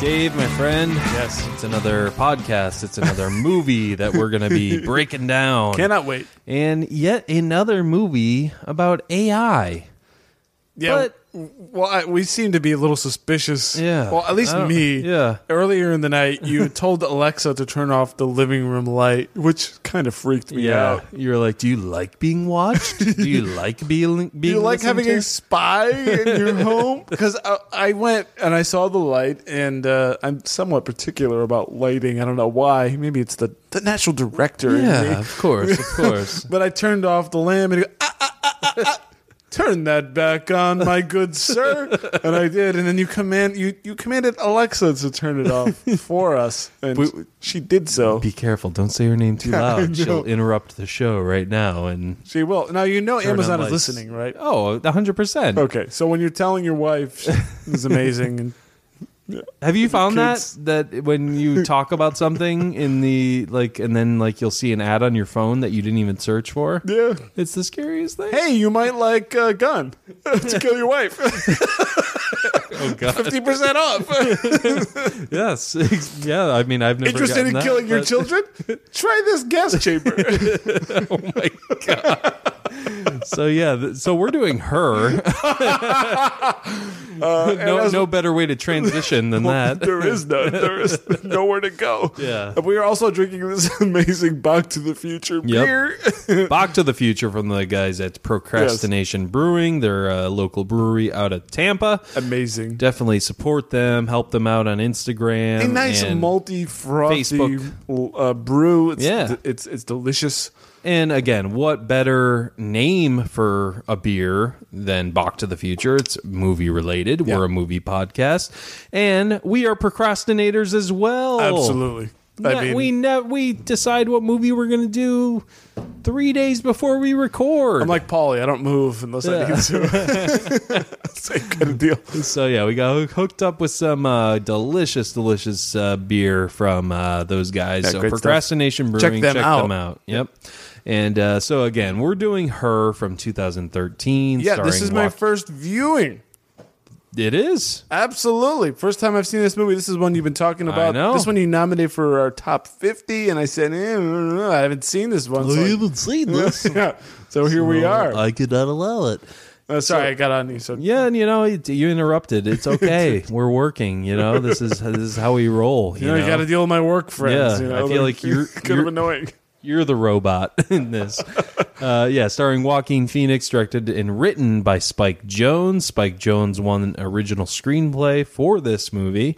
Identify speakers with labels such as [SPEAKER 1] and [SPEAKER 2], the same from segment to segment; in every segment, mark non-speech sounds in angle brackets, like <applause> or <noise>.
[SPEAKER 1] Dave, my friend,
[SPEAKER 2] Yes.
[SPEAKER 1] it's another podcast. It's
[SPEAKER 2] <laughs>
[SPEAKER 1] another movie that we're going to be breaking down.
[SPEAKER 2] Cannot wait.
[SPEAKER 1] and yet another movie about AI.
[SPEAKER 2] Yeah.
[SPEAKER 1] But-
[SPEAKER 2] w- well, I, we seem to be a little suspicious.
[SPEAKER 1] Yeah.
[SPEAKER 2] Well, at least
[SPEAKER 1] I don't-
[SPEAKER 2] me.
[SPEAKER 1] yeah.
[SPEAKER 2] Earlier in the night, you told Alexa to turn off the living room light, which kind of freaked me out.
[SPEAKER 1] You were like, do you like being watched? do
[SPEAKER 2] <laughs>
[SPEAKER 1] you like being being
[SPEAKER 2] Do you like having a spy in
[SPEAKER 1] <laughs>
[SPEAKER 2] your home? Because I, I went and I saw the light, and uh, I'm somewhat particular about lighting. I don't know why. Maybe it's the, the natural director in
[SPEAKER 1] Yeah,
[SPEAKER 2] me.
[SPEAKER 1] of course, of
[SPEAKER 2] <laughs>
[SPEAKER 1] course.
[SPEAKER 2] But I turned off the lamp and it go, ah, ah, ah, ah, ah. turn that back on, my good sir. And I did. And then you command you you commanded Alexa to turn it off for us, and
[SPEAKER 1] We-
[SPEAKER 2] she did so.
[SPEAKER 1] be careful. Don't say her name too
[SPEAKER 2] I
[SPEAKER 1] loud.
[SPEAKER 2] know.
[SPEAKER 1] She'll interrupt the show right now and
[SPEAKER 2] She will. Now you know
[SPEAKER 1] turn
[SPEAKER 2] Amazon
[SPEAKER 1] on
[SPEAKER 2] is
[SPEAKER 1] lights.
[SPEAKER 2] listening, right?
[SPEAKER 1] Oh, 100%.
[SPEAKER 2] Okay, so when you're telling your wife,
[SPEAKER 1] <laughs>
[SPEAKER 2] it's amazing, and
[SPEAKER 1] Have you found
[SPEAKER 2] kids.
[SPEAKER 1] that that when
[SPEAKER 2] <laughs>
[SPEAKER 1] you talk about something in the like and then like you'll see an ad on your phone that you didn't even search for?
[SPEAKER 2] yeah.
[SPEAKER 1] It's the scariest thing.
[SPEAKER 2] Hey, you might like a gun to kill your wife.
[SPEAKER 1] Oh god.
[SPEAKER 2] Fifty percent off.
[SPEAKER 1] yes. <laughs> yeah, I mean I've never
[SPEAKER 2] Interested
[SPEAKER 1] gotten
[SPEAKER 2] in
[SPEAKER 1] that,
[SPEAKER 2] killing your
[SPEAKER 1] but- <laughs>
[SPEAKER 2] children? Try this gas chamber.
[SPEAKER 1] Oh my god. so yeah, th- so we're doing
[SPEAKER 2] <laughs>
[SPEAKER 1] her. <laughs> no
[SPEAKER 2] Uh, as-
[SPEAKER 1] no better way to transition than
[SPEAKER 2] <laughs>
[SPEAKER 1] that.
[SPEAKER 2] there is none.
[SPEAKER 1] <laughs>
[SPEAKER 2] There is nowhere to go.
[SPEAKER 1] Yeah.
[SPEAKER 2] We are also drinking this <laughs> amazing Back to the Future
[SPEAKER 1] <laughs>
[SPEAKER 2] beer.
[SPEAKER 1] <laughs> Back to the Future from the guys at Procrastination Brewing. They're a local brewery out of Tampa.
[SPEAKER 2] amazing.
[SPEAKER 1] Definitely support them, help them out on Instagram.
[SPEAKER 2] a nice
[SPEAKER 1] and-
[SPEAKER 2] multi frothy
[SPEAKER 1] Facebook.
[SPEAKER 2] uh, brew. It's,
[SPEAKER 1] Yeah.
[SPEAKER 2] it's it's delicious.
[SPEAKER 1] And again, what better name for a beer than Back to the Future? It's movie related. We're a movie podcast, and we are procrastinators as well.
[SPEAKER 2] Absolutely. I
[SPEAKER 1] Ne-
[SPEAKER 2] mean,
[SPEAKER 1] we ne- we decide what movie we're going to do three days before we record.
[SPEAKER 2] I'm like Polly. I don't move unless I
[SPEAKER 1] Yeah.
[SPEAKER 2] need to. <laughs> Same kind of deal.
[SPEAKER 1] <laughs> so yeah, we got hoo- hooked up with some uh, delicious, delicious uh, beer from uh, those guys. so
[SPEAKER 2] great stuff.
[SPEAKER 1] procrastination brewing,
[SPEAKER 2] them out.
[SPEAKER 1] Yep. And uh, so again, we're doing her from 2013.
[SPEAKER 2] Yeah, this
[SPEAKER 1] starring
[SPEAKER 2] is my
[SPEAKER 1] Joaqu-
[SPEAKER 2] first viewing.
[SPEAKER 1] It is.
[SPEAKER 2] Absolutely. First time I've seen this movie. This is one you've been talking about.
[SPEAKER 1] know.
[SPEAKER 2] This one you nominated for our top 50, and I said, eh, I don't know, I haven't seen this one. so I-
[SPEAKER 1] seen this.
[SPEAKER 2] yeah. So uh, here <laughs> we are.
[SPEAKER 1] I could not allow it.
[SPEAKER 2] Uh, sorry, I got on you. So
[SPEAKER 1] Yeah, and you know, it- you interrupted.
[SPEAKER 2] <laughs>
[SPEAKER 1] It's okay. We're working. You know, this is this is how we roll. You,
[SPEAKER 2] you know,
[SPEAKER 1] know?
[SPEAKER 2] you got to deal with my work friends.
[SPEAKER 1] Yeah,
[SPEAKER 2] you know,
[SPEAKER 1] I feel
[SPEAKER 2] they're
[SPEAKER 1] like you're-
[SPEAKER 2] <laughs> kind
[SPEAKER 1] you're-
[SPEAKER 2] of annoying.
[SPEAKER 1] You're the robot <laughs> in this. Uh, yeah, starring Joaquin Phoenix, directed and written by Spike Jones. Spike Jones won an original screenplay for this movie.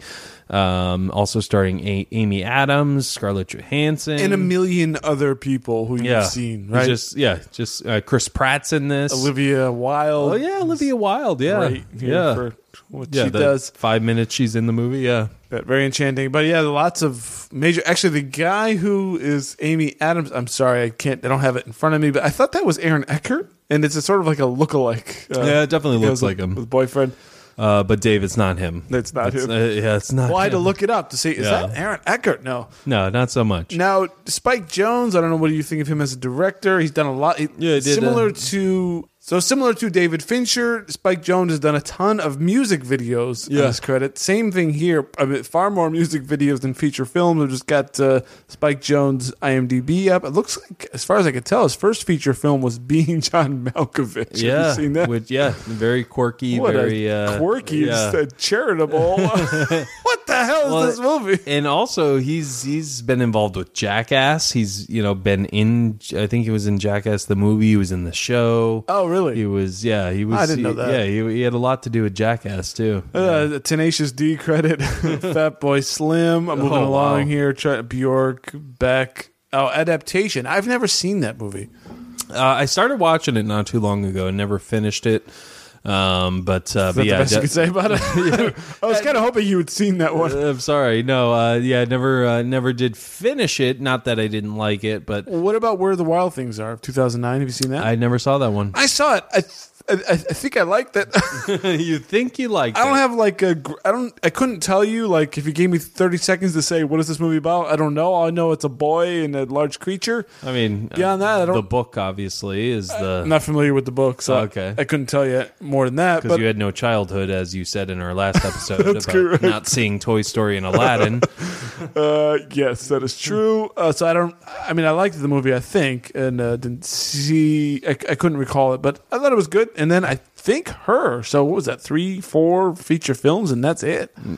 [SPEAKER 1] Um, also starring a- Amy Adams, Scarlett Johansson,
[SPEAKER 2] And a million other people who
[SPEAKER 1] yeah,
[SPEAKER 2] you've seen,
[SPEAKER 1] He's
[SPEAKER 2] right?
[SPEAKER 1] Just yeah, just uh, Chris Pratt's in this.
[SPEAKER 2] Olivia Wilde.
[SPEAKER 1] oh yeah, Olivia Wilde. Yeah,
[SPEAKER 2] Right here
[SPEAKER 1] yeah,
[SPEAKER 2] for what
[SPEAKER 1] yeah.
[SPEAKER 2] she
[SPEAKER 1] the
[SPEAKER 2] does.
[SPEAKER 1] five minutes she's in the movie. Yeah,
[SPEAKER 2] But very enchanting. But yeah, lots of major. Actually, the guy who is Amy Adams. I'm sorry, I can't. I don't have it in front of me. But I thought that was Aaron Eckert, and it's a sort of like a lookalike. Uh,
[SPEAKER 1] Yeah, it definitely
[SPEAKER 2] you know,
[SPEAKER 1] looks
[SPEAKER 2] with-
[SPEAKER 1] like him.
[SPEAKER 2] with boyfriend.
[SPEAKER 1] uh, but Dave, it's not him.
[SPEAKER 2] It's not him.
[SPEAKER 1] uh, yeah, it's not.
[SPEAKER 2] Well, I had
[SPEAKER 1] him.
[SPEAKER 2] <laughs> to look it up to see is
[SPEAKER 1] Yeah.
[SPEAKER 2] that Aaron Eckert? No.
[SPEAKER 1] No, not so much.
[SPEAKER 2] Now Spike Jones. I don't know what do you think of him as a director. He's done a lot. He-
[SPEAKER 1] Yeah, he did,
[SPEAKER 2] similar
[SPEAKER 1] uh,
[SPEAKER 2] to so similar to David Fincher. Spike Jones has done a ton of music videos. Yeah.
[SPEAKER 1] Yeah.
[SPEAKER 2] On his credit. Same thing here. I mean, far more music videos than feature films. I've just got uh, Spike Jones IMDb up. It looks like, as far as I could tell, his first feature film was Being John Malkovich.
[SPEAKER 1] yeah,
[SPEAKER 2] Have you seen that?
[SPEAKER 1] Which, yeah, very quirky,
[SPEAKER 2] what
[SPEAKER 1] very
[SPEAKER 2] a
[SPEAKER 1] uh,
[SPEAKER 2] quirky,
[SPEAKER 1] yeah.
[SPEAKER 2] it's, uh,
[SPEAKER 1] <laughs>
[SPEAKER 2] charitable. <laughs> what the hell is
[SPEAKER 1] Well,
[SPEAKER 2] this movie?
[SPEAKER 1] And also, he's he's been involved with Jackass. He's you know been in. I think he was in Jackass the movie. He was in the show.
[SPEAKER 2] Oh, really?
[SPEAKER 1] He was. Yeah, he was.
[SPEAKER 2] I didn't know
[SPEAKER 1] he-
[SPEAKER 2] that.
[SPEAKER 1] Yeah, he, he had a lot to do with Jackass too.
[SPEAKER 2] Uh, the Tenacious
[SPEAKER 1] <laughs>
[SPEAKER 2] D credit, Fat Boy Slim. I'm moving
[SPEAKER 1] Oh, wow.
[SPEAKER 2] along here. Try, Bjork, Beck, Oh, adaptation. I've never seen that movie.
[SPEAKER 1] Uh, I started watching it not too long ago and never finished it. Um, but uh, but
[SPEAKER 2] That's
[SPEAKER 1] yeah,
[SPEAKER 2] the best
[SPEAKER 1] de-
[SPEAKER 2] you could say about it.
[SPEAKER 1] <laughs>
[SPEAKER 2] <laughs> I was kind of hoping you had seen that one.
[SPEAKER 1] I'm sorry. No, uh, yeah, never, uh, never did finish it. Not that I didn't like it, but
[SPEAKER 2] What about Where the Wild Things Are of 2009? Have you seen that?
[SPEAKER 1] I never saw that one. <laughs>
[SPEAKER 2] I saw it. I th- I, I think I liked it. <laughs>
[SPEAKER 1] you think you liked?
[SPEAKER 2] I don't
[SPEAKER 1] it.
[SPEAKER 2] have like a. gr- I don't. I couldn't tell you like if you gave me thirty seconds to say what is this movie about. I don't know. All I know it's a boy and a large creature.
[SPEAKER 1] I mean, uh,
[SPEAKER 2] Beyond that, I
[SPEAKER 1] the
[SPEAKER 2] don't. Uh,
[SPEAKER 1] book obviously is the
[SPEAKER 2] I'm not familiar with the book, so
[SPEAKER 1] Okay.
[SPEAKER 2] I couldn't tell you more than that.
[SPEAKER 1] because
[SPEAKER 2] But
[SPEAKER 1] you had no childhood, as you said in our last
[SPEAKER 2] <laughs>
[SPEAKER 1] episode about
[SPEAKER 2] correct.
[SPEAKER 1] not seeing Toy Story and
[SPEAKER 2] <laughs>
[SPEAKER 1] Aladdin.
[SPEAKER 2] uh, yes, that is true. Uh, so I don't. I mean, I liked the movie, I think, and uh, didn't see. I, I couldn't recall it, but I thought it was good. And then I think her. So what was that? Three, four feature films, and that's it.
[SPEAKER 1] Mm-hmm.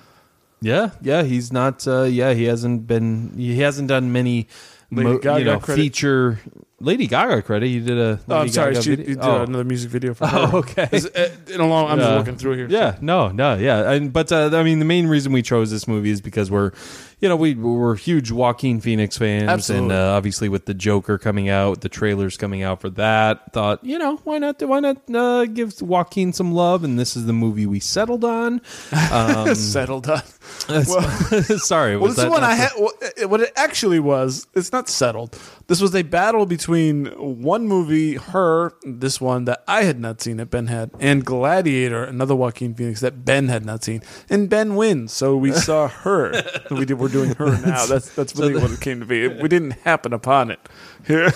[SPEAKER 1] yeah, yeah, he's not. Uh, yeah, he hasn't been. He hasn't done many.
[SPEAKER 2] Lady Gaga
[SPEAKER 1] you know,
[SPEAKER 2] credit.
[SPEAKER 1] feature Lady Gaga credit. You did a. Lady
[SPEAKER 2] Oh, I'm sorry.
[SPEAKER 1] Gaga
[SPEAKER 2] She,
[SPEAKER 1] video-
[SPEAKER 2] you did
[SPEAKER 1] Oh.
[SPEAKER 2] another music video for her.
[SPEAKER 1] <laughs> Oh, okay.
[SPEAKER 2] It's, uh, In a long, I'm just
[SPEAKER 1] Uh,
[SPEAKER 2] looking through here.
[SPEAKER 1] Yeah, no, no, yeah. And but uh, I mean, the main reason we chose this movie is because we're, you know, we we're huge Joaquin Phoenix fans, and
[SPEAKER 2] Absolutely.
[SPEAKER 1] uh, obviously with the Joker coming out, the trailers coming out for that, thought you know why not why not uh, give Joaquin some love, and this is the movie we settled on. <laughs>
[SPEAKER 2] <laughs> settled up.
[SPEAKER 1] Sorry,
[SPEAKER 2] Well,
[SPEAKER 1] was
[SPEAKER 2] this is
[SPEAKER 1] that
[SPEAKER 2] what
[SPEAKER 1] not
[SPEAKER 2] I
[SPEAKER 1] the-
[SPEAKER 2] had. What it- what it actually was, it's not settled. This was a battle between one movie, her, this one that I had not seen that Ben had, and Gladiator, another Joaquin Phoenix that Ben had not seen, and Ben wins. So <laughs> we saw her. we did, we're doing <laughs> her now. That's that's really what it came to <laughs> be. We didn't happen upon it. Here,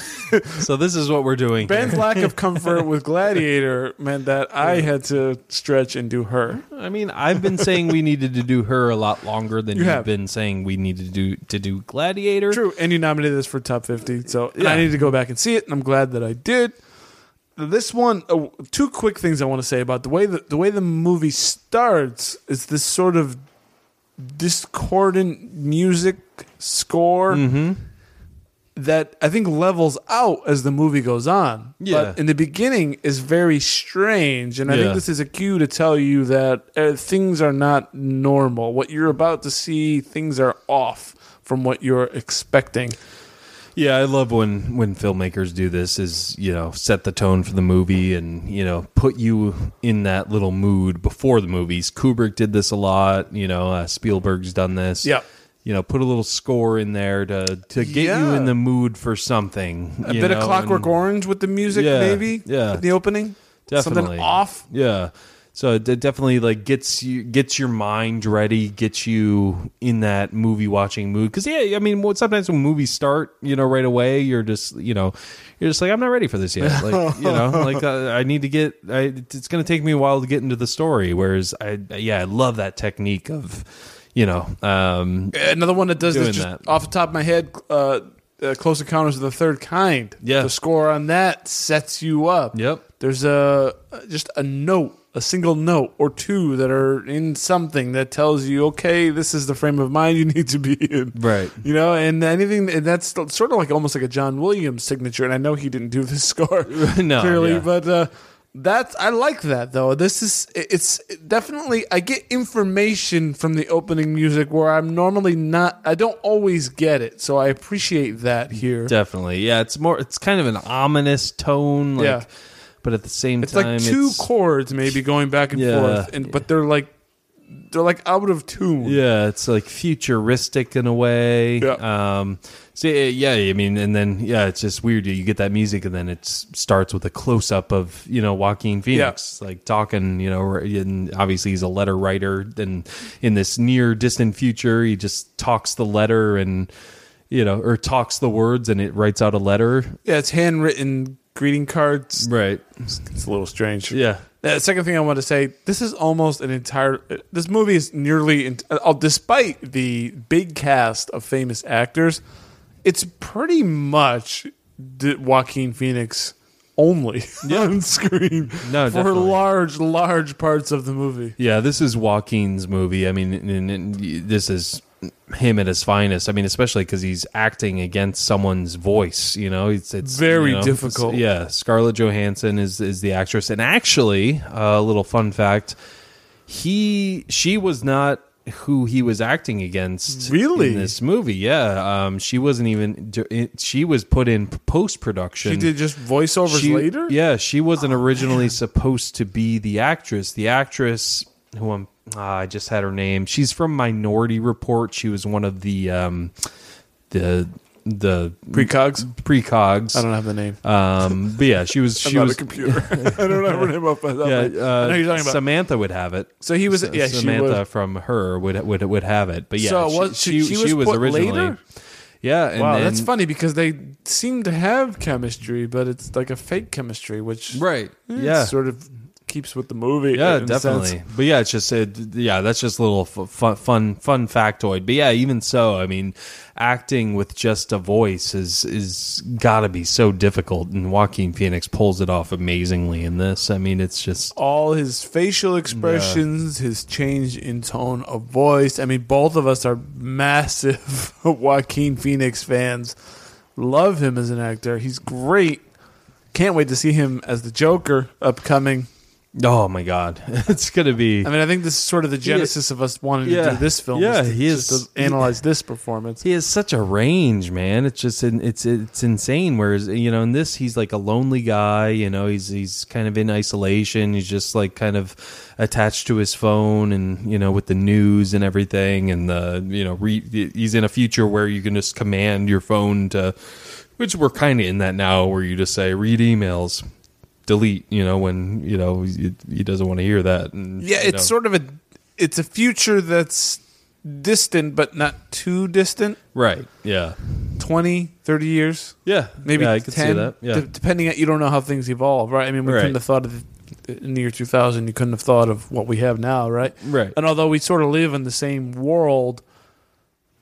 [SPEAKER 1] So this is what we're doing.
[SPEAKER 2] Ben's lack of comfort with Gladiator meant that I had to stretch and do her.
[SPEAKER 1] I mean, I've been saying we needed to do her a lot longer than you have
[SPEAKER 2] have.
[SPEAKER 1] been saying we needed to do to do Gladiator.
[SPEAKER 2] True, and you nominated this for top fifty, so and
[SPEAKER 1] Yeah.
[SPEAKER 2] I need to go back and see it, and I'm glad that I did. This one, oh, two quick things I want to say about the way the, the way the movie starts is this sort of discordant music score
[SPEAKER 1] Mm-hmm.
[SPEAKER 2] that I think levels out as the movie goes on.
[SPEAKER 1] Yeah.
[SPEAKER 2] But in the beginning is very strange, and I
[SPEAKER 1] Yeah.
[SPEAKER 2] think this is a cue to tell you that uh, things are not normal. What you're about to see, things are off from what you're expecting.
[SPEAKER 1] Yeah, I love when when filmmakers do this is, you know, set the tone for the movie and, you know, put you in that little mood before the movies. Kubrick did this a lot, you know, uh, Spielberg's done this.
[SPEAKER 2] Yep.
[SPEAKER 1] You know, put a little score in there to to get you
[SPEAKER 2] Yeah.
[SPEAKER 1] in the mood for something.
[SPEAKER 2] A bit of Clockwork
[SPEAKER 1] or
[SPEAKER 2] Orange with the music,
[SPEAKER 1] Yeah,
[SPEAKER 2] maybe.
[SPEAKER 1] yeah.
[SPEAKER 2] At the opening,
[SPEAKER 1] definitely
[SPEAKER 2] something off.
[SPEAKER 1] Yeah. So it de- definitely like gets you gets your mind ready, gets you in that movie watching mood. Because yeah, I mean, what- sometimes when movies start, you know, right away, you're just you know, you're just like, I'm not ready for this
[SPEAKER 2] <laughs>
[SPEAKER 1] yet. Like you know, like uh, I need to get. I, it's going to take me a while to get into the story. Whereas I, yeah, I love that technique of, you know, um,
[SPEAKER 2] Another one that does
[SPEAKER 1] Doing
[SPEAKER 2] this just
[SPEAKER 1] that.
[SPEAKER 2] off the top of my head. Uh, uh, Close Encounters of the Third Kind.
[SPEAKER 1] Yeah.
[SPEAKER 2] The score on that sets you up.
[SPEAKER 1] Yep.
[SPEAKER 2] There's a just a note, a single note or two that are in something that tells you, okay, this is the frame of mind you <laughs> need to be in.
[SPEAKER 1] Right.
[SPEAKER 2] You know, and anything and that's sort of like almost like a John Williams signature. And I know he didn't do this <laughs> score
[SPEAKER 1] <laughs> No,
[SPEAKER 2] clearly,
[SPEAKER 1] yeah.
[SPEAKER 2] but uh, that's I like that though. This is it's definitely I get information from the opening music where I'm normally not. I don't always get it, so I appreciate that here.
[SPEAKER 1] definitely. Yeah, it's more. It's kind of an ominous tone. Like,
[SPEAKER 2] Yeah.
[SPEAKER 1] But at the same
[SPEAKER 2] It's
[SPEAKER 1] time,
[SPEAKER 2] like two
[SPEAKER 1] it's,
[SPEAKER 2] chords maybe going back and
[SPEAKER 1] Yeah.
[SPEAKER 2] forth, and but they're like they're like out of tune.
[SPEAKER 1] Yeah, it's like futuristic in a way.
[SPEAKER 2] Yeah.
[SPEAKER 1] Um, so yeah, yeah, I mean, and then yeah, it's just weird. You get that music, and then it s- starts with a close up of you know Joaquin Phoenix like talking. You know, r- and obviously he's a letter writer, and in this near distant future, he just talks the letter and you know, or talks the words, and it writes out a letter.
[SPEAKER 2] Yeah, it's handwritten greeting cards.
[SPEAKER 1] Right.
[SPEAKER 2] It's a little strange.
[SPEAKER 1] Mm. Yeah.
[SPEAKER 2] The Uh, second thing I want to say, this is almost an entire. uh, This movie is nearly, ent- uh, despite the big cast of famous actors, it's pretty much D- Joaquin Phoenix only <laughs> on screen
[SPEAKER 1] No,
[SPEAKER 2] for
[SPEAKER 1] definitely.
[SPEAKER 2] large, large parts of the movie.
[SPEAKER 1] Yeah, this is Joaquin's movie. I mean, and, and this is him at his finest. I mean, especially because he's acting against someone's voice. You know, it's it's
[SPEAKER 2] Very
[SPEAKER 1] you know,
[SPEAKER 2] difficult.
[SPEAKER 1] it's- yeah, Scarlett Johansson is is the uh, actress, and actually, a little fun fact: he she was not who he was acting against.
[SPEAKER 2] Really?
[SPEAKER 1] in this movie, yeah. Um, she wasn't even. She was put in post production.
[SPEAKER 2] She did just voiceovers
[SPEAKER 1] She-
[SPEAKER 2] later. Oh,
[SPEAKER 1] Yeah, she wasn't originally supposed to be the actress. The actress who I'm, ah, I just had her name. She's from Minority Report. She was one of the um, the the
[SPEAKER 2] precogs.
[SPEAKER 1] precogs.
[SPEAKER 2] I don't have the name.
[SPEAKER 1] Um, but yeah, she was.
[SPEAKER 2] <laughs> I'm
[SPEAKER 1] She
[SPEAKER 2] not
[SPEAKER 1] was.
[SPEAKER 2] a computer. I
[SPEAKER 1] <laughs>
[SPEAKER 2] don't know her name off by that.
[SPEAKER 1] Yeah,
[SPEAKER 2] I
[SPEAKER 1] uh,
[SPEAKER 2] know who you're talking about.
[SPEAKER 1] Samantha would have it.
[SPEAKER 2] So he was-
[SPEAKER 1] Sa-
[SPEAKER 2] yeah, she
[SPEAKER 1] Samantha
[SPEAKER 2] was-
[SPEAKER 1] from her would would would have it. But yeah,
[SPEAKER 2] So it was- she- she was put later?
[SPEAKER 1] Yeah, and
[SPEAKER 2] wow,
[SPEAKER 1] then-
[SPEAKER 2] that's funny because they seem to have chemistry, but it's like a fake chemistry, which
[SPEAKER 1] Right.
[SPEAKER 2] eh,
[SPEAKER 1] Yeah.
[SPEAKER 2] sort of keeps with the movie.
[SPEAKER 1] Yeah,
[SPEAKER 2] in a sense.
[SPEAKER 1] definitely. But yeah, it's just it, yeah, that's just a little f- fun, fun fun factoid. But yeah, even so, I mean, acting with just a voice is is got to be so difficult, and Joaquin Phoenix pulls it off amazingly in this. I mean, it's just
[SPEAKER 2] All his facial expressions, his change in tone of voice. I mean, both of us are massive <laughs> Joaquin Phoenix fans. Love him as an actor. He's great. Can't wait to see him as the Joker upcoming.
[SPEAKER 1] oh my god, <laughs> it's gonna be.
[SPEAKER 2] I mean, I think this is sort of the genesis of us wanting to
[SPEAKER 1] Yeah.
[SPEAKER 2] do this film.
[SPEAKER 1] Yeah,
[SPEAKER 2] is to,
[SPEAKER 1] he
[SPEAKER 2] just
[SPEAKER 1] is-
[SPEAKER 2] to analyze this performance.
[SPEAKER 1] he has such a range, man. It's just in- it's it's insane. Whereas you know in this he's like a lonely guy. You know he's he's kind of in isolation. He's just like kind of attached to his phone and you know with the news and everything. And the you know re, he's in a future where you can just command your phone to, which we're kind of in that now, where you just say read emails, delete. You know when you know he, he doesn't want to hear that. And,
[SPEAKER 2] Yeah,
[SPEAKER 1] you
[SPEAKER 2] it's
[SPEAKER 1] know.
[SPEAKER 2] sort of a it's a future that's distant but not too distant.
[SPEAKER 1] right. Yeah.
[SPEAKER 2] 20, 30 years,
[SPEAKER 1] Yeah.
[SPEAKER 2] maybe
[SPEAKER 1] yeah,
[SPEAKER 2] 10.
[SPEAKER 1] I could see that. Yeah.
[SPEAKER 2] de- depending on you don't know how things evolve, right? I mean, we
[SPEAKER 1] Right.
[SPEAKER 2] couldn't have thought of in the year 2000, you couldn't have thought of what we have now, right?
[SPEAKER 1] Right.
[SPEAKER 2] And although we sort of live in the same world,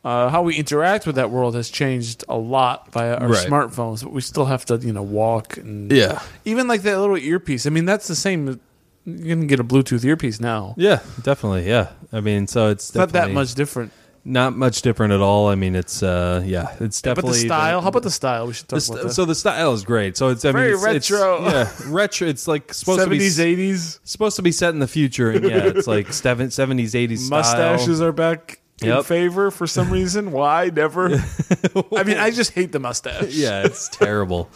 [SPEAKER 2] uh, how we interact with that world has changed a lot via our
[SPEAKER 1] Right.
[SPEAKER 2] smartphones, but we still have to, you know, walk and
[SPEAKER 1] yeah.
[SPEAKER 2] even like that little earpiece. I mean, that's the same. You can get a Bluetooth earpiece now.
[SPEAKER 1] Yeah, definitely. Yeah, I mean, so it's
[SPEAKER 2] It's not that
[SPEAKER 1] definitely
[SPEAKER 2] much different.
[SPEAKER 1] not much different at all. I mean, it's uh, yeah, it's
[SPEAKER 2] But
[SPEAKER 1] definitely
[SPEAKER 2] the style. How about the style? We should
[SPEAKER 1] the
[SPEAKER 2] talk
[SPEAKER 1] st-
[SPEAKER 2] about that.
[SPEAKER 1] so the style is great. So it's I
[SPEAKER 2] Very
[SPEAKER 1] mean, it's,
[SPEAKER 2] retro.
[SPEAKER 1] It's, yeah, retro. It's like supposed
[SPEAKER 2] <laughs> Seventies,
[SPEAKER 1] to be
[SPEAKER 2] eighties
[SPEAKER 1] supposed to be set in the future, and yeah, it's like seventies, eighties
[SPEAKER 2] mustaches are back in
[SPEAKER 1] Yep.
[SPEAKER 2] favor
[SPEAKER 1] <laughs>
[SPEAKER 2] for some reason. Why? Never. I mean, I just hate the mustache.
[SPEAKER 1] yeah, it's terrible.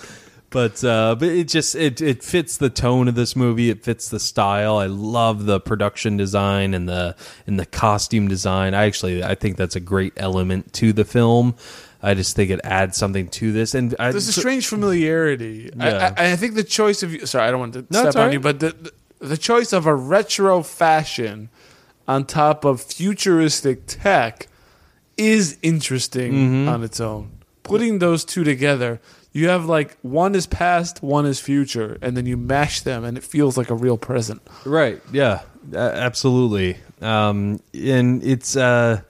[SPEAKER 1] But uh, but it just it it fits the tone of this movie. It fits the style. I love the production design and the and the costume design. I actually I think that's a great element to the film. I just think it adds something to this. And I,
[SPEAKER 2] There's a
[SPEAKER 1] so-
[SPEAKER 2] strange familiarity.
[SPEAKER 1] Yeah.
[SPEAKER 2] I, I, I think the choice of sorry, I don't want to
[SPEAKER 1] No,
[SPEAKER 2] step
[SPEAKER 1] it's
[SPEAKER 2] on
[SPEAKER 1] all right.
[SPEAKER 2] you, but the, the the choice of a retro fashion on top of futuristic tech is interesting
[SPEAKER 1] Mm-hmm.
[SPEAKER 2] on its own. Putting those two together, you have like one is past, one is future, and then you mash them, and it feels like a real present.
[SPEAKER 1] Right. Yeah. A- absolutely. Um, and it's uh,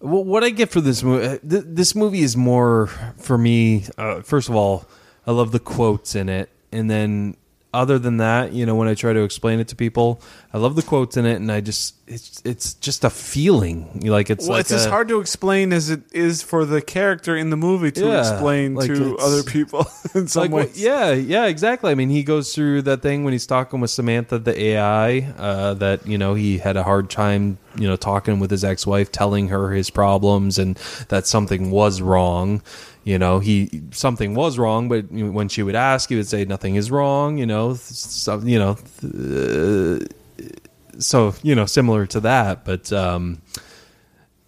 [SPEAKER 1] wh- what I get for this movie. Th- this movie is more for me. Uh, first of all, I love the quotes in it, and then other than that, you know, when I try to explain it to people, I love the quotes in it, and I just it's it's just a feeling. Like it's
[SPEAKER 2] well,
[SPEAKER 1] like
[SPEAKER 2] it's as
[SPEAKER 1] a-
[SPEAKER 2] hard to explain as it is for the character in the movie to
[SPEAKER 1] Yeah,
[SPEAKER 2] explain
[SPEAKER 1] like
[SPEAKER 2] to
[SPEAKER 1] it's-
[SPEAKER 2] other people <laughs> in some
[SPEAKER 1] like,
[SPEAKER 2] ways.
[SPEAKER 1] what- Yeah, yeah, exactly. I mean, he goes through that thing when he's talking with Samantha, the AI, uh, that you know he had a hard time, you know, talking with his ex-wife, telling her his problems, and that something was wrong. You know, he something was wrong, but when she would ask, he would say nothing is wrong. You know, so, you know, so you know, similar to that, but um,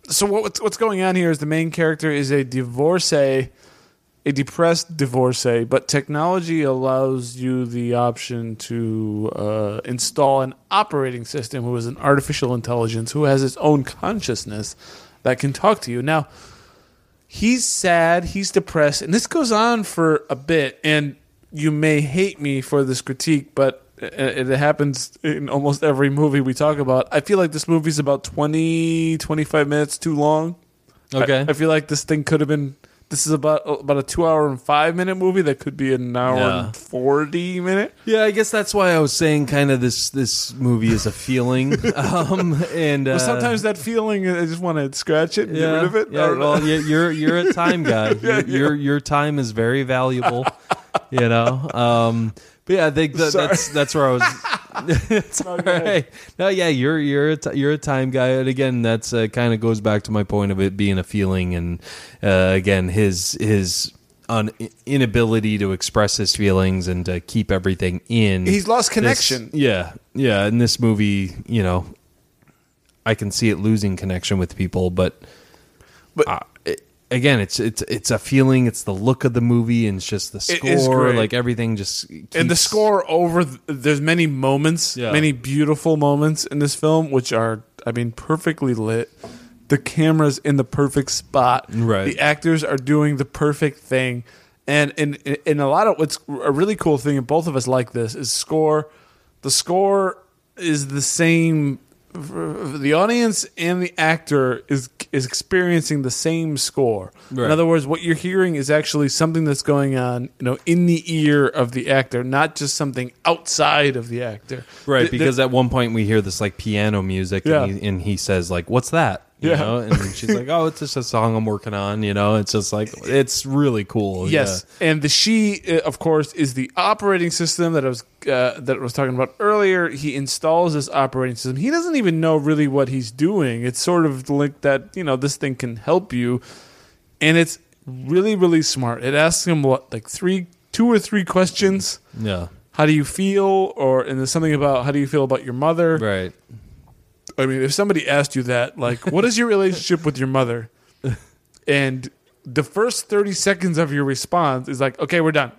[SPEAKER 2] so what, what's what's going on here is the main character is a divorcee, a depressed divorcee, but technology allows you the option to uh, install an operating system who is an artificial intelligence who has its own consciousness that can talk to you. Now, he's sad, he's depressed, and this goes on for a bit. And you may hate me for this critique, but it it happens in almost every movie we talk about. I feel like this movie's about 20, 25 minutes too long.
[SPEAKER 1] okay,
[SPEAKER 2] I, I feel like this thing could have been. This is about about a two hour and five minute movie that could be an hour
[SPEAKER 1] Yeah.
[SPEAKER 2] and forty minute.
[SPEAKER 1] yeah. I guess that's why I was saying kind of this this movie is a <laughs> feeling, um, and uh,
[SPEAKER 2] But sometimes that feeling, I just want to scratch it, and get rid of it. I
[SPEAKER 1] Yeah,
[SPEAKER 2] don't know.
[SPEAKER 1] well, you- you're you're a time
[SPEAKER 2] <laughs>
[SPEAKER 1] guy. Your- Your your time is very valuable. you know, um, but yeah, I think that, that's that's where I was.
[SPEAKER 2] <laughs>
[SPEAKER 1] it's all right. No, yeah, you're you're a t- you're a time guy, and again, that's uh, kind of goes back to my point of it being a feeling, and uh, again, his his un- inability to express his feelings and to keep everything in.
[SPEAKER 2] He's lost
[SPEAKER 1] this-
[SPEAKER 2] connection.
[SPEAKER 1] yeah, yeah. In this movie, you know, I can see it losing connection with people, but
[SPEAKER 2] But-
[SPEAKER 1] uh, it, again, it's it's it's a feeling. It's the look of the movie, and it's just the
[SPEAKER 2] It is
[SPEAKER 1] score.
[SPEAKER 2] great.
[SPEAKER 1] Like everything, just keeps,
[SPEAKER 2] and the score over th- there's many moments
[SPEAKER 1] Yeah.
[SPEAKER 2] many beautiful moments in this film which are i mean perfectly lit the camera's in the perfect spot
[SPEAKER 1] Right.
[SPEAKER 2] the actors are doing the perfect thing and in in a lot of what's a really cool thing and both of us like this is score the score is the same the audience and the actor is is experiencing the same score.
[SPEAKER 1] Right.
[SPEAKER 2] In other words, what you're hearing is actually something that's going on, you know, in the ear of the actor, not just something outside of the actor.
[SPEAKER 1] Right,
[SPEAKER 2] Th- th-
[SPEAKER 1] because at one point we hear this like piano music,
[SPEAKER 2] Yeah.
[SPEAKER 1] and, he, and he says like, "What's that?" You
[SPEAKER 2] Yeah.
[SPEAKER 1] know? and she's like, "Oh, it's just a song I'm working on." You know, it's just like it's really cool.
[SPEAKER 2] Yes, and the she, uh, of course, is the operating system that I was uh, that I was talking about earlier. He installs this operating system. He doesn't even know really what he's doing. It's sort of like that, you know, this thing can help you, and it's really really smart. It asks him what like three, two or three questions.
[SPEAKER 1] Yeah,
[SPEAKER 2] How do you feel? Or and there's something about how do you feel about your mother?
[SPEAKER 1] yeah, right.
[SPEAKER 2] I mean, if somebody asked you that, like, what is your relationship with your mother? And the first 30 seconds of your response is like, okay,
[SPEAKER 1] <laughs>
[SPEAKER 2] we're done.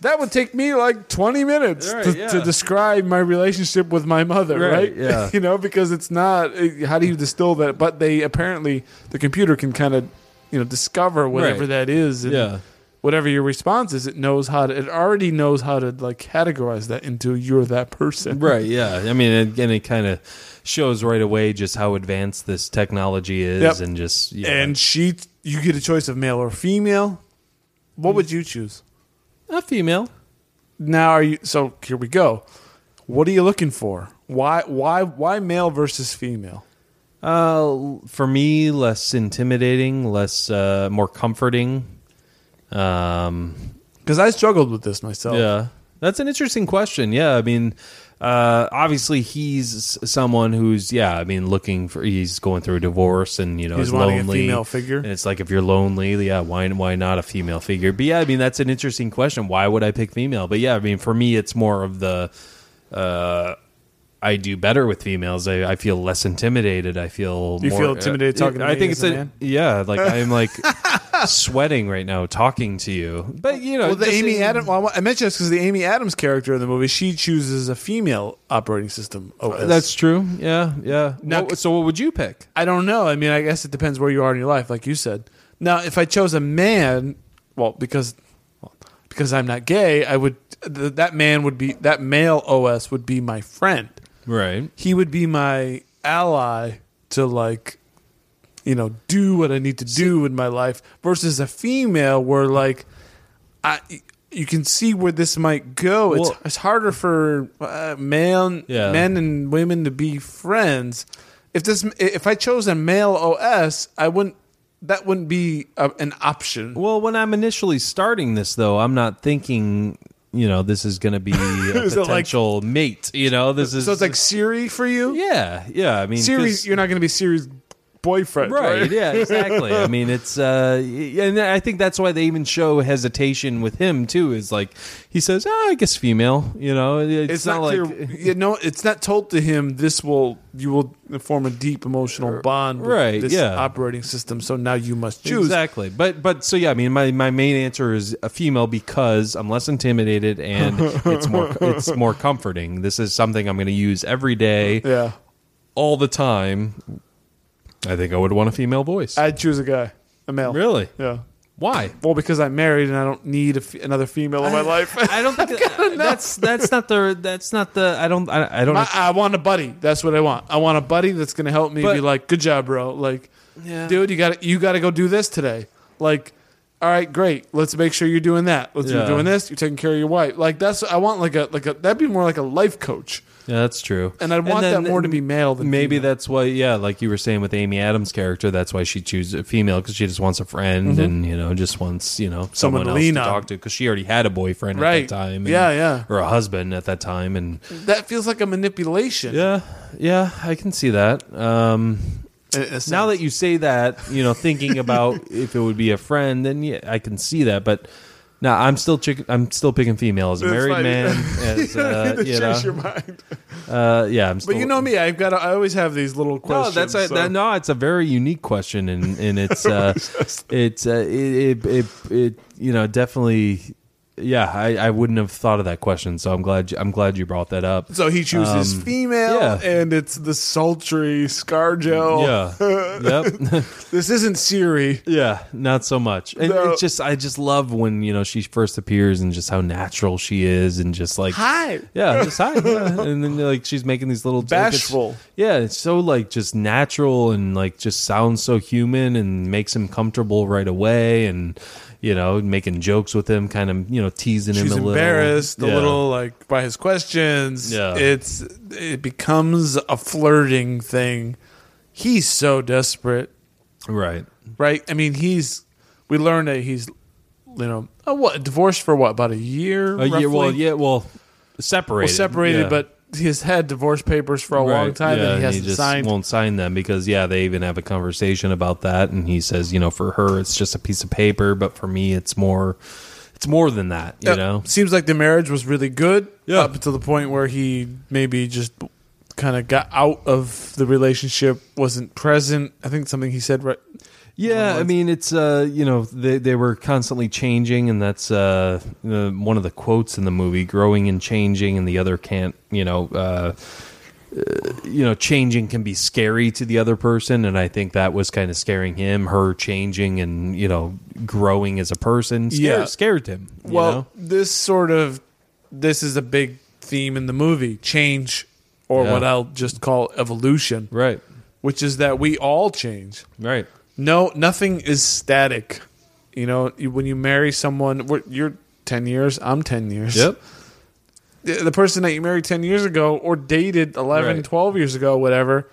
[SPEAKER 2] That would take me like 20 minutes
[SPEAKER 1] Right,
[SPEAKER 2] to,
[SPEAKER 1] yeah.
[SPEAKER 2] to describe my relationship with my mother,
[SPEAKER 1] Right,
[SPEAKER 2] right?
[SPEAKER 1] yeah.
[SPEAKER 2] <laughs> you know, because it's not, eh, how do you distill that? But they apparently, the computer can kind of, you know, discover whatever
[SPEAKER 1] Right.
[SPEAKER 2] that is. And
[SPEAKER 1] Yeah.
[SPEAKER 2] Whatever your response is, it knows how to, it already knows how to like categorize that into you're that person.
[SPEAKER 1] Right, yeah. I mean, again, it kind of shows right away just how advanced this technology is,
[SPEAKER 2] Yep.
[SPEAKER 1] and just yeah.
[SPEAKER 2] and she you get a choice of male or female what would you choose
[SPEAKER 1] a female.
[SPEAKER 2] now are you so here we go what are you looking for why why why male versus female
[SPEAKER 1] Uh, for me, less intimidating, less uh, more comforting. Um,
[SPEAKER 2] because i struggled with this myself
[SPEAKER 1] Yeah, that's an interesting question. Yeah, I mean, uh, obviously he's s- someone who's yeah, I mean, looking for he's going through a divorce and you know
[SPEAKER 2] He's
[SPEAKER 1] is
[SPEAKER 2] wanting a
[SPEAKER 1] lonely.
[SPEAKER 2] female figure.
[SPEAKER 1] And it's like if you're lonely, yeah, why why not a female figure? But yeah, I mean, that's an interesting question. Why would I pick female? But yeah, I mean, for me, it's more of the. Uh, I do better with females. I, I feel less intimidated. I feel
[SPEAKER 2] You
[SPEAKER 1] more, uh,
[SPEAKER 2] feel intimidated talking to
[SPEAKER 1] I
[SPEAKER 2] me
[SPEAKER 1] think
[SPEAKER 2] as
[SPEAKER 1] it's
[SPEAKER 2] a man?
[SPEAKER 1] yeah. Like I'm
[SPEAKER 2] <laughs>
[SPEAKER 1] like sweating right now talking to you. But you know,
[SPEAKER 2] well the
[SPEAKER 1] just
[SPEAKER 2] amy
[SPEAKER 1] in-
[SPEAKER 2] adams well, i mentioned this because the amy adams character in the movie she chooses a female operating system OS.
[SPEAKER 1] That's true. Yeah, yeah.
[SPEAKER 2] Now-
[SPEAKER 1] What- so what would you pick?
[SPEAKER 2] I don't know. I mean, I guess it depends where you are in your life, like you said. Now, if I chose a man, well, because well, because I'm not gay, I would th- that man would be that male OS would be my friend.
[SPEAKER 1] Right.
[SPEAKER 2] He would be my ally to like you know, do what I need to do in my life versus a female where like I you can see where this might go.
[SPEAKER 1] Well-
[SPEAKER 2] it's, it's harder for uh, man,
[SPEAKER 1] Yeah.
[SPEAKER 2] men and women to be friends. If this, if I chose a male OS, I wouldn't. That wouldn't be uh an option.
[SPEAKER 1] Well, when I'm initially starting this, though, I'm not thinking. You know, this is going
[SPEAKER 2] <laughs>
[SPEAKER 1] to be a
[SPEAKER 2] Is it like-
[SPEAKER 1] potential mate. You know, this is
[SPEAKER 2] So it's like Siri for you.
[SPEAKER 1] yeah, yeah. I mean,
[SPEAKER 2] Siri,
[SPEAKER 1] 'cause-
[SPEAKER 2] you're not going to be Siri's boyfriend, right?
[SPEAKER 1] right? Yeah, exactly. I mean, it's uh, y- and I think that's why they even show hesitation with him too. Is like he says, oh, I guess female. You know, it's,
[SPEAKER 2] It's, not,
[SPEAKER 1] like
[SPEAKER 2] clear. <laughs> you know, it's not told to him. This will you will form a deep emotional bond, with
[SPEAKER 1] Right,
[SPEAKER 2] This
[SPEAKER 1] yeah.
[SPEAKER 2] operating system. So now you must choose.
[SPEAKER 1] Exactly. But but so yeah, I mean my, my main answer is a female because I'm less intimidated
[SPEAKER 2] <laughs>
[SPEAKER 1] and it's more it's more comforting. This is something I'm going to use every day
[SPEAKER 2] Yeah,
[SPEAKER 1] all the time. I think I would want a female voice.
[SPEAKER 2] I'd choose a guy, a male.
[SPEAKER 1] really?
[SPEAKER 2] Yeah.
[SPEAKER 1] Why?
[SPEAKER 2] Well, because I'm married and I don't need a f- another female in <laughs> my life.
[SPEAKER 1] I don't <laughs> think that's that's not the that's not the I don't I, I don't
[SPEAKER 2] My, <laughs> I want a buddy. That's what I want. I want a buddy that's gonna help me
[SPEAKER 1] But-
[SPEAKER 2] be like, good job, bro. Like,
[SPEAKER 1] Yeah.
[SPEAKER 2] dude, you got to you got to go do this today. Like, all right, great. Let's make sure you're doing that. Let's
[SPEAKER 1] Yeah.
[SPEAKER 2] you're doing this. You're taking care of your wife. Like that's I want like a like a that'd be more like a life coach.
[SPEAKER 1] Yeah, that's true.
[SPEAKER 2] And I'd want that more to be male than
[SPEAKER 1] maybe
[SPEAKER 2] female.
[SPEAKER 1] that's why. Yeah, like you were saying with Amy Adams' character, that's why she chooses a female because she just wants a friend and you know just wants you know someone,
[SPEAKER 2] Mm-hmm. to
[SPEAKER 1] else
[SPEAKER 2] lean
[SPEAKER 1] to
[SPEAKER 2] on.
[SPEAKER 1] talk to because she already had a boyfriend
[SPEAKER 2] Right.
[SPEAKER 1] at that time. and-
[SPEAKER 2] Yeah, yeah. Mm.
[SPEAKER 1] or a husband at that time, and
[SPEAKER 2] That feels like a manipulation.
[SPEAKER 1] yeah, yeah, I can see that. Um,
[SPEAKER 2] in a sense.
[SPEAKER 1] now that you say that, you know, thinking
[SPEAKER 2] <laughs>
[SPEAKER 1] about if it would be a friend, then yeah, I can see that, but. No, I'm still chick- I'm still picking female as a
[SPEAKER 2] It's
[SPEAKER 1] married
[SPEAKER 2] fine.
[SPEAKER 1] man.
[SPEAKER 2] <laughs>
[SPEAKER 1] As,
[SPEAKER 2] You don't
[SPEAKER 1] uh,
[SPEAKER 2] need to
[SPEAKER 1] you
[SPEAKER 2] change your
[SPEAKER 1] know,
[SPEAKER 2] mind.
[SPEAKER 1] uh, yeah, I'm. Still,
[SPEAKER 2] But you know me, I've got. I always have these little questions.
[SPEAKER 1] No, that's a,
[SPEAKER 2] so-
[SPEAKER 1] that, no, it's a very unique question, and and it's uh, it's uh, it, it it it you know definitely. Yeah, I, I wouldn't have thought of that question, so I'm glad you, I'm glad you brought that up.
[SPEAKER 2] So he chooses
[SPEAKER 1] Um,
[SPEAKER 2] female,
[SPEAKER 1] yeah.
[SPEAKER 2] and it's the sultry ScarJo.
[SPEAKER 1] Yeah. yep. <laughs>
[SPEAKER 2] This isn't Siri.
[SPEAKER 1] yeah. Not so much. And
[SPEAKER 2] No.
[SPEAKER 1] it's just I just love when you know she first appears and just how natural she is and just like
[SPEAKER 2] Hi.
[SPEAKER 1] Yeah, just
[SPEAKER 2] <laughs>
[SPEAKER 1] hi. yeah. And then like she's making these little like, it's-
[SPEAKER 2] Bashful.
[SPEAKER 1] yeah, it's so like just natural and like just sounds so human and makes him comfortable right away and you know making jokes with him, kind of you know teasing him
[SPEAKER 2] She's
[SPEAKER 1] a little.
[SPEAKER 2] embarrassed
[SPEAKER 1] Yeah.
[SPEAKER 2] a little, like by his questions.
[SPEAKER 1] Yeah.
[SPEAKER 2] It's it becomes a flirting thing. He's so desperate,
[SPEAKER 1] right?
[SPEAKER 2] right? I mean, he's. We learned that he's, you know, uh what divorced for what about a year?
[SPEAKER 1] A year, well,
[SPEAKER 2] roughly?
[SPEAKER 1] Uh, yeah, well, separated,
[SPEAKER 2] Well, separated,
[SPEAKER 1] yeah.
[SPEAKER 2] but he has had divorce papers for a long
[SPEAKER 1] Right,
[SPEAKER 2] time,
[SPEAKER 1] yeah,
[SPEAKER 2] and he hasn't
[SPEAKER 1] just
[SPEAKER 2] signed.
[SPEAKER 1] Won't sign them because yeah, they even have a conversation about that, and he says, you know, for her it's just a piece of paper, but for me it's more, it's more than that, you
[SPEAKER 2] Yeah,
[SPEAKER 1] know.
[SPEAKER 2] seems like the marriage was really good
[SPEAKER 1] Yeah.
[SPEAKER 2] up to the point where he maybe just kind of got out of the relationship, wasn't present. I think something he said right.
[SPEAKER 1] Yeah,
[SPEAKER 2] One
[SPEAKER 1] I
[SPEAKER 2] month.
[SPEAKER 1] mean it's uh you know they they were constantly changing and that's uh the, one of the quotes in the movie growing and changing and the other can't you know uh, uh you know changing can be scary to the other person and I think that was kind of scaring him her changing and you know growing as a person scared,
[SPEAKER 2] Yeah.
[SPEAKER 1] scared him you
[SPEAKER 2] Well,
[SPEAKER 1] know?
[SPEAKER 2] this sort of this is a big theme in the movie: change, or
[SPEAKER 1] Yeah.
[SPEAKER 2] what I'll just call evolution,
[SPEAKER 1] right
[SPEAKER 2] which is that we all change. <laughs>
[SPEAKER 1] right
[SPEAKER 2] No, nothing is static. You know, you- when you marry someone, we're- you're ten years. I'm ten years.
[SPEAKER 1] yep
[SPEAKER 2] the the person that you married 10 years ago or dated 11
[SPEAKER 1] Right.
[SPEAKER 2] 12 years ago whatever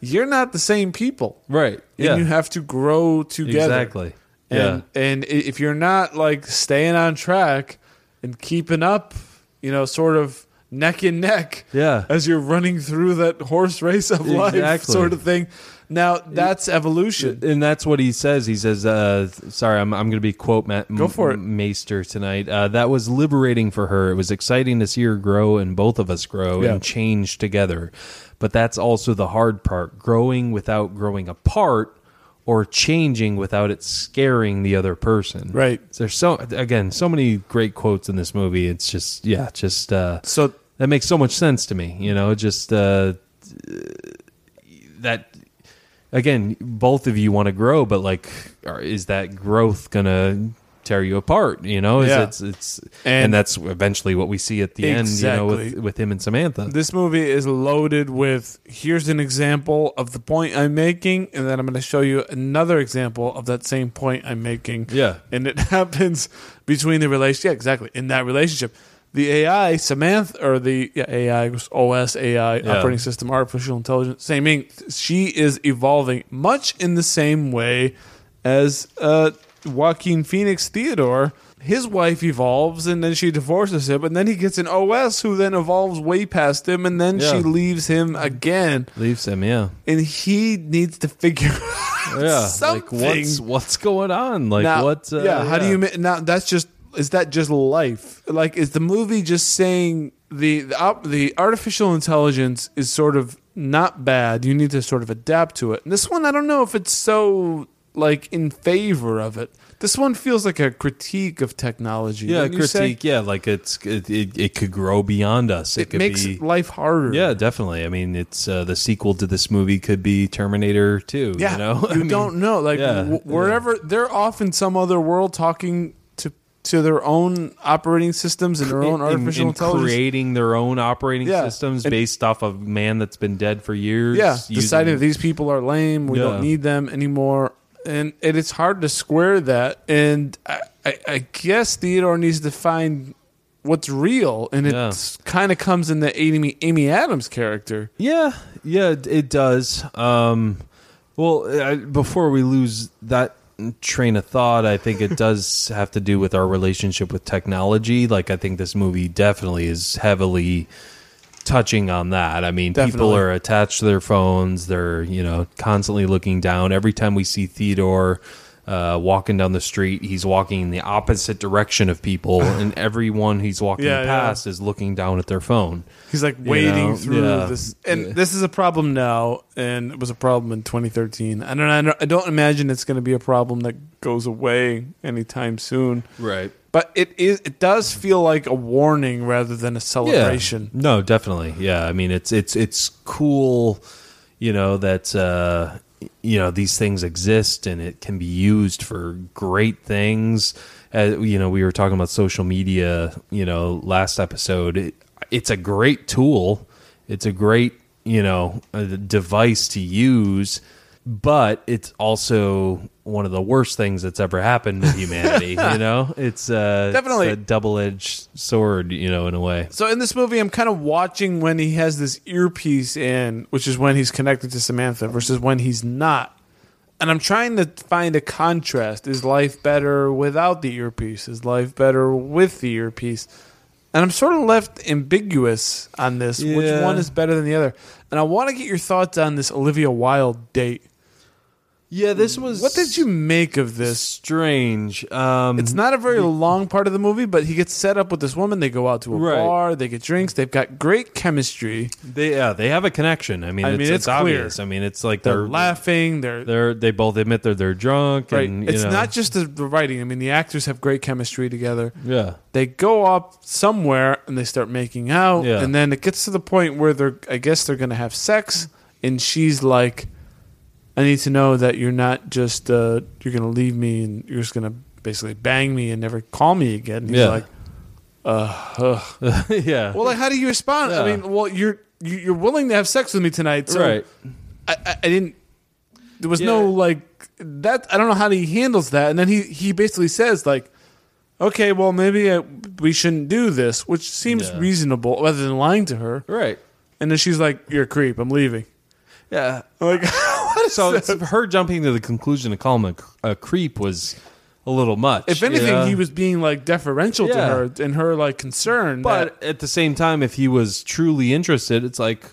[SPEAKER 2] you're not the same people
[SPEAKER 1] right
[SPEAKER 2] and
[SPEAKER 1] yeah
[SPEAKER 2] you have to grow together
[SPEAKER 1] exactly yeah
[SPEAKER 2] and and i- if you're not like staying on track and keeping up you know sort of neck and neck
[SPEAKER 1] Yeah.
[SPEAKER 2] as you're running through that horse race of life
[SPEAKER 1] Exactly.
[SPEAKER 2] sort of thing now that's evolution
[SPEAKER 1] and that's what he says. He says, uh, "Sorry, I'm, I'm going to be quote ma-
[SPEAKER 2] Go for it.
[SPEAKER 1] Maester tonight. Uh, that was liberating for her. It was exciting to see her grow and both of us grow
[SPEAKER 2] Yeah.
[SPEAKER 1] and change together. But that's also the hard part: growing without growing apart." Or changing without it scaring the other person.
[SPEAKER 2] Right.
[SPEAKER 1] There's so again so many great quotes in this movie. It's just yeah, just uh,
[SPEAKER 2] so
[SPEAKER 1] that makes so much sense to me you know just uh that again both of you want to grow but like are, is that growth gonna tear you apart you know is
[SPEAKER 2] Yeah.
[SPEAKER 1] it's it's and,
[SPEAKER 2] And-
[SPEAKER 1] that's eventually what we see at the end you know with
[SPEAKER 2] Exactly.
[SPEAKER 1] with him and samantha
[SPEAKER 2] This movie is loaded with here's an example of the point I'm making, and then I'm going to show you another example of that same point I'm making.
[SPEAKER 1] Yeah.
[SPEAKER 2] And it <laughs> happens between the relationship. Yeah, exactly. In that relationship. The AI, Samantha, or the yeah, AI, OS, AI,
[SPEAKER 1] Yeah.
[SPEAKER 2] operating system, artificial intelligence, same thing. She is evolving much in the same way as uh, Joaquin Phoenix Theodore. His wife evolves and then she divorces him, and then he gets an OS who then evolves way past him, and then she
[SPEAKER 1] Yeah.
[SPEAKER 2] leaves him again.
[SPEAKER 1] leaves him yeah
[SPEAKER 2] And he needs to figure <laughs> out
[SPEAKER 1] yeah
[SPEAKER 2] something.
[SPEAKER 1] like what's what's going on like
[SPEAKER 2] Now-
[SPEAKER 1] what uh,
[SPEAKER 2] yeah, how do you ma- now? That's just is that just life? Like, is the movie just saying the the, op, the artificial intelligence is sort of not bad? You need to sort of adapt to it. And this one, I don't know if it's so like in favor of it. This one feels like a critique of technology.
[SPEAKER 1] yeah
[SPEAKER 2] wouldn't you say?
[SPEAKER 1] critique yeah like it's it, it, it could grow beyond us it,
[SPEAKER 2] It
[SPEAKER 1] could
[SPEAKER 2] makes
[SPEAKER 1] be
[SPEAKER 2] life harder.
[SPEAKER 1] Yeah, definitely. I mean, it's uh, the sequel to this movie could be Terminator 2,
[SPEAKER 2] yeah.
[SPEAKER 1] you know? <laughs> I mean,
[SPEAKER 2] don't know. Like
[SPEAKER 1] yeah,
[SPEAKER 2] wh- wherever they're off in some other world talking to to their own operating systems and their
[SPEAKER 1] in-
[SPEAKER 2] own
[SPEAKER 1] in-
[SPEAKER 2] artificial
[SPEAKER 1] in
[SPEAKER 2] intelligence.
[SPEAKER 1] creating their own operating
[SPEAKER 2] Yeah.
[SPEAKER 1] systems
[SPEAKER 2] And-
[SPEAKER 1] based off of man that's been dead for years.
[SPEAKER 2] Yeah, deciding
[SPEAKER 1] using-
[SPEAKER 2] that these people are lame, we
[SPEAKER 1] Yeah.
[SPEAKER 2] don't need them anymore. and, and it's hard to square that. And I, I, I guess Theodore needs to find what's real, and it
[SPEAKER 1] Yeah.
[SPEAKER 2] kind of comes in the Amy Amy Adams character.
[SPEAKER 1] Yeah, yeah, it- it does. Um, well, I, before we lose that train of thought, I think it does <laughs> have to do with our relationship with technology. Like, I think this movie definitely is heavily touching on that. I mean, people
[SPEAKER 2] Definitely.
[SPEAKER 1] are attached to their phones. They're you know constantly looking down. Every time we see Theodore. Uh, walking down the street, he's walking in the opposite direction of people, and everyone he's walking
[SPEAKER 2] Yeah, yeah.
[SPEAKER 1] past is looking down at their phone.
[SPEAKER 2] He's like wading
[SPEAKER 1] know,
[SPEAKER 2] through
[SPEAKER 1] yeah.
[SPEAKER 2] this, and this is a problem now, and it was a problem in 2013. I don't, I don't, I don't imagine it's going to be a problem that goes away anytime soon.
[SPEAKER 1] Right.
[SPEAKER 2] But it is, it does feel like a warning rather than a celebration.
[SPEAKER 1] Yeah. No, definitely. Yeah, I mean it's it's it's cool, you know that uh, you know these things exist and it can be used for great things. Uh, you know, we were talking about social media. You know, last episode, it, it's a great tool. It's a great you know uh device to use. But it's also one of the worst things that's ever happened to humanity.
[SPEAKER 2] <laughs>
[SPEAKER 1] you know, it's uh, it's
[SPEAKER 2] Definitely.
[SPEAKER 1] a double-edged sword. You know, in a way.
[SPEAKER 2] So in this movie, I'm kind of watching when he has this earpiece in, which is when he's connected to Samantha, versus when he's not. And I'm trying to find a contrast. Is life better without the earpiece? Is life better with the earpiece? And I'm sort of left ambiguous on this. Which
[SPEAKER 1] Yeah.
[SPEAKER 2] one is better than the other? And I want to get your thoughts on this Olivia Wilde date.
[SPEAKER 1] Yeah, this was
[SPEAKER 2] Mm. What did you make of this?
[SPEAKER 1] strange. Um,
[SPEAKER 2] It's not a very long part of the movie, but he gets set up with this woman. They go out to a
[SPEAKER 1] Right.
[SPEAKER 2] bar. They get drinks. They've got great chemistry.
[SPEAKER 1] they yeah, they have a connection. I mean,
[SPEAKER 2] I
[SPEAKER 1] it's,
[SPEAKER 2] mean,
[SPEAKER 1] it's,
[SPEAKER 2] it's clear.
[SPEAKER 1] obvious. I mean, it's like
[SPEAKER 2] They're,
[SPEAKER 1] they're
[SPEAKER 2] laughing. They're,
[SPEAKER 1] They're they both admit that they're drunk.
[SPEAKER 2] right.
[SPEAKER 1] And, you
[SPEAKER 2] It's
[SPEAKER 1] know,
[SPEAKER 2] not just the, the writing. I mean, the actors have great chemistry together.
[SPEAKER 1] <laughs> yeah. <laughs>
[SPEAKER 2] They go up somewhere and they start making out,
[SPEAKER 1] Yeah.
[SPEAKER 2] and then it gets to the point where they're. I guess they're going to have sex, and she's like, "I need to know that you're not just. Uh, you're going to leave me, and you're just going to basically bang me and never call me again." And he's
[SPEAKER 1] Yeah.
[SPEAKER 2] like, "Uh, ugh."
[SPEAKER 1] yeah.
[SPEAKER 2] Well, like, how do you respond? I
[SPEAKER 1] Yeah.
[SPEAKER 2] mean, well, you're you- you're willing to have sex with me tonight, so
[SPEAKER 1] right.
[SPEAKER 2] I, I, I didn't. There was no
[SPEAKER 1] Yeah.
[SPEAKER 2] like that. I don't know how he handles that. And then he he basically says like, "Okay, well maybe I, we shouldn't do this," which seems
[SPEAKER 1] Yeah.
[SPEAKER 2] reasonable rather than lying to her.
[SPEAKER 1] Right.
[SPEAKER 2] And then she's like, "You're a creep. I'm leaving." <laughs>
[SPEAKER 1] Yeah.
[SPEAKER 2] I'm like, <laughs> what is
[SPEAKER 1] So
[SPEAKER 2] that?
[SPEAKER 1] it's, her jumping to the conclusion to call him a, cr- a creep was a little much.
[SPEAKER 2] if anything,
[SPEAKER 1] you know?
[SPEAKER 2] he was being like deferential
[SPEAKER 1] Yeah.
[SPEAKER 2] to her and her like concern. that-
[SPEAKER 1] But at the same time, if he was truly interested, it's like,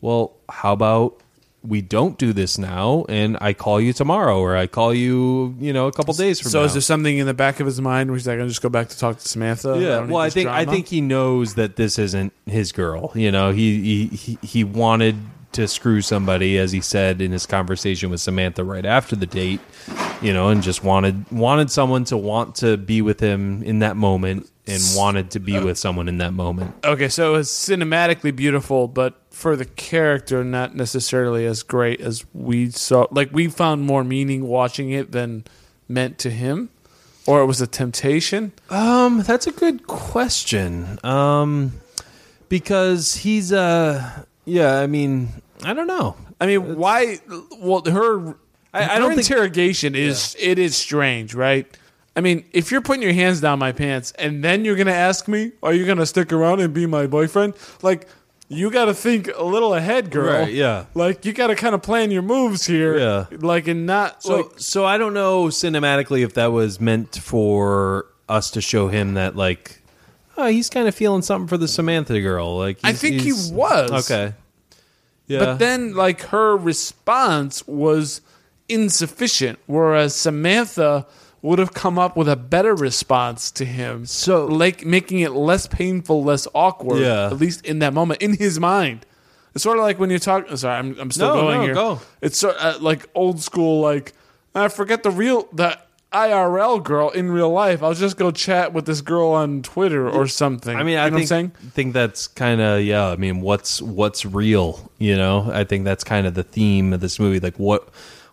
[SPEAKER 1] well, how about we don't do this now, and I call you tomorrow, or I call you, you know, a couple days from
[SPEAKER 2] so
[SPEAKER 1] now.
[SPEAKER 2] is there something in the back of his mind where he's like, "I'm just go back to talk to Samantha"?
[SPEAKER 1] yeah.
[SPEAKER 2] uh, don't need
[SPEAKER 1] Well, I
[SPEAKER 2] this
[SPEAKER 1] think I
[SPEAKER 2] drama?
[SPEAKER 1] think he knows that this isn't his girl. You know, he he he, he wanted to screw somebody, as he said in his conversation with Samantha right after the date. You know, and just wanted wanted someone to want to be with him in that moment, and wanted to
[SPEAKER 2] uh,
[SPEAKER 1] be with someone in that moment.
[SPEAKER 2] Okay, so it's cinematically beautiful, but for the character, not necessarily as great as we saw. Like we found more meaning watching it than meant to him, or it was a temptation.
[SPEAKER 1] Um, that's a good question. Um, because he's uh, yeah. I mean, I don't know.
[SPEAKER 2] I mean, why? Well, her.
[SPEAKER 1] I- I
[SPEAKER 2] her
[SPEAKER 1] don't think-
[SPEAKER 2] interrogation is it is strange, right? I mean, if you're putting your hands down my pants and then you're gonna ask me, are you gonna stick around and be my boyfriend? Like, you got to think a little ahead, girl.
[SPEAKER 1] Right, yeah.
[SPEAKER 2] Like, you got to kind of plan your moves here.
[SPEAKER 1] Yeah.
[SPEAKER 2] Like, and not
[SPEAKER 1] So,
[SPEAKER 2] like
[SPEAKER 1] so I don't know cinematically if that was meant for us to show him that like, oh, he's kind of feeling something for the Samantha girl. Like,
[SPEAKER 2] I
[SPEAKER 1] he's-
[SPEAKER 2] think he
[SPEAKER 1] he's-
[SPEAKER 2] was.
[SPEAKER 1] Okay. Yeah.
[SPEAKER 2] But then, like, her response was insufficient, whereas Samantha would have come up with a better response to him.
[SPEAKER 1] So-
[SPEAKER 2] like, making it less painful, less awkward,
[SPEAKER 1] Yeah.
[SPEAKER 2] at least in that moment, in his mind. It's sort of like when you're talking. Sorry, I'm, I'm still
[SPEAKER 1] No,
[SPEAKER 2] going
[SPEAKER 1] no,
[SPEAKER 2] here.
[SPEAKER 1] go.
[SPEAKER 2] It's sort uh, like old school, like, I forget the real, the IRL girl in real life. I'll just go chat with this girl on Twitter or something.
[SPEAKER 1] I mean, I
[SPEAKER 2] You know what I'm
[SPEAKER 1] think
[SPEAKER 2] saying?
[SPEAKER 1] think that's kind of yeah. I mean, what's what's real? You know, I think that's kind of the theme of this movie. Like, what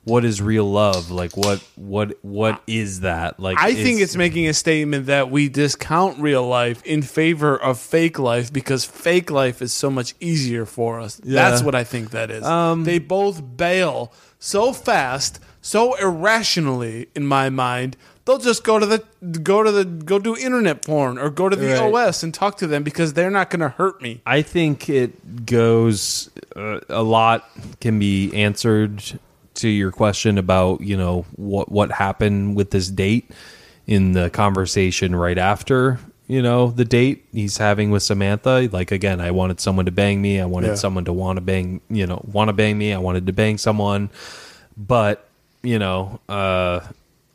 [SPEAKER 1] what is real love? Like, what what what is that? Like,
[SPEAKER 2] I
[SPEAKER 1] is-
[SPEAKER 2] think it's making a statement that we discount real life in favor of fake life because fake life is so much
[SPEAKER 1] Um,
[SPEAKER 2] easier for us. That's what I think that is. they both bail so fast so irrationally in my mind. They'll just go to the go to the go do internet porn or go to the
[SPEAKER 1] Right.
[SPEAKER 2] OS and talk to them because they're not going to hurt me.
[SPEAKER 1] I think it goes uh, a lot can be answered to your question about you know what what happened with this date in the conversation right after you know the date he's having with Samantha like again I wanted someone to bang me I wanted
[SPEAKER 2] Yeah.
[SPEAKER 1] someone to want to bang you know want to bang me I wanted to bang someone but you know uh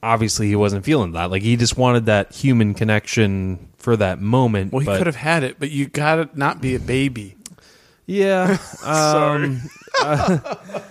[SPEAKER 1] obviously he wasn't feeling that like he just wanted that human connection for that moment
[SPEAKER 2] Well, he
[SPEAKER 1] but-
[SPEAKER 2] could have had it, but you got to not be a baby.
[SPEAKER 1] yeah
[SPEAKER 2] <laughs> Sorry.
[SPEAKER 1] Y-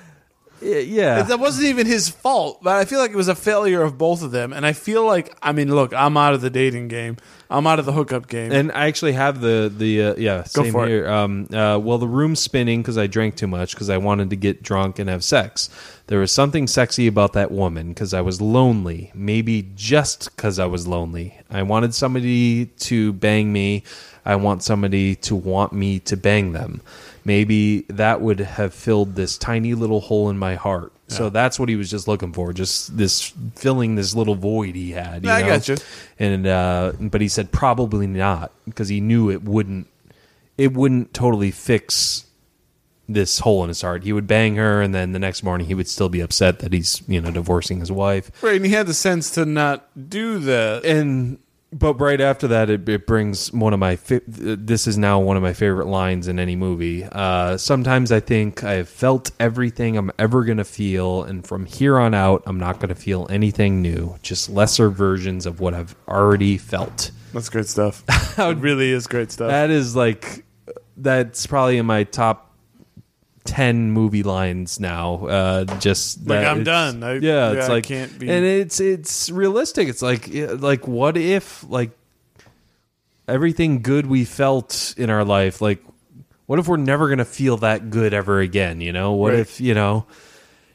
[SPEAKER 1] <laughs> yeah
[SPEAKER 2] <laughs> that wasn't even his fault, but I feel like it was a failure of both of them. And I feel like, I mean, look, I'm out of the dating game. I'm out of the hookup game.
[SPEAKER 1] and I actually have the the uh, yeah same
[SPEAKER 2] for it.
[SPEAKER 1] here. Um, uh, well, the room's spinning because I drank too much because I wanted to get drunk and have sex. There was something sexy about that woman because I was lonely. Maybe just because I was lonely, I wanted somebody to bang me. I want somebody to want me to bang them. Maybe that would have filled this tiny little hole in my heart. So that's what he was just looking for, just this filling this little void he had. You
[SPEAKER 2] I
[SPEAKER 1] know?
[SPEAKER 2] gotcha.
[SPEAKER 1] and uh, but he said probably not because he knew it wouldn't it wouldn't totally fix this hole in his heart. He would bang her, and then the next morning he would still be upset that he's you know divorcing his wife.
[SPEAKER 2] right, and he had the sense to not do that.
[SPEAKER 1] And but right after that, it, it brings one of my fa- this is now one of my favorite lines in any movie. Uh, sometimes I think I have felt everything I'm ever gonna feel, and from here on out, I'm not gonna feel anything new. Just lesser versions of what I've already felt.
[SPEAKER 2] That's great stuff. <laughs> it really is great stuff.
[SPEAKER 1] That is like that's probably in my top ten movie lines now. Uh, just
[SPEAKER 2] Like,
[SPEAKER 1] that
[SPEAKER 2] I'm
[SPEAKER 1] it's-
[SPEAKER 2] done. I-
[SPEAKER 1] yeah,
[SPEAKER 2] yeah,
[SPEAKER 1] it's
[SPEAKER 2] I
[SPEAKER 1] like
[SPEAKER 2] can't be-
[SPEAKER 1] and it's it's realistic. It's like yeah, like what if like everything good we felt in our life like. What if we're never gonna feel that good ever again? You know. What
[SPEAKER 2] Right.
[SPEAKER 1] if you know?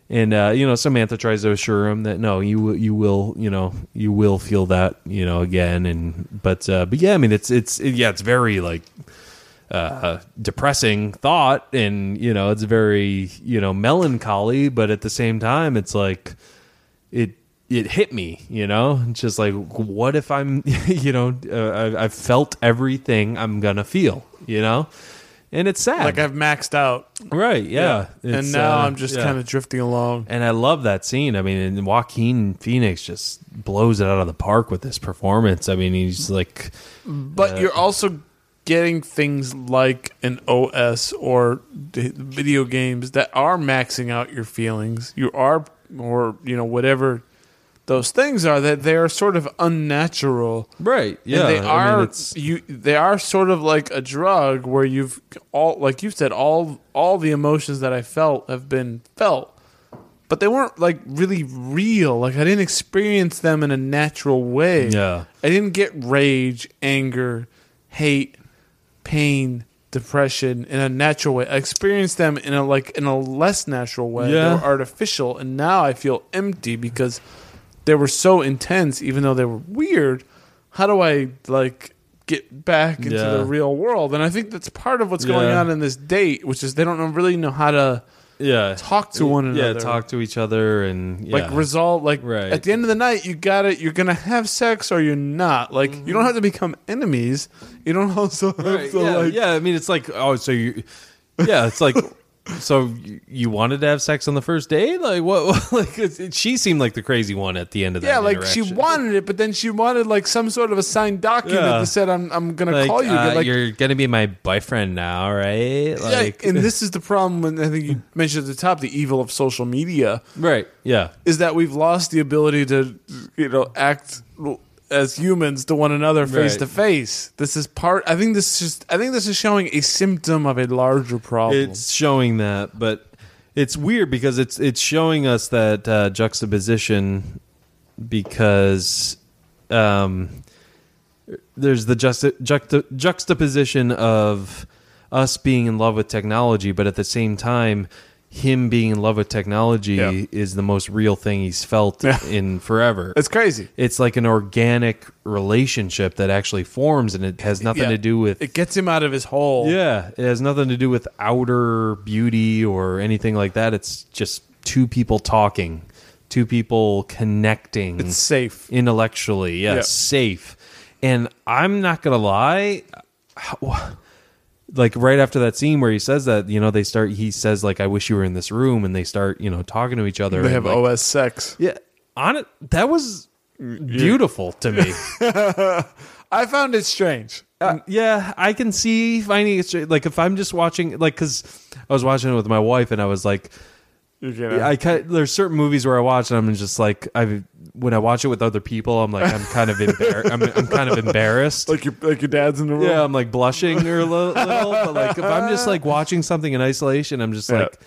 [SPEAKER 1] And uh, you know, Samantha tries to assure him that no, you will- you will you know you will feel that you know again. And but uh, but yeah, I mean it's it's yeah it's very like uh, depressing thought, and you know it's very you know melancholy, but at the same time it's like it it hit me, you know, It's just like what if I'm <laughs> you know uh, I, I've felt everything I'm gonna feel, you know, and it's sad,
[SPEAKER 2] like, I've maxed out.
[SPEAKER 1] right? Yeah,
[SPEAKER 2] and
[SPEAKER 1] It's,
[SPEAKER 2] now
[SPEAKER 1] uh,
[SPEAKER 2] I'm just
[SPEAKER 1] yeah.
[SPEAKER 2] kind of drifting along.
[SPEAKER 1] And I love that scene. I mean, and Joaquin Phoenix just blows it out of the park with this performance. I mean, he's like,
[SPEAKER 2] But you're also getting things like an OS or d- video games that are maxing out your feelings. You are, or you know, whatever those things are that they are sort of unnatural.
[SPEAKER 1] right, yeah,
[SPEAKER 2] and they
[SPEAKER 1] I mean,
[SPEAKER 2] are
[SPEAKER 1] it's-
[SPEAKER 2] you. They are sort of like a drug where you've all, like you said, all all the emotions that I felt have been felt, but they weren't like really real. Like I didn't experience them in a natural way.
[SPEAKER 1] Yeah.
[SPEAKER 2] I didn't get rage, anger, hate, pain, depression in a natural way. I experienced them in a like in a less natural way. They
[SPEAKER 1] Yeah.
[SPEAKER 2] were artificial, and now I feel empty because they were so intense, even though they were weird. How do I like get back into
[SPEAKER 1] Yeah.
[SPEAKER 2] the real world? And I think that's part of what's going
[SPEAKER 1] Yeah.
[SPEAKER 2] on in this date, which is they don't know- really know how to
[SPEAKER 1] yeah,
[SPEAKER 2] talk to one
[SPEAKER 1] yeah,
[SPEAKER 2] another.
[SPEAKER 1] talk to each other, and yeah.
[SPEAKER 2] Like resolve, like
[SPEAKER 1] Right.
[SPEAKER 2] at the end of the night, you got it. You're gonna have sex or you're not. Like you don't have to become enemies. You don't also have
[SPEAKER 1] Mm-hmm. Right,
[SPEAKER 2] to
[SPEAKER 1] yeah,
[SPEAKER 2] like
[SPEAKER 1] yeah, I mean, it's like, oh, so you, yeah, it's like, so you, you wanted to have sex on the first date? Like, what? <laughs> Like, it's, she seemed like the crazy one at the end of that.
[SPEAKER 2] Yeah, like she
[SPEAKER 1] interaction.
[SPEAKER 2] wanted it, but then she wanted like some sort of a signed document
[SPEAKER 1] Yeah.
[SPEAKER 2] that said, "I'm I'm gonna
[SPEAKER 1] Like,
[SPEAKER 2] call you."
[SPEAKER 1] uh,
[SPEAKER 2] like,
[SPEAKER 1] you're gonna be my boyfriend now, right?
[SPEAKER 2] yeah,
[SPEAKER 1] Like,
[SPEAKER 2] and this is the problem. When I
[SPEAKER 1] <laughs>
[SPEAKER 2] think you mentioned at the top, the evil of social media
[SPEAKER 1] right? Yeah,
[SPEAKER 2] is that we've lost the ability to, you know, act as humans to one another face
[SPEAKER 1] Right.
[SPEAKER 2] to face. This is part. I think this is. I think this is showing a symptom of a larger problem.
[SPEAKER 1] It's showing that, but it's weird because it's it's showing us that uh, juxtaposition because um, there's the juxta- juxta- juxtaposition of us being in love with technology, but at the same time, him being in love with technology
[SPEAKER 2] Yeah.
[SPEAKER 1] is the most real thing he's felt
[SPEAKER 2] Yeah.
[SPEAKER 1] in forever
[SPEAKER 2] It's crazy.
[SPEAKER 1] it's like an organic relationship that actually forms and it has nothing
[SPEAKER 2] Yeah.
[SPEAKER 1] to do with
[SPEAKER 2] It gets him out of his hole.
[SPEAKER 1] yeah it has nothing to do with outer beauty or anything like that it's just two people talking two people connecting
[SPEAKER 2] It's safe.
[SPEAKER 1] intellectually. Yeah,
[SPEAKER 2] Yeah.
[SPEAKER 1] safe. And I'm not gonna lie, like right after that scene where he says that, you know, they start. He says like, "I wish you were in this room," and they start, you know, talking to each other.
[SPEAKER 2] They
[SPEAKER 1] and,
[SPEAKER 2] have
[SPEAKER 1] like,
[SPEAKER 2] OS sex.
[SPEAKER 1] Yeah, on it. That was beautiful to me.
[SPEAKER 2] I found it strange.
[SPEAKER 1] Uh, yeah, I can see finding it straight. Like if I'm just watching, like because I was watching it with my wife, and I was like,
[SPEAKER 2] You know,
[SPEAKER 1] I ki- there's certain movies where I watch, and I'm just like, I when I watch it with other people, I'm like, I'm kind of embarrassed. <laughs> I'm, I'm kind of embarrassed.
[SPEAKER 2] like your like your dad's in the room.
[SPEAKER 1] yeah, I'm like blushing or a little, little, but like if I'm just
[SPEAKER 2] <laughs>
[SPEAKER 1] like watching something in isolation, I'm just
[SPEAKER 2] Yeah.
[SPEAKER 1] like,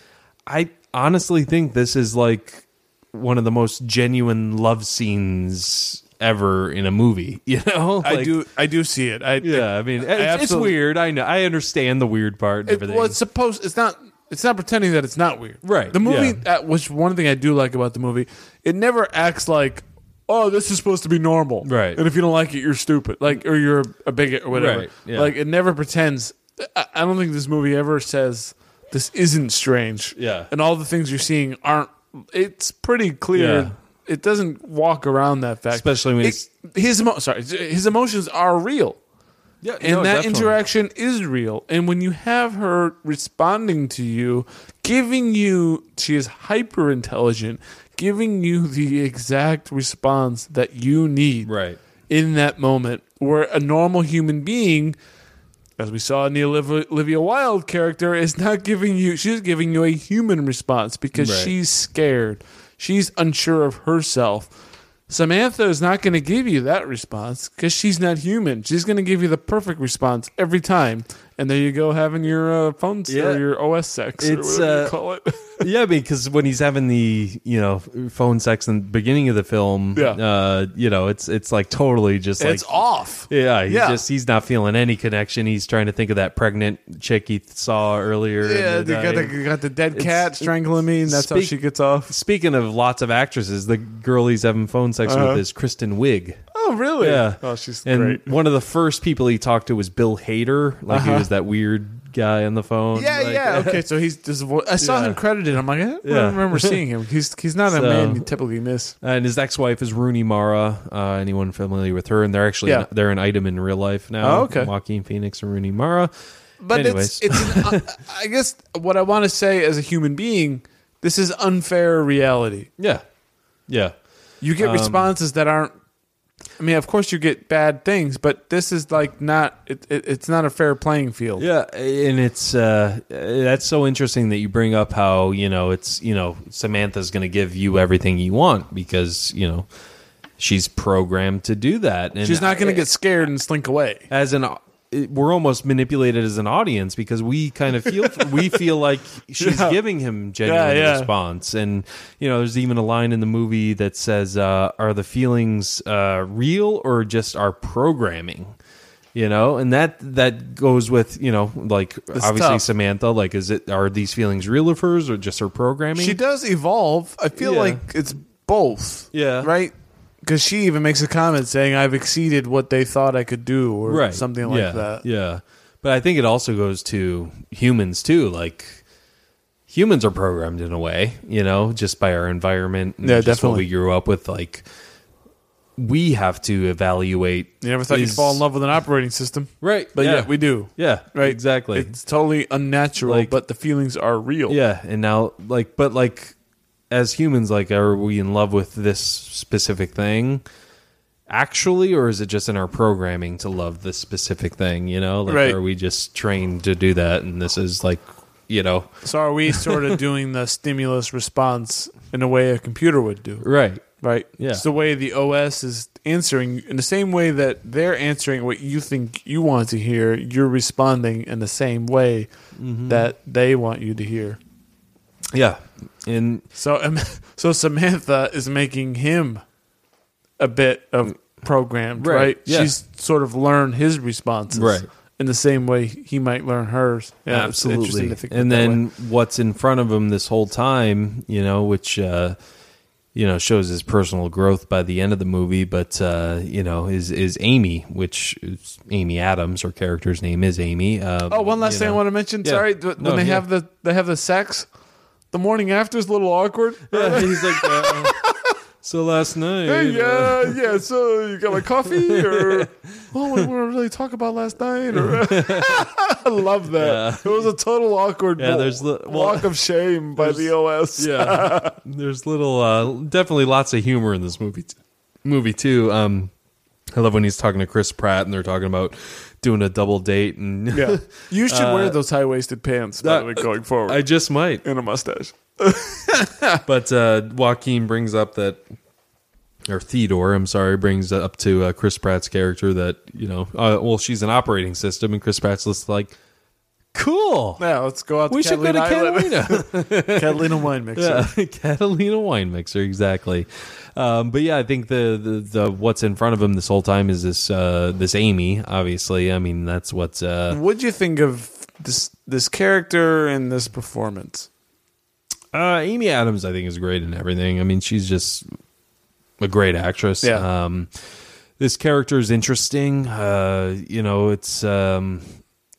[SPEAKER 1] I honestly think this is like one of the most genuine love scenes ever in a movie. <laughs> You know,
[SPEAKER 2] I
[SPEAKER 1] Like,
[SPEAKER 2] do I do see it. I
[SPEAKER 1] Yeah, I mean, it's, it's
[SPEAKER 2] absolutely-
[SPEAKER 1] weird. I know. I understand the weird part and
[SPEAKER 2] It,
[SPEAKER 1] everything.
[SPEAKER 2] well, it's supposed. It's not. It's not pretending that it's not weird.
[SPEAKER 1] Right,
[SPEAKER 2] The movie, uh, which one thing I do like about the movie, it never acts like, oh, this is supposed to be normal.
[SPEAKER 1] Right.
[SPEAKER 2] And if you don't like it, you're stupid. Like, or you're a bigot or whatever.
[SPEAKER 1] Right, yeah.
[SPEAKER 2] Like, it never pretends. I, I don't think this movie ever says this isn't strange.
[SPEAKER 1] Yeah.
[SPEAKER 2] And all the things you're seeing aren't. It's pretty clear.
[SPEAKER 1] Yeah.
[SPEAKER 2] It doesn't walk around that fact.
[SPEAKER 1] Especially when
[SPEAKER 2] It-
[SPEAKER 1] he's-
[SPEAKER 2] his emo- sorry, his emotions are real
[SPEAKER 1] yeah,
[SPEAKER 2] and
[SPEAKER 1] no,
[SPEAKER 2] that
[SPEAKER 1] definitely.
[SPEAKER 2] interaction is real. And when you have her responding to you, giving you, she is hyper intelligent, giving you the exact response that you need
[SPEAKER 1] Right.
[SPEAKER 2] in that moment, where a normal human being, as we saw in the Olivia Olivia Wilde character, is not giving you, she's giving you a human response because
[SPEAKER 1] Right.
[SPEAKER 2] she's scared, she's unsure of herself. Samantha is not going to give you that response because she's not human. She's going to give you the perfect response every time, and there you go having your uh, phone yeah.
[SPEAKER 1] Yeah.
[SPEAKER 2] or your OS sex or
[SPEAKER 1] It's,
[SPEAKER 2] whatever
[SPEAKER 1] uh,
[SPEAKER 2] you call it.
[SPEAKER 1] <laughs> yeah, because when he's having the you know phone sex in the beginning of the film,
[SPEAKER 2] Yeah.
[SPEAKER 1] uh, you know it's it's like totally just like
[SPEAKER 2] <laughs> it's off.
[SPEAKER 1] Yeah, he's
[SPEAKER 2] Yeah.
[SPEAKER 1] just he's not feeling any connection. He's trying to think of that pregnant chick he th- saw earlier. uh, in
[SPEAKER 2] Yeah,
[SPEAKER 1] the
[SPEAKER 2] they got the,
[SPEAKER 1] night.
[SPEAKER 2] they got the dead
[SPEAKER 1] It's-
[SPEAKER 2] cat strangling me, and that's how
[SPEAKER 1] Speak-
[SPEAKER 2] she gets off.
[SPEAKER 1] Speaking of lots of actresses, the girl he's having phone sex
[SPEAKER 2] Uh-huh.
[SPEAKER 1] with is Kristen Wiig.
[SPEAKER 2] Oh,
[SPEAKER 1] <laughs>
[SPEAKER 2] really?
[SPEAKER 1] Yeah.
[SPEAKER 2] Oh, she's
[SPEAKER 1] and
[SPEAKER 2] great. Uh-huh.
[SPEAKER 1] one of the first people he talked to was Bill Hader. Like he was that weird guy on the phone.
[SPEAKER 2] Yeah,
[SPEAKER 1] Like,
[SPEAKER 2] yeah.
[SPEAKER 1] <laughs>
[SPEAKER 2] Okay, so he's just. a vo- I saw
[SPEAKER 1] Yeah.
[SPEAKER 2] him credited. I'm like, eh, I don't
[SPEAKER 1] Yeah. <laughs>
[SPEAKER 2] remember seeing him. He's he's not
[SPEAKER 1] So-
[SPEAKER 2] a man you typically miss.
[SPEAKER 1] And his ex-wife is Rooney Mara. Uh, anyone familiar with her? And they're actually
[SPEAKER 2] Yeah.
[SPEAKER 1] they're an item in real life now.
[SPEAKER 2] Oh, okay.
[SPEAKER 1] Joaquin Phoenix and Rooney Mara.
[SPEAKER 2] But
[SPEAKER 1] Anyways.
[SPEAKER 2] it's
[SPEAKER 1] <laughs>
[SPEAKER 2] it's. An, uh, I- I guess what I want to say as a human being, this is unfair reality.
[SPEAKER 1] yeah, yeah.
[SPEAKER 2] You get
[SPEAKER 1] Um,
[SPEAKER 2] responses that aren't. I mean, of course, you get bad things, but this is like not. It, it, it's not a fair playing field.
[SPEAKER 1] Yeah, and it's uh, that's so interesting that you bring up how you know it's you know Samantha's going to give you everything you want because you know she's programmed to do that. And
[SPEAKER 2] She's not going to get scared and slink away.
[SPEAKER 1] as an it- we're almost manipulated as an audience because we kind of
[SPEAKER 2] <laughs>
[SPEAKER 1] feel we feel like she's
[SPEAKER 2] Yeah.
[SPEAKER 1] giving him genuine
[SPEAKER 2] Yeah, yeah.
[SPEAKER 1] response and you know there's even a line in the movie that says uh, are the feelings uh, real or just our programming you know and that that goes with you know like obviously
[SPEAKER 2] tough.
[SPEAKER 1] samantha like is it are these feelings real of hers or just her programming
[SPEAKER 2] She does evolve. I feel
[SPEAKER 1] Yeah.
[SPEAKER 2] like it's both.
[SPEAKER 1] Yeah.
[SPEAKER 2] Right? Because she even makes a comment saying, I've exceeded what they thought I could do, or something like
[SPEAKER 1] yeah.
[SPEAKER 2] that.
[SPEAKER 1] Yeah. But I think it also goes to humans too. Like humans are programmed in a way, you know, just by our environment and
[SPEAKER 2] Yeah,
[SPEAKER 1] just what
[SPEAKER 2] definitely.
[SPEAKER 1] we grew up with. Like we have to evaluate.
[SPEAKER 2] You never thought
[SPEAKER 1] is-
[SPEAKER 2] you'd fall in love with an operating system.
[SPEAKER 1] Right.
[SPEAKER 2] But
[SPEAKER 1] yeah.
[SPEAKER 2] yet we do.
[SPEAKER 1] Yeah.
[SPEAKER 2] Right?
[SPEAKER 1] Exactly.
[SPEAKER 2] It's totally unnatural,
[SPEAKER 1] Like-
[SPEAKER 2] but the feelings are real.
[SPEAKER 1] yeah. And now like but like as humans, like are we in love with this specific thing? actually or is it just in our programming to love this specific thing you know like
[SPEAKER 2] Right.
[SPEAKER 1] are we just trained to do that and this is like you know
[SPEAKER 2] So are we sort
[SPEAKER 1] <laughs>
[SPEAKER 2] of doing the stimulus response in a way a computer would do?
[SPEAKER 1] right
[SPEAKER 2] Right?
[SPEAKER 1] Yeah.
[SPEAKER 2] It's the way the OS is answering, in the same way that they're answering what you think you want to hear, you're responding in the same way
[SPEAKER 1] Mm-hmm.
[SPEAKER 2] that they want you to hear.
[SPEAKER 1] yeah and
[SPEAKER 2] So, um, <laughs> so Samantha is making him a bit of programmed,
[SPEAKER 1] Mm. Right,
[SPEAKER 2] right?
[SPEAKER 1] yeah.
[SPEAKER 2] She's sort of learned his responses,
[SPEAKER 1] Right.
[SPEAKER 2] In the same way he might learn hers. Yeah, it's interesting to think of it
[SPEAKER 1] and
[SPEAKER 2] that
[SPEAKER 1] then
[SPEAKER 2] way.
[SPEAKER 1] what's in front of him this whole time you know which uh you know shows his personal growth by the end of the movie but uh you know is is amy which is amy adams her character's name is amy uh
[SPEAKER 2] oh, one last
[SPEAKER 1] you
[SPEAKER 2] thing
[SPEAKER 1] know. <laughs>
[SPEAKER 2] I want to mention.
[SPEAKER 1] Yeah.
[SPEAKER 2] Sorry, th-
[SPEAKER 1] No,
[SPEAKER 2] when they
[SPEAKER 1] yeah. <laughs>
[SPEAKER 2] have the they have the sex, the morning after is a little awkward. <laughs>
[SPEAKER 1] Yeah, he's like, uh, So last night, uh,
[SPEAKER 2] Hey, yeah, yeah. So you got my coffee,
[SPEAKER 1] <laughs>
[SPEAKER 2] or oh, what were we really talking about last night? Or <laughs> I love that. It was a total awkward.
[SPEAKER 1] Yeah, there's the-
[SPEAKER 2] walk
[SPEAKER 1] well,
[SPEAKER 2] of shame by the OS. <laughs>
[SPEAKER 1] yeah. There's little, uh, definitely lots of humor in this movie, t- movie too. Um, I love when he's talking to Chris Pratt and they're talking about doing a double date. And
[SPEAKER 2] yeah. You should wear those high waisted pants. By the
[SPEAKER 1] Uh, that-
[SPEAKER 2] way, going
[SPEAKER 1] <laughs>
[SPEAKER 2] forward,
[SPEAKER 1] I just might.
[SPEAKER 2] and a mustache.
[SPEAKER 1] But uh, Joaquin brings up that, or Theodore, I'm sorry, brings up to uh, Chris Pratt's character that, you know, uh, well, she's an operating system. And Chris Pratt's just like, cool.
[SPEAKER 2] Now let's go out. To
[SPEAKER 1] We should go to Catalina. <laughs>
[SPEAKER 2] <laughs> Catalina wine mixer.
[SPEAKER 1] Yeah, Catalina wine mixer, exactly. Um, but yeah, I think the, the the what's in front of him this whole time is this uh, this Amy. Obviously, I mean that's what uh,
[SPEAKER 2] What'd you think of this this character and this performance?
[SPEAKER 1] uh, Amy Adams. I think is great in everything. I mean, she's just a great actress.
[SPEAKER 2] Yeah.
[SPEAKER 1] Um, this character is interesting. Uh, you know, it's um,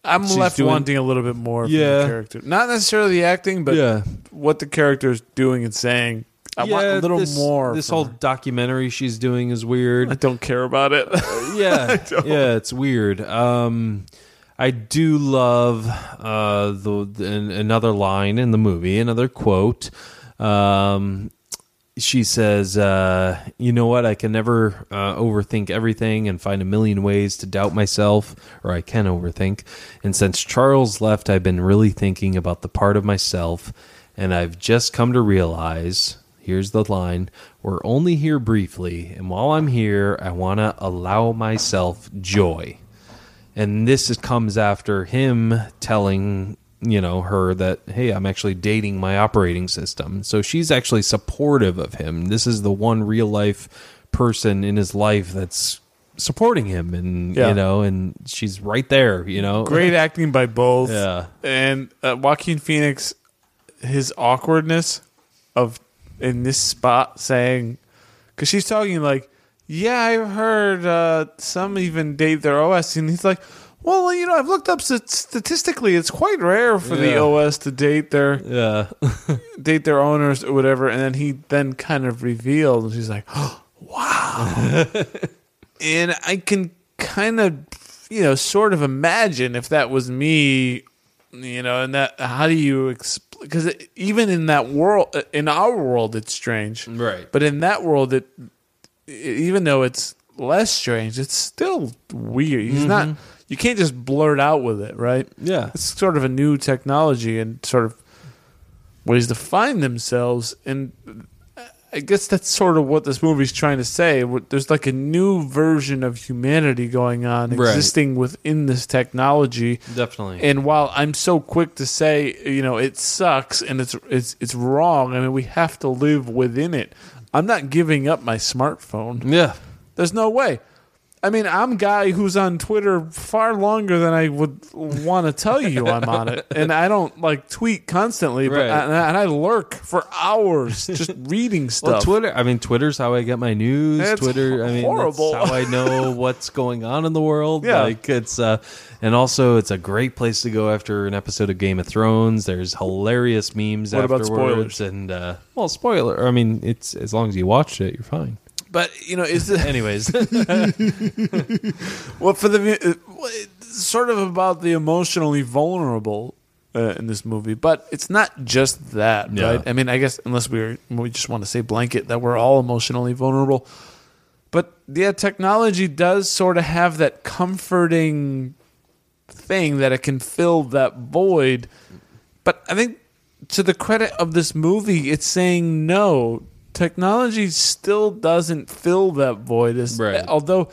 [SPEAKER 2] I'm
[SPEAKER 1] She's
[SPEAKER 2] left
[SPEAKER 1] doing-
[SPEAKER 2] wanting a little bit more from
[SPEAKER 1] Yeah.
[SPEAKER 2] the character. Not necessarily the acting, but
[SPEAKER 1] yeah.
[SPEAKER 2] what the character is doing and saying. I want a
[SPEAKER 1] Yeah,
[SPEAKER 2] little
[SPEAKER 1] this-
[SPEAKER 2] more.
[SPEAKER 1] This
[SPEAKER 2] from
[SPEAKER 1] whole
[SPEAKER 2] her.
[SPEAKER 1] documentary she's doing is weird.
[SPEAKER 2] I don't care
[SPEAKER 1] <laughs>
[SPEAKER 2] about it.
[SPEAKER 1] yeah yeah it's weird um i do love uh the, the an, another line in the movie another quote um she says uh you know what i can never uh, overthink everything and find a million ways to doubt myself or i can overthink and since charles left i've been really thinking about the part of myself and i've just come to realize Here's the line We're only here briefly, and while I'm here, I want to allow myself joy. And this is, comes after him telling, you know, her that, hey, I'm actually dating my operating system. So she's actually supportive of him. This is the one real life person in his life that's supporting him. And,
[SPEAKER 2] Yeah.
[SPEAKER 1] you know, and she's right there, you know.
[SPEAKER 2] Great acting by both.
[SPEAKER 1] Yeah.
[SPEAKER 2] And uh, Joaquin Phoenix, his awkwardness of in this spot saying, because she's talking like, yeah, I've heard uh, some even date their OS, and he's like, well, you know, I've looked up st- statistically, it's quite rare for the
[SPEAKER 1] Yeah.
[SPEAKER 2] OS to date their
[SPEAKER 1] Yeah. <laughs>
[SPEAKER 2] date their owners or whatever, and then he then kind of revealed, and she's like, oh, "Wow," and I can kind of, you know, sort of imagine if that was me, you know, and that how do you explain? Because even in that world, uh, in our world, it's strange,
[SPEAKER 1] Right.
[SPEAKER 2] But in that world, it e, even though it's less strange, it's still weird. He's not. You can't just blurt out with it, right?
[SPEAKER 1] yeah.
[SPEAKER 2] it's sort of a new technology and sort of ways to find themselves and i guess that's sort of what this movie's trying to say What- there's like a new version of humanity going on
[SPEAKER 1] Right.
[SPEAKER 2] existing within this technology
[SPEAKER 1] Definitely.
[SPEAKER 2] and while i'm so quick to say you know it sucks and it's it's it's wrong i mean we have to live within it i'm not giving up my smartphone
[SPEAKER 1] yeah.
[SPEAKER 2] there's no way. I mean, I'm guy who's on Twitter far longer than I would want to tell you I'm on <laughs> it, and I don't like tweet constantly, but
[SPEAKER 1] Right.
[SPEAKER 2] and, I, and I lurk for hours just reading
[SPEAKER 1] Well,
[SPEAKER 2] stuff.
[SPEAKER 1] Twitter. I mean, Twitter's how I get my news.
[SPEAKER 2] It's
[SPEAKER 1] Twitter. I mean,
[SPEAKER 2] horrible.
[SPEAKER 1] That's how I
[SPEAKER 2] <laughs>
[SPEAKER 1] know what's going on in the world.
[SPEAKER 2] Yeah.
[SPEAKER 1] Like it's, uh, and also it's a great place to go after an episode of Game of Thrones. There's hilarious memes
[SPEAKER 2] What about
[SPEAKER 1] afterwards,
[SPEAKER 2] spoilers?
[SPEAKER 1] and uh, well, spoiler. I mean, it's as long as you watched it, you're fine.
[SPEAKER 2] But you know, is it,
[SPEAKER 1] Anyways,
[SPEAKER 2] <laughs> well for the uh, well, it's sort of about the emotionally vulnerable uh, in this movie, but it's not just that,
[SPEAKER 1] Yeah.
[SPEAKER 2] right? I mean, I guess unless we're we just want to say blanket that we're all emotionally vulnerable, but yeah, technology does sort of have that comforting thing that it can fill that void. But I think to the credit of this movie, it's saying no. Technology still doesn't fill that void, as,
[SPEAKER 1] Right.
[SPEAKER 2] although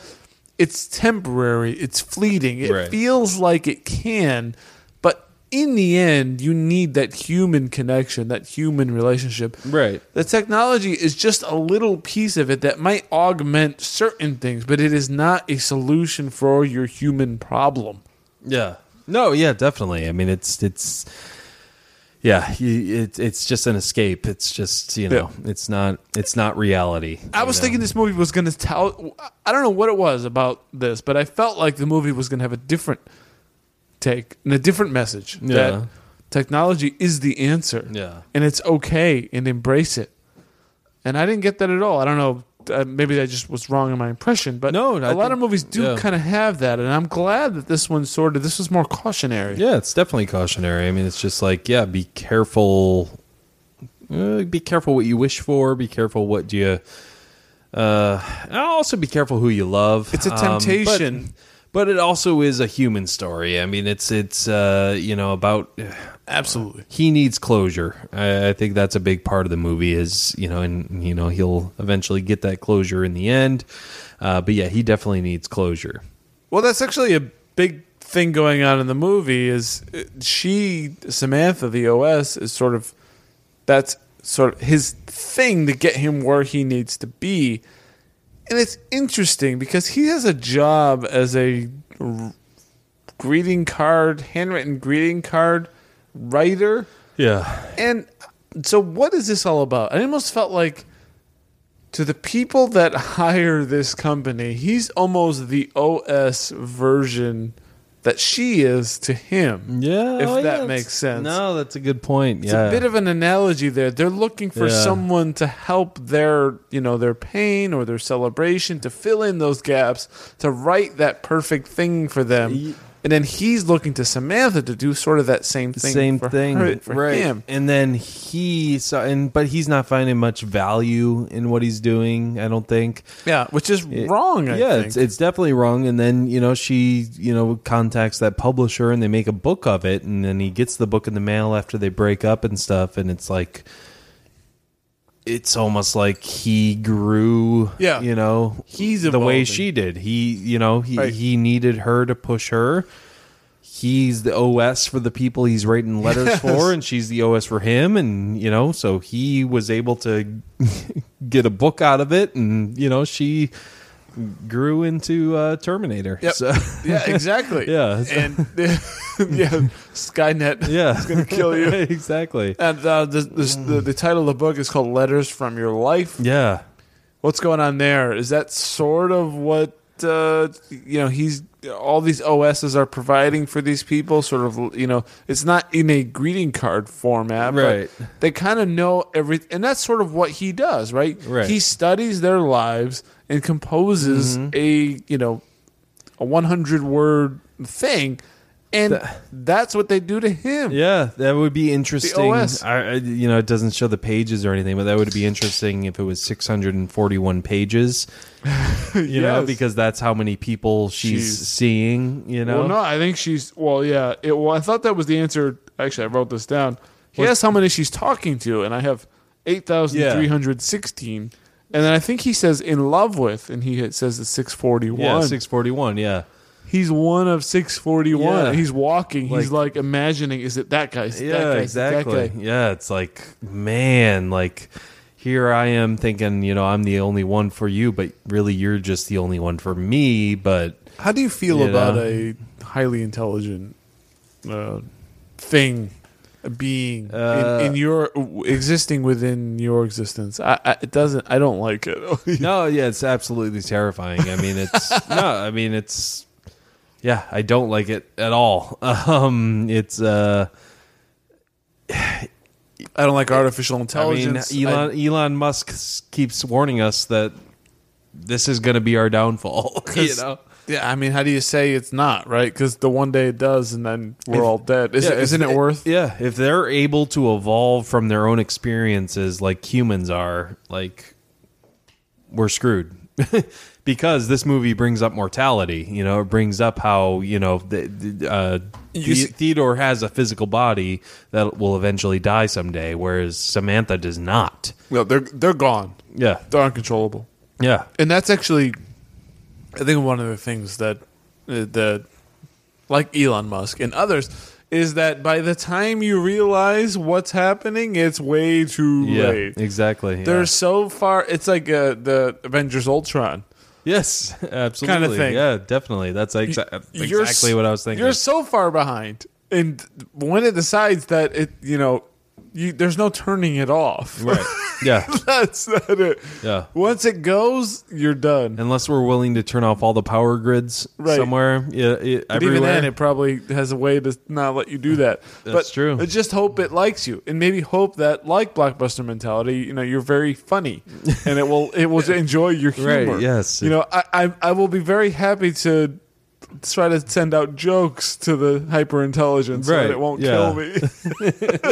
[SPEAKER 2] it's temporary, it's fleeting. It
[SPEAKER 1] Right.
[SPEAKER 2] feels like it can, but in the end, you need that human connection, that human relationship.
[SPEAKER 1] right.
[SPEAKER 2] The technology is just a little piece of it that might augment certain things, but it is not a solution for your human problem.
[SPEAKER 1] Yeah. No, yeah, definitely. I mean, it's it's yeah, you, it, it's just an escape. It's just, you know, it's not it's not reality.
[SPEAKER 2] I
[SPEAKER 1] you
[SPEAKER 2] was
[SPEAKER 1] know?
[SPEAKER 2] thinking this movie was going to tell. I don't know what it was about this, but I felt like the movie was going to have a different take and a different message
[SPEAKER 1] Yeah.
[SPEAKER 2] that technology is the answer.
[SPEAKER 1] Yeah.
[SPEAKER 2] And it's okay and embrace it. and I didn't get that at all. I don't know. Uh, maybe I just was wrong in my impression, but
[SPEAKER 1] No,
[SPEAKER 2] a
[SPEAKER 1] I
[SPEAKER 2] lot of
[SPEAKER 1] think-
[SPEAKER 2] movies do
[SPEAKER 1] yeah.
[SPEAKER 2] kind of have that, and I'm glad that this one sort of this was more cautionary.
[SPEAKER 1] Yeah, it's definitely cautionary. I mean, it's just like, yeah, be careful. Uh, be careful what you wish for. Be careful what you. Uh, and also be careful who you love.
[SPEAKER 2] It's a
[SPEAKER 1] Um,
[SPEAKER 2] temptation.
[SPEAKER 1] but, but it also is a human story. I mean, it's it's uh, you know about
[SPEAKER 2] Absolutely.
[SPEAKER 1] he needs closure. I, I think that's a big part of the movie is you know, and you know he'll eventually get that closure in the end. Uh, but yeah, he definitely needs closure.
[SPEAKER 2] Well, that's actually a big thing going on in the movie. Is uh, she Samantha the OS is sort of that's sort of his thing to get him where he needs to be, and it's interesting because he has a job as a r- greeting card, handwritten greeting card writer.
[SPEAKER 1] Yeah,
[SPEAKER 2] And so, what is this all about? I almost felt like to the people that <laughs> hire this company, he's almost the OS version that she is to him.
[SPEAKER 1] yeah.
[SPEAKER 2] If
[SPEAKER 1] oh, yeah,
[SPEAKER 2] that
[SPEAKER 1] that's-
[SPEAKER 2] makes sense.
[SPEAKER 1] No, that's a good point.
[SPEAKER 2] It's
[SPEAKER 1] yeah,
[SPEAKER 2] a bit of an analogy there. They're looking for
[SPEAKER 1] Yeah.
[SPEAKER 2] someone to help their, you know, their pain or their celebration to fill in those gaps, to write that perfect thing for them. And then he's looking to Samantha to do sort of that same thing.
[SPEAKER 1] same
[SPEAKER 2] for
[SPEAKER 1] thing
[SPEAKER 2] her- for
[SPEAKER 1] right
[SPEAKER 2] him.
[SPEAKER 1] and then he so and but he's not finding much value in what he's doing i don't think
[SPEAKER 2] Yeah, which is wrong. I
[SPEAKER 1] yeah
[SPEAKER 2] think.
[SPEAKER 1] It's, it's definitely wrong and then you know she you know contacts that publisher and they make a book of it and then he gets the book in the mail after they break up and stuff and it's like it's almost like he grew
[SPEAKER 2] Yeah.
[SPEAKER 1] you know
[SPEAKER 2] He's
[SPEAKER 1] the way
[SPEAKER 2] evolving.
[SPEAKER 1] she did he you know he,
[SPEAKER 2] Right.
[SPEAKER 1] he needed her to push her he's the OS for the people he's writing
[SPEAKER 2] <laughs>
[SPEAKER 1] letters for, and she's the OS for him, and you know, so he was able to <laughs> get a book out of it, and you know, she grew into uh, Terminator.
[SPEAKER 2] Yep.
[SPEAKER 1] So,
[SPEAKER 2] <laughs> yeah, exactly.
[SPEAKER 1] <laughs> Yeah.
[SPEAKER 2] And <laughs> yeah, Skynet
[SPEAKER 1] yeah,
[SPEAKER 2] is going to kill
[SPEAKER 1] <laughs>
[SPEAKER 2] you.
[SPEAKER 1] exactly.
[SPEAKER 2] And uh, the, the, the, the title of the book is called Letters from Your Life.
[SPEAKER 1] Yeah,
[SPEAKER 2] What's going on there? Is that sort of what, uh, you know, he's all these OSs are providing for these people? Sort of, you know, it's not in a greeting card format. but
[SPEAKER 1] Right.
[SPEAKER 2] they kind of know everything. And that's sort of what he does, right?
[SPEAKER 1] Right. Mm-hmm.
[SPEAKER 2] He studies their lives and composes a, you know, a 100 word thing and that's what they do to him
[SPEAKER 1] yeah, that would be interesting.
[SPEAKER 2] OS.
[SPEAKER 1] I, I- you know, it doesn't show the pages or anything, but that would be interesting if it was 641
[SPEAKER 2] <laughs>
[SPEAKER 1] pages. You know,
[SPEAKER 2] Yes.
[SPEAKER 1] because that's how many people she's,
[SPEAKER 2] She's-
[SPEAKER 1] seeing. You know,
[SPEAKER 2] well no i think she's well yeah it, well i thought that was the answer actually i wrote this down he asked how many she's talking to and i have 8316 and then i think he says in love with and he says the 641
[SPEAKER 1] yeah, 641. Yeah.
[SPEAKER 2] he's one of 641
[SPEAKER 1] Yeah.
[SPEAKER 2] he's walking he's
[SPEAKER 1] Like-
[SPEAKER 2] like imagining is it that guy Is it that
[SPEAKER 1] yeah
[SPEAKER 2] guy? Is it that
[SPEAKER 1] exactly
[SPEAKER 2] guy?
[SPEAKER 1] yeah it's like man like here i am thinking you know i'm the only one for you but really you're just the only one for me but
[SPEAKER 2] How do you feel
[SPEAKER 1] You
[SPEAKER 2] about
[SPEAKER 1] know?
[SPEAKER 2] a highly intelligent uh, thing, a being
[SPEAKER 1] Uh,
[SPEAKER 2] in, in your existing within your existence? I, I it doesn't. I don't like it.
[SPEAKER 1] <laughs>
[SPEAKER 2] <laughs>
[SPEAKER 1] no yeah it's absolutely terrifying i mean <laughs> it's no i mean it's yeah i don't like it at all <laughs> um it's uh
[SPEAKER 2] I don't like artificial
[SPEAKER 1] I mean,
[SPEAKER 2] intelligence.
[SPEAKER 1] Elon Elon Musk s- keeps warning us that this is going to be our downfall. <laughs> You know,
[SPEAKER 2] Yeah, I mean, how do you say it's not right? Because the one day it does, and then we're all dead. Is
[SPEAKER 1] Yeah,
[SPEAKER 2] it, isn't
[SPEAKER 1] if-
[SPEAKER 2] it worth?
[SPEAKER 1] Yeah, if they're able to evolve from their own experiences like humans are, like we're screwed. <laughs> because this movie brings up mortality, you know, it brings up how, you know, the, the, uh,
[SPEAKER 2] You
[SPEAKER 1] The-
[SPEAKER 2] s-
[SPEAKER 1] Theodore has a physical body that will eventually die someday, whereas Samantha does not.
[SPEAKER 2] No, they're they're gone.
[SPEAKER 1] Yeah.
[SPEAKER 2] They're uncontrollable.
[SPEAKER 1] Yeah.
[SPEAKER 2] and that's actually i think one of the things that uh, that like elon musk and others is that by the time you realize what's happening it's way too
[SPEAKER 1] Yeah.
[SPEAKER 2] late
[SPEAKER 1] Exactly. yeah.
[SPEAKER 2] they're so far it's like uh, the avengers ultron
[SPEAKER 1] Yes, absolutely.
[SPEAKER 2] thing.
[SPEAKER 1] Yeah, definitely. That's exa-
[SPEAKER 2] You're s-
[SPEAKER 1] uh, exactly what I was thinking.
[SPEAKER 2] you're so far behind and when it decides that it you know you, there's no turning it off
[SPEAKER 1] Right. Yeah.
[SPEAKER 2] <laughs> That's not it.
[SPEAKER 1] Yeah.
[SPEAKER 2] Once it goes, you're done.
[SPEAKER 1] Unless we're willing to turn off all the power grids
[SPEAKER 2] Right.
[SPEAKER 1] somewhere, yeah, yeah,
[SPEAKER 2] But
[SPEAKER 1] everywhere.
[SPEAKER 2] even then, it probably has a way to not let you do that.
[SPEAKER 1] That's
[SPEAKER 2] but
[SPEAKER 1] true.
[SPEAKER 2] I Just hope it likes you, and maybe hope that, like blockbuster mentality, you know, you're very funny, and it will
[SPEAKER 1] <laughs>
[SPEAKER 2] it will enjoy your
[SPEAKER 1] Right,
[SPEAKER 2] humor.
[SPEAKER 1] yes.
[SPEAKER 2] you know, I, I I will be very happy to try to send out jokes to the hyper intelligence, so
[SPEAKER 1] Right,
[SPEAKER 2] that it won't
[SPEAKER 1] yeah. <laughs>
[SPEAKER 2] kill me. <laughs>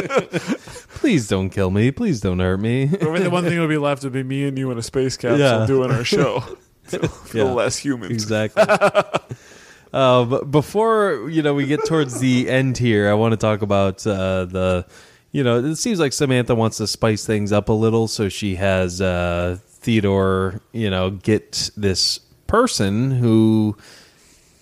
[SPEAKER 1] Please don't kill me. Please don't hurt
[SPEAKER 2] <laughs>
[SPEAKER 1] me. <laughs>
[SPEAKER 2] Or the one thing that would be left would be me and you in a space capsule
[SPEAKER 1] Yeah.
[SPEAKER 2] doing
[SPEAKER 1] <laughs>
[SPEAKER 2] our show. <laughs> For
[SPEAKER 1] Yeah.
[SPEAKER 2] the less humans. <laughs>
[SPEAKER 1] exactly. uh, but before you know, we get towards the end here. I want to talk about uh, the. You know, it seems like Samantha wants to spice things up a little, so she has uh, Theodore. You know, get this person who.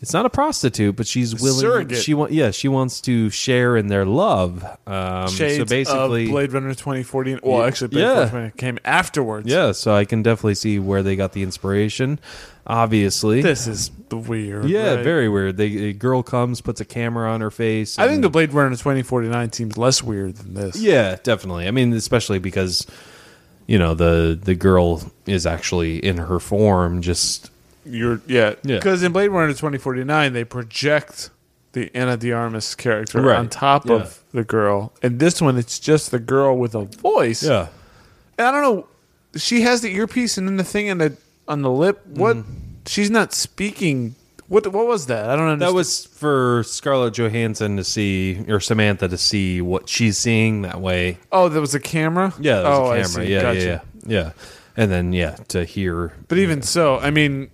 [SPEAKER 1] It's not a prostitute, but she's willing.
[SPEAKER 2] Surrogate.
[SPEAKER 1] She want, yeah, she wants to share in their love. Um,
[SPEAKER 2] Shades
[SPEAKER 1] so basically,
[SPEAKER 2] of Blade Runner 2040. Well,
[SPEAKER 1] Yeah.
[SPEAKER 2] actually, Blade
[SPEAKER 1] Yeah.
[SPEAKER 2] Runner 2040 came afterwards.
[SPEAKER 1] yeah. So I can definitely see where they got the inspiration. Obviously,
[SPEAKER 2] This is weird.
[SPEAKER 1] Yeah,
[SPEAKER 2] right?
[SPEAKER 1] very weird. They, a girl comes, puts a camera on her face.
[SPEAKER 2] I think
[SPEAKER 1] and-
[SPEAKER 2] the Blade Runner 2049 seems less weird than this.
[SPEAKER 1] yeah, definitely. I mean, especially because you know the the girl is actually in her form. Just
[SPEAKER 2] You're, yeah.
[SPEAKER 1] Yeah.
[SPEAKER 2] Because in Blade Runner 2049, they project the Anna de Armas character
[SPEAKER 1] Right.
[SPEAKER 2] on top
[SPEAKER 1] Yeah.
[SPEAKER 2] of the girl. And this one, it's just the girl with a voice. And I don't know. She has the earpiece and then the thing on the on the lip. What?
[SPEAKER 1] Mm-hmm.
[SPEAKER 2] She's not speaking. What? What was that? I don't understand.
[SPEAKER 1] That was for Scarlett Johansson to see or Samantha to see what she's seeing that way.
[SPEAKER 2] Oh, there was a camera.
[SPEAKER 1] Yeah, that was
[SPEAKER 2] oh,
[SPEAKER 1] a
[SPEAKER 2] I
[SPEAKER 1] camera.
[SPEAKER 2] see.
[SPEAKER 1] Yeah,
[SPEAKER 2] Gotcha.
[SPEAKER 1] yeah, yeah, yeah. And then yeah, to hear.
[SPEAKER 2] But even so, I mean,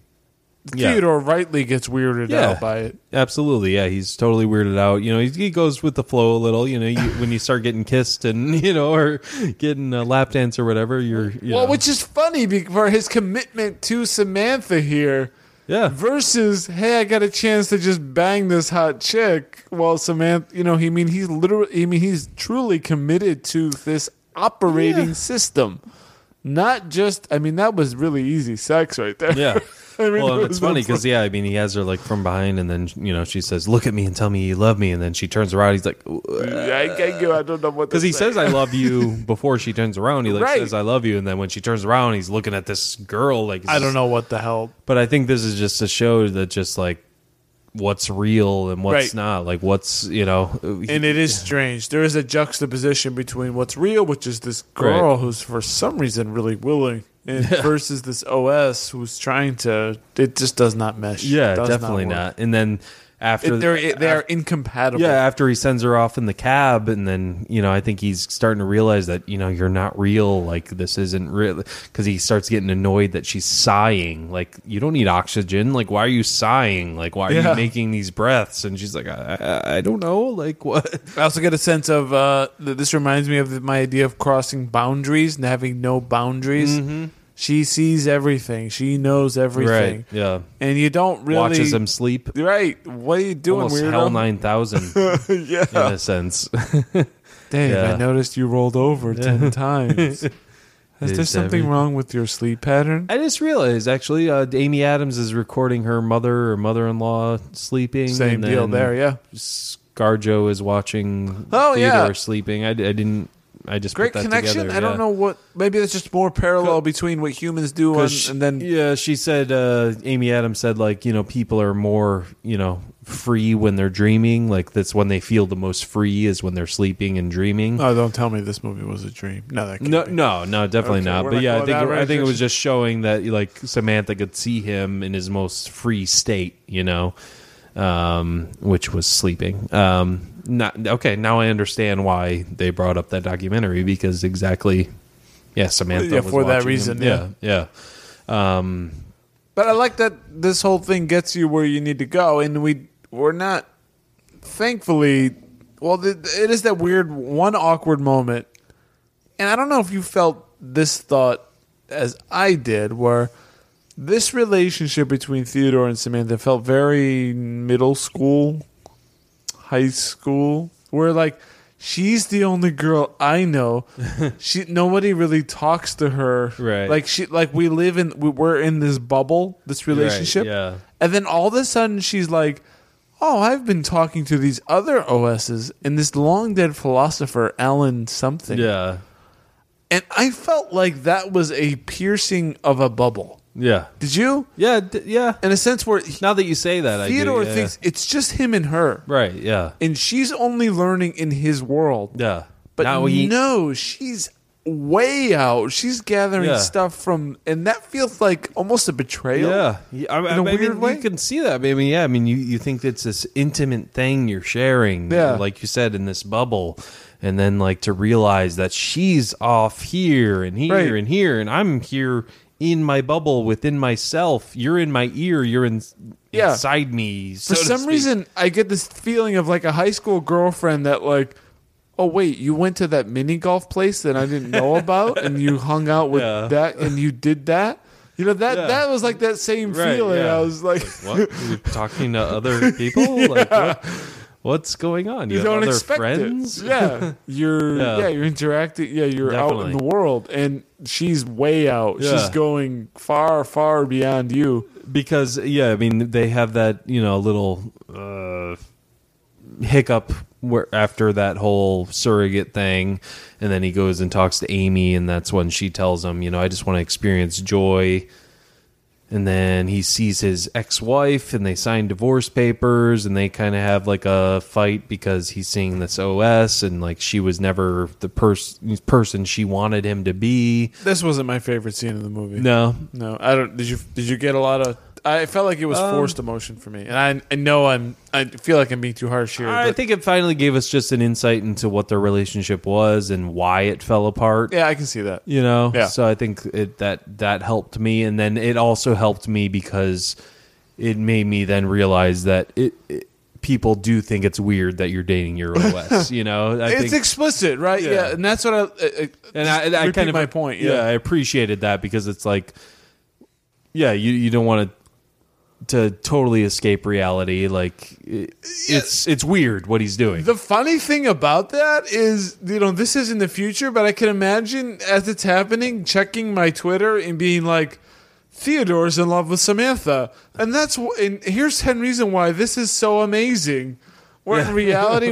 [SPEAKER 1] Yeah.
[SPEAKER 2] Theodore rightly gets weirded
[SPEAKER 1] Yeah.
[SPEAKER 2] out by it.
[SPEAKER 1] Absolutely, yeah. He's totally weirded out. You know, he, he goes with the flow a little. You know,
[SPEAKER 2] <laughs>
[SPEAKER 1] you, when you start getting kissed and <laughs> you know, or getting a lap dance or whatever, you're you
[SPEAKER 2] Well,
[SPEAKER 1] know.
[SPEAKER 2] which is funny be- for his commitment to
[SPEAKER 1] <laughs>
[SPEAKER 2] Samantha here
[SPEAKER 1] yeah,
[SPEAKER 2] versus, hey, I got a chance to just bang this hot chick. Well, Samantha, you know, he mean he's literally, I mean, he's truly committed to this operating
[SPEAKER 1] Yeah.
[SPEAKER 2] system. Not just, I mean, that was really easy sex right there.
[SPEAKER 1] Yeah.
[SPEAKER 2] <laughs> I mean,
[SPEAKER 1] well, and
[SPEAKER 2] there
[SPEAKER 1] it's
[SPEAKER 2] was
[SPEAKER 1] funny
[SPEAKER 2] no-
[SPEAKER 1] because yeah, I mean, he has her like from behind, and then you know she says, "Look at me and tell me you love me," and then she turns around. He's like,
[SPEAKER 2] <laughs> I, I, I don't know what to
[SPEAKER 1] because he
[SPEAKER 2] say.
[SPEAKER 1] says, "I love
[SPEAKER 2] <laughs>
[SPEAKER 1] you" before she turns around. He like
[SPEAKER 2] Right.
[SPEAKER 1] says, "I love you," and then when she turns around, he's looking at this girl. Like,
[SPEAKER 2] I don't know what the hell.
[SPEAKER 1] But I think this is just a show that just like what's real and what's
[SPEAKER 2] Right.
[SPEAKER 1] not. Like, what's you know,
[SPEAKER 2] And it is strange. There is a juxtaposition between what's real, which is this girl
[SPEAKER 1] Right.
[SPEAKER 2] who's for some reason really willing, and versus this OS who's trying to. It just does not mesh.
[SPEAKER 1] yeah,
[SPEAKER 2] Does
[SPEAKER 1] definitely
[SPEAKER 2] work.
[SPEAKER 1] not. And then after
[SPEAKER 2] It, they're it- they are incompatible.
[SPEAKER 1] Yeah, after he sends her off in the cab, and then you know, I think he's starting to realize that you know you're not real. Like this isn't real because he starts getting annoyed that she's sighing. Like you don't need oxygen. Like why are you sighing? Like why are
[SPEAKER 2] Yeah.
[SPEAKER 1] you making these breaths? And she's like, I, I, I don't know. Like what?
[SPEAKER 2] I also get a sense of uh, th- this reminds me of the, my idea of crossing boundaries and having no boundaries.
[SPEAKER 1] Mm-hmm.
[SPEAKER 2] She sees everything. She knows <laughs> everything.
[SPEAKER 1] Right? Yeah.
[SPEAKER 2] And you don't really
[SPEAKER 1] Watches him sleep.
[SPEAKER 2] Right. What are you doing,
[SPEAKER 1] Almost
[SPEAKER 2] weirdo?
[SPEAKER 1] hell nine thousand
[SPEAKER 2] <laughs> yeah.
[SPEAKER 1] in
[SPEAKER 2] <laughs>
[SPEAKER 1] a sense.
[SPEAKER 2] Dave,
[SPEAKER 1] Yeah.
[SPEAKER 2] I noticed you rolled
[SPEAKER 1] <laughs>
[SPEAKER 2] over ten times. Is there
[SPEAKER 1] Is
[SPEAKER 2] something
[SPEAKER 1] every-
[SPEAKER 2] wrong with your sleep pattern?
[SPEAKER 1] I just realized actually, uh, Amy Adams is recording her mother or mother-in-law sleeping.
[SPEAKER 2] Same
[SPEAKER 1] and
[SPEAKER 2] deal
[SPEAKER 1] Mm, then-
[SPEAKER 2] there, yeah.
[SPEAKER 1] Scarjo is watching
[SPEAKER 2] Oh,
[SPEAKER 1] Theodore
[SPEAKER 2] yeah.
[SPEAKER 1] sleeping. I, I didn't. I just
[SPEAKER 2] Great
[SPEAKER 1] put that
[SPEAKER 2] connection.
[SPEAKER 1] Together.
[SPEAKER 2] I don't
[SPEAKER 1] yeah.
[SPEAKER 2] know what. Maybe that's just more parallel
[SPEAKER 1] Co-
[SPEAKER 2] between what humans do on,
[SPEAKER 1] 'Cause she-
[SPEAKER 2] and then
[SPEAKER 1] yeah, she said uh, Amy Adams said like you know people are more you know free when they're dreaming. Like that's when they feel the most free is when they're sleeping and dreaming.
[SPEAKER 2] Oh, don't tell me this movie was a dream. No, that can't
[SPEAKER 1] no,
[SPEAKER 2] be.
[SPEAKER 1] no, no, definitely
[SPEAKER 2] Okay,
[SPEAKER 1] not.
[SPEAKER 2] we're
[SPEAKER 1] But
[SPEAKER 2] not
[SPEAKER 1] yeah, I
[SPEAKER 2] going
[SPEAKER 1] think
[SPEAKER 2] that
[SPEAKER 1] I think it was
[SPEAKER 2] direction.
[SPEAKER 1] just showing that like Samantha could see him in his most free state, you know, um, which was sleeping. Um, not okay. Now I understand why they brought up that documentary because exactly, yeah, Samantha.
[SPEAKER 2] Yeah,
[SPEAKER 1] was
[SPEAKER 2] for that
[SPEAKER 1] watching him.
[SPEAKER 2] reason,
[SPEAKER 1] yeah, yeah. Um,
[SPEAKER 2] But I like that this whole thing gets you where you need to go, and we we're not. Thankfully, well, th- it is that weird one awkward moment, and I don't know if you felt this thought as I did, where this relationship between Theodore and Samantha felt very middle school, high school, where like. She's the only girl
[SPEAKER 1] <laughs>
[SPEAKER 2] I know. she nobody really talks to her.
[SPEAKER 1] Right.
[SPEAKER 2] Like she like we live in we- we're in this bubble this relationship
[SPEAKER 1] yeah.
[SPEAKER 2] and then all of a sudden she's like oh i've been talking to these other os's and this long dead philosopher alan something
[SPEAKER 1] yeah.
[SPEAKER 2] And I felt like that was a piercing of a bubble.
[SPEAKER 1] Yeah.
[SPEAKER 2] Did you?
[SPEAKER 1] Yeah. D- yeah.
[SPEAKER 2] In a sense where he-
[SPEAKER 1] Now that you say that,
[SPEAKER 2] Theodore
[SPEAKER 1] I do, yeah.
[SPEAKER 2] thinks it's just him and her.
[SPEAKER 1] Right. Yeah.
[SPEAKER 2] And she's only learning in his world.
[SPEAKER 1] Yeah.
[SPEAKER 2] But
[SPEAKER 1] now he,
[SPEAKER 2] no, she's way out. She's gathering
[SPEAKER 1] Yeah.
[SPEAKER 2] stuff from, and that feels like almost a betrayal.
[SPEAKER 1] Yeah, Yeah, I, I,
[SPEAKER 2] in a
[SPEAKER 1] I mean,
[SPEAKER 2] weird way.
[SPEAKER 1] you can see that. I mean, yeah, I mean, you, you think it's this intimate thing you're sharing,
[SPEAKER 2] Yeah.
[SPEAKER 1] like you said, in this bubble, and then like to realize that she's off here and here
[SPEAKER 2] Right.
[SPEAKER 1] and here, and I'm here in my bubble within myself. You're in my ear. You're in
[SPEAKER 2] Yeah.
[SPEAKER 1] inside me. so
[SPEAKER 2] For
[SPEAKER 1] to
[SPEAKER 2] some
[SPEAKER 1] speak.
[SPEAKER 2] reason, I get this feeling of like a high school girlfriend that like, oh wait, you went to that mini golf place that I didn't know
[SPEAKER 1] <laughs>
[SPEAKER 2] about, and you hung out with
[SPEAKER 1] Yeah.
[SPEAKER 2] that, and you did that. You know that
[SPEAKER 1] Yeah.
[SPEAKER 2] that was like that same
[SPEAKER 1] Right,
[SPEAKER 2] feeling.
[SPEAKER 1] yeah.
[SPEAKER 2] I was like,
[SPEAKER 1] what You're talking to other people? Like, what, what's going on? You,
[SPEAKER 2] <laughs> you
[SPEAKER 1] have
[SPEAKER 2] don't
[SPEAKER 1] other
[SPEAKER 2] expect
[SPEAKER 1] friends?
[SPEAKER 2] it.
[SPEAKER 1] <laughs>
[SPEAKER 2] Yeah, you're yeah.
[SPEAKER 1] Yeah.
[SPEAKER 2] you're interacting. Yeah, you're out in
[SPEAKER 1] Definitely.
[SPEAKER 2] the world, and she's way out. She's
[SPEAKER 1] Yeah.
[SPEAKER 2] going far, far beyond you.
[SPEAKER 1] because yeah, I mean they have that you know little uh, hiccup where after that whole surrogate thing, and then he goes and talks to Amy, and that's when she tells him, you know, I just want to experience joy. And then he sees his ex-wife, and they sign divorce papers, and they kind of have like a fight because he's seeing this OS, and like she was never the person person she wanted him to be.
[SPEAKER 2] This wasn't my favorite scene in the movie.
[SPEAKER 1] No,
[SPEAKER 2] No, I don't. Did you did you get a lot of? I felt like it was
[SPEAKER 1] Um,
[SPEAKER 2] forced emotion for me, and I I know I'm I feel like I'm being too harsh here.
[SPEAKER 1] I
[SPEAKER 2] but-
[SPEAKER 1] think it finally gave us just an insight into what their relationship was and why it fell apart.
[SPEAKER 2] yeah, I can see that.
[SPEAKER 1] You know,
[SPEAKER 2] Yeah.
[SPEAKER 1] so I think it, that that helped me, and then it also helped me because it made me then realize that it, it people do think it's weird that you're dating
[SPEAKER 2] <laughs>
[SPEAKER 1] your OS. you know, I
[SPEAKER 2] it's
[SPEAKER 1] think,
[SPEAKER 2] explicit, right? Yeah.
[SPEAKER 1] Yeah.
[SPEAKER 2] and that's what I. I, I
[SPEAKER 1] and I, and I
[SPEAKER 2] repeat
[SPEAKER 1] kind of
[SPEAKER 2] my point.
[SPEAKER 1] yeah, I
[SPEAKER 2] Yeah,
[SPEAKER 1] appreciated that because it's like, yeah, you you don't want to to totally escape reality. Like it, it's it's weird what he's doing.
[SPEAKER 2] the funny thing about that is, you know, this is in the future, but I can imagine as it's happening, checking my Twitter and being like. Theodore's in love with Samantha, and that's wh- and here's ten reason why this is so amazing. Where in
[SPEAKER 1] Yeah.
[SPEAKER 2] reality,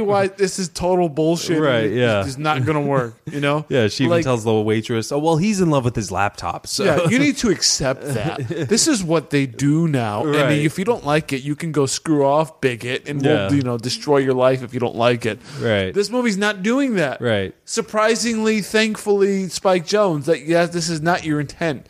[SPEAKER 1] <laughs>
[SPEAKER 2] why this is total bullshit. and
[SPEAKER 1] Right,
[SPEAKER 2] it-
[SPEAKER 1] yeah.
[SPEAKER 2] it's not gonna work. You know.
[SPEAKER 1] <laughs> Yeah, she even
[SPEAKER 2] Like,
[SPEAKER 1] tells the waitress, "Oh, well, he's in love with his laptop." So
[SPEAKER 2] Yeah, you need to accept that. This is what they do now, and
[SPEAKER 1] Right.
[SPEAKER 2] if you don't like it, you can go screw off, bigot, and
[SPEAKER 1] Yeah.
[SPEAKER 2] we'll you know destroy your life if you don't like it.
[SPEAKER 1] Right.
[SPEAKER 2] This movie's not doing that.
[SPEAKER 1] Right.
[SPEAKER 2] Surprisingly, thankfully, Spike Jones, that yeah, this is not your intent.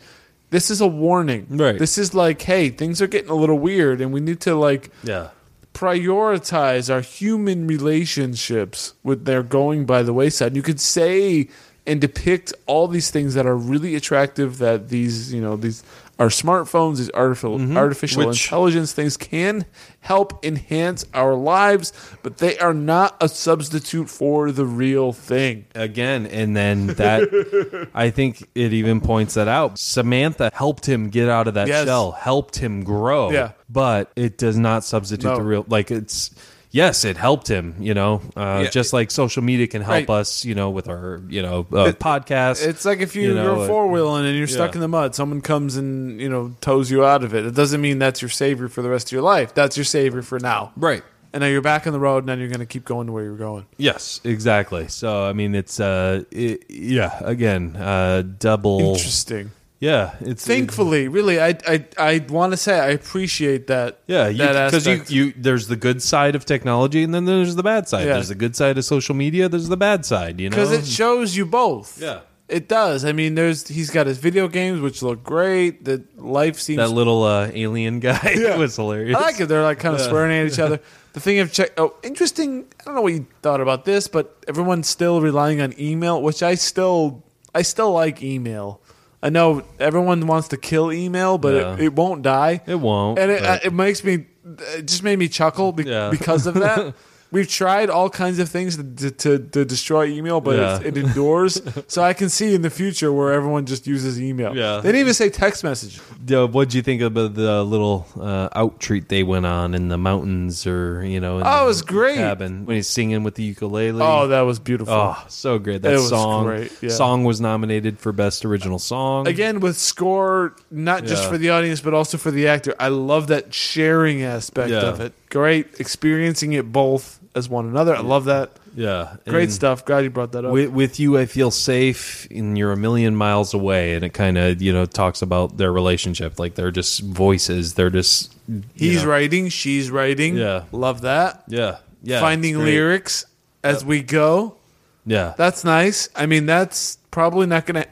[SPEAKER 2] This is a warning.
[SPEAKER 1] Right.
[SPEAKER 2] This is like, hey, things are getting a little weird, and we need to like
[SPEAKER 1] <laughs> yeah,
[SPEAKER 2] prioritize our human relationships with their going by the wayside. And you could say and depict all these things that are really attractive that these, you know, these our smartphones, these artificial artificial
[SPEAKER 1] Which-
[SPEAKER 2] intelligence things can help enhance our lives, but they are not a substitute for the real thing.
[SPEAKER 1] again, and then
[SPEAKER 2] <laughs>
[SPEAKER 1] that I think it even points that out. Samantha helped him get out of that
[SPEAKER 2] Yes.
[SPEAKER 1] shell, helped him grow.
[SPEAKER 2] Yeah.
[SPEAKER 1] but it does not substitute
[SPEAKER 2] No.
[SPEAKER 1] the real. Like it's yes, it helped him. You know, uh,
[SPEAKER 2] Yeah.
[SPEAKER 1] just like social media can help
[SPEAKER 2] Right.
[SPEAKER 1] us. You know, with our you know uh, podcast.
[SPEAKER 2] It's like if you,
[SPEAKER 1] you know,
[SPEAKER 2] are
[SPEAKER 1] uh,
[SPEAKER 2] four wheeling and you're stuck
[SPEAKER 1] yeah.
[SPEAKER 2] in the mud, someone comes and you know tows you out of it. It doesn't mean that's your savior for the rest of your life. That's your savior for now,
[SPEAKER 1] Right.
[SPEAKER 2] And now you're back on the road, and then you're going to keep going to where you're going.
[SPEAKER 1] Yes, exactly. So I mean, it's uh, it, yeah. Again, uh, double.
[SPEAKER 2] Interesting.
[SPEAKER 1] Yeah, it's it's-
[SPEAKER 2] Thankfully, really, I I I want to say I appreciate that.
[SPEAKER 1] Yeah,
[SPEAKER 2] that
[SPEAKER 1] because you,
[SPEAKER 2] aspect.
[SPEAKER 1] you, there's the good side of technology, and then there's the bad side.
[SPEAKER 2] Yeah.
[SPEAKER 1] There's the good side of social media. There's the bad side. You know,
[SPEAKER 2] because it shows you both.
[SPEAKER 1] Yeah.
[SPEAKER 2] it does. I mean, there's he's got his video games which look great. The life seems
[SPEAKER 1] that little uh, alien guy <laughs>
[SPEAKER 2] <laughs>
[SPEAKER 1] was hilarious.
[SPEAKER 2] I like it. They're like kind of swearing at each other. The thing of check. Oh, interesting. I don't know what you thought about this, but everyone's still relying on email, which I still, I still like email. I know everyone wants to kill email, but it,
[SPEAKER 1] Yeah.
[SPEAKER 2] it won't die.
[SPEAKER 1] It won't,
[SPEAKER 2] and it, uh,
[SPEAKER 1] but-
[SPEAKER 2] it makes me. It just made me chuckle be-
[SPEAKER 1] Yeah.
[SPEAKER 2] because
[SPEAKER 1] <laughs>
[SPEAKER 2] of that. We've tried all kinds of things to, to, to destroy email, but
[SPEAKER 1] Yeah.
[SPEAKER 2] it's, it endures. so I can see in the future where everyone just uses email.
[SPEAKER 1] Yeah.
[SPEAKER 2] They didn't even say text messages.
[SPEAKER 1] Yeah, what'd you think about the little uh, out treat they went on in the mountains, or you know? In
[SPEAKER 2] Oh,
[SPEAKER 1] the
[SPEAKER 2] it was great.
[SPEAKER 1] Cabin when he's singing with the ukulele.
[SPEAKER 2] Oh, that was beautiful.
[SPEAKER 1] Oh, so great! That
[SPEAKER 2] It was
[SPEAKER 1] song
[SPEAKER 2] great, yeah.
[SPEAKER 1] song was nominated for best original song.
[SPEAKER 2] again with score not just
[SPEAKER 1] Yeah.
[SPEAKER 2] for the audience but also for the actor i love that sharing aspect
[SPEAKER 1] Yeah.
[SPEAKER 2] of it great experiencing it both as one another i love that
[SPEAKER 1] Yeah.
[SPEAKER 2] Great
[SPEAKER 1] And
[SPEAKER 2] stuff. Glad you brought that up.
[SPEAKER 1] With, with you, I feel safe, and you're a million miles away. And it kind of, you know, talks about their relationship. Like they're just voices. They're just. you
[SPEAKER 2] He's
[SPEAKER 1] know.
[SPEAKER 2] writing. She's writing.
[SPEAKER 1] Yeah.
[SPEAKER 2] Love that.
[SPEAKER 1] Yeah. Yeah.
[SPEAKER 2] Finding
[SPEAKER 1] it's great.
[SPEAKER 2] lyrics as we go.
[SPEAKER 1] Yeah.
[SPEAKER 2] That's nice. I mean, that's probably not going to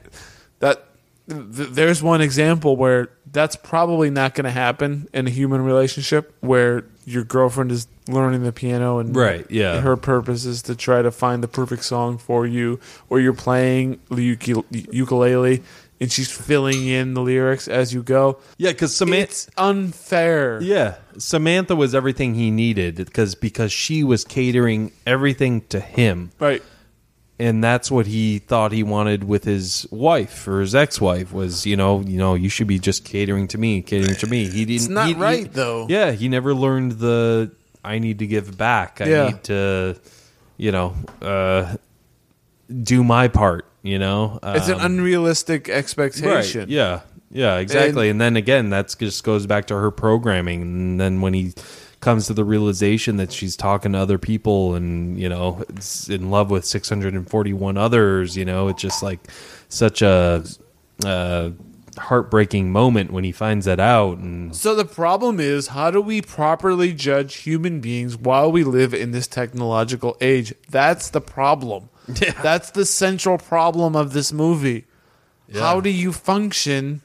[SPEAKER 2] that th- there's one example where that's probably not going to happen in a human relationship where your girlfriend is learning the piano and
[SPEAKER 1] Right, yeah.
[SPEAKER 2] her purpose is to try to find the perfect song for you or you're playing the uke- ukulele and she's filling in the lyrics as you go.
[SPEAKER 1] yeah. Because Samantha.
[SPEAKER 2] It's unfair.
[SPEAKER 1] Yeah, Samantha was everything he needed because because she was catering everything to him,
[SPEAKER 2] Right.
[SPEAKER 1] and that's what he thought he wanted with his wife or his ex-wife was you know you know you should be just catering to me, catering to me. He didn't.
[SPEAKER 2] It's not
[SPEAKER 1] he-
[SPEAKER 2] right,
[SPEAKER 1] he-
[SPEAKER 2] though.
[SPEAKER 1] Yeah, he never learned the I need to give back. I
[SPEAKER 2] Yeah.
[SPEAKER 1] need to, you know, uh, do my part. You know,
[SPEAKER 2] It's
[SPEAKER 1] Um,
[SPEAKER 2] an unrealistic expectation.
[SPEAKER 1] Right. Yeah. Yeah, exactly. And, then again, that's just goes back to her programming. And then when he comes to the realization that she's talking to other people and, you know, is in love with 641 others, you know, it's just like such a uh, heartbreaking moment when he finds that out. And
[SPEAKER 2] So the problem is, how do we properly judge human beings while we live in this technological age? That's the problem. That's the central problem of this movie. How do you function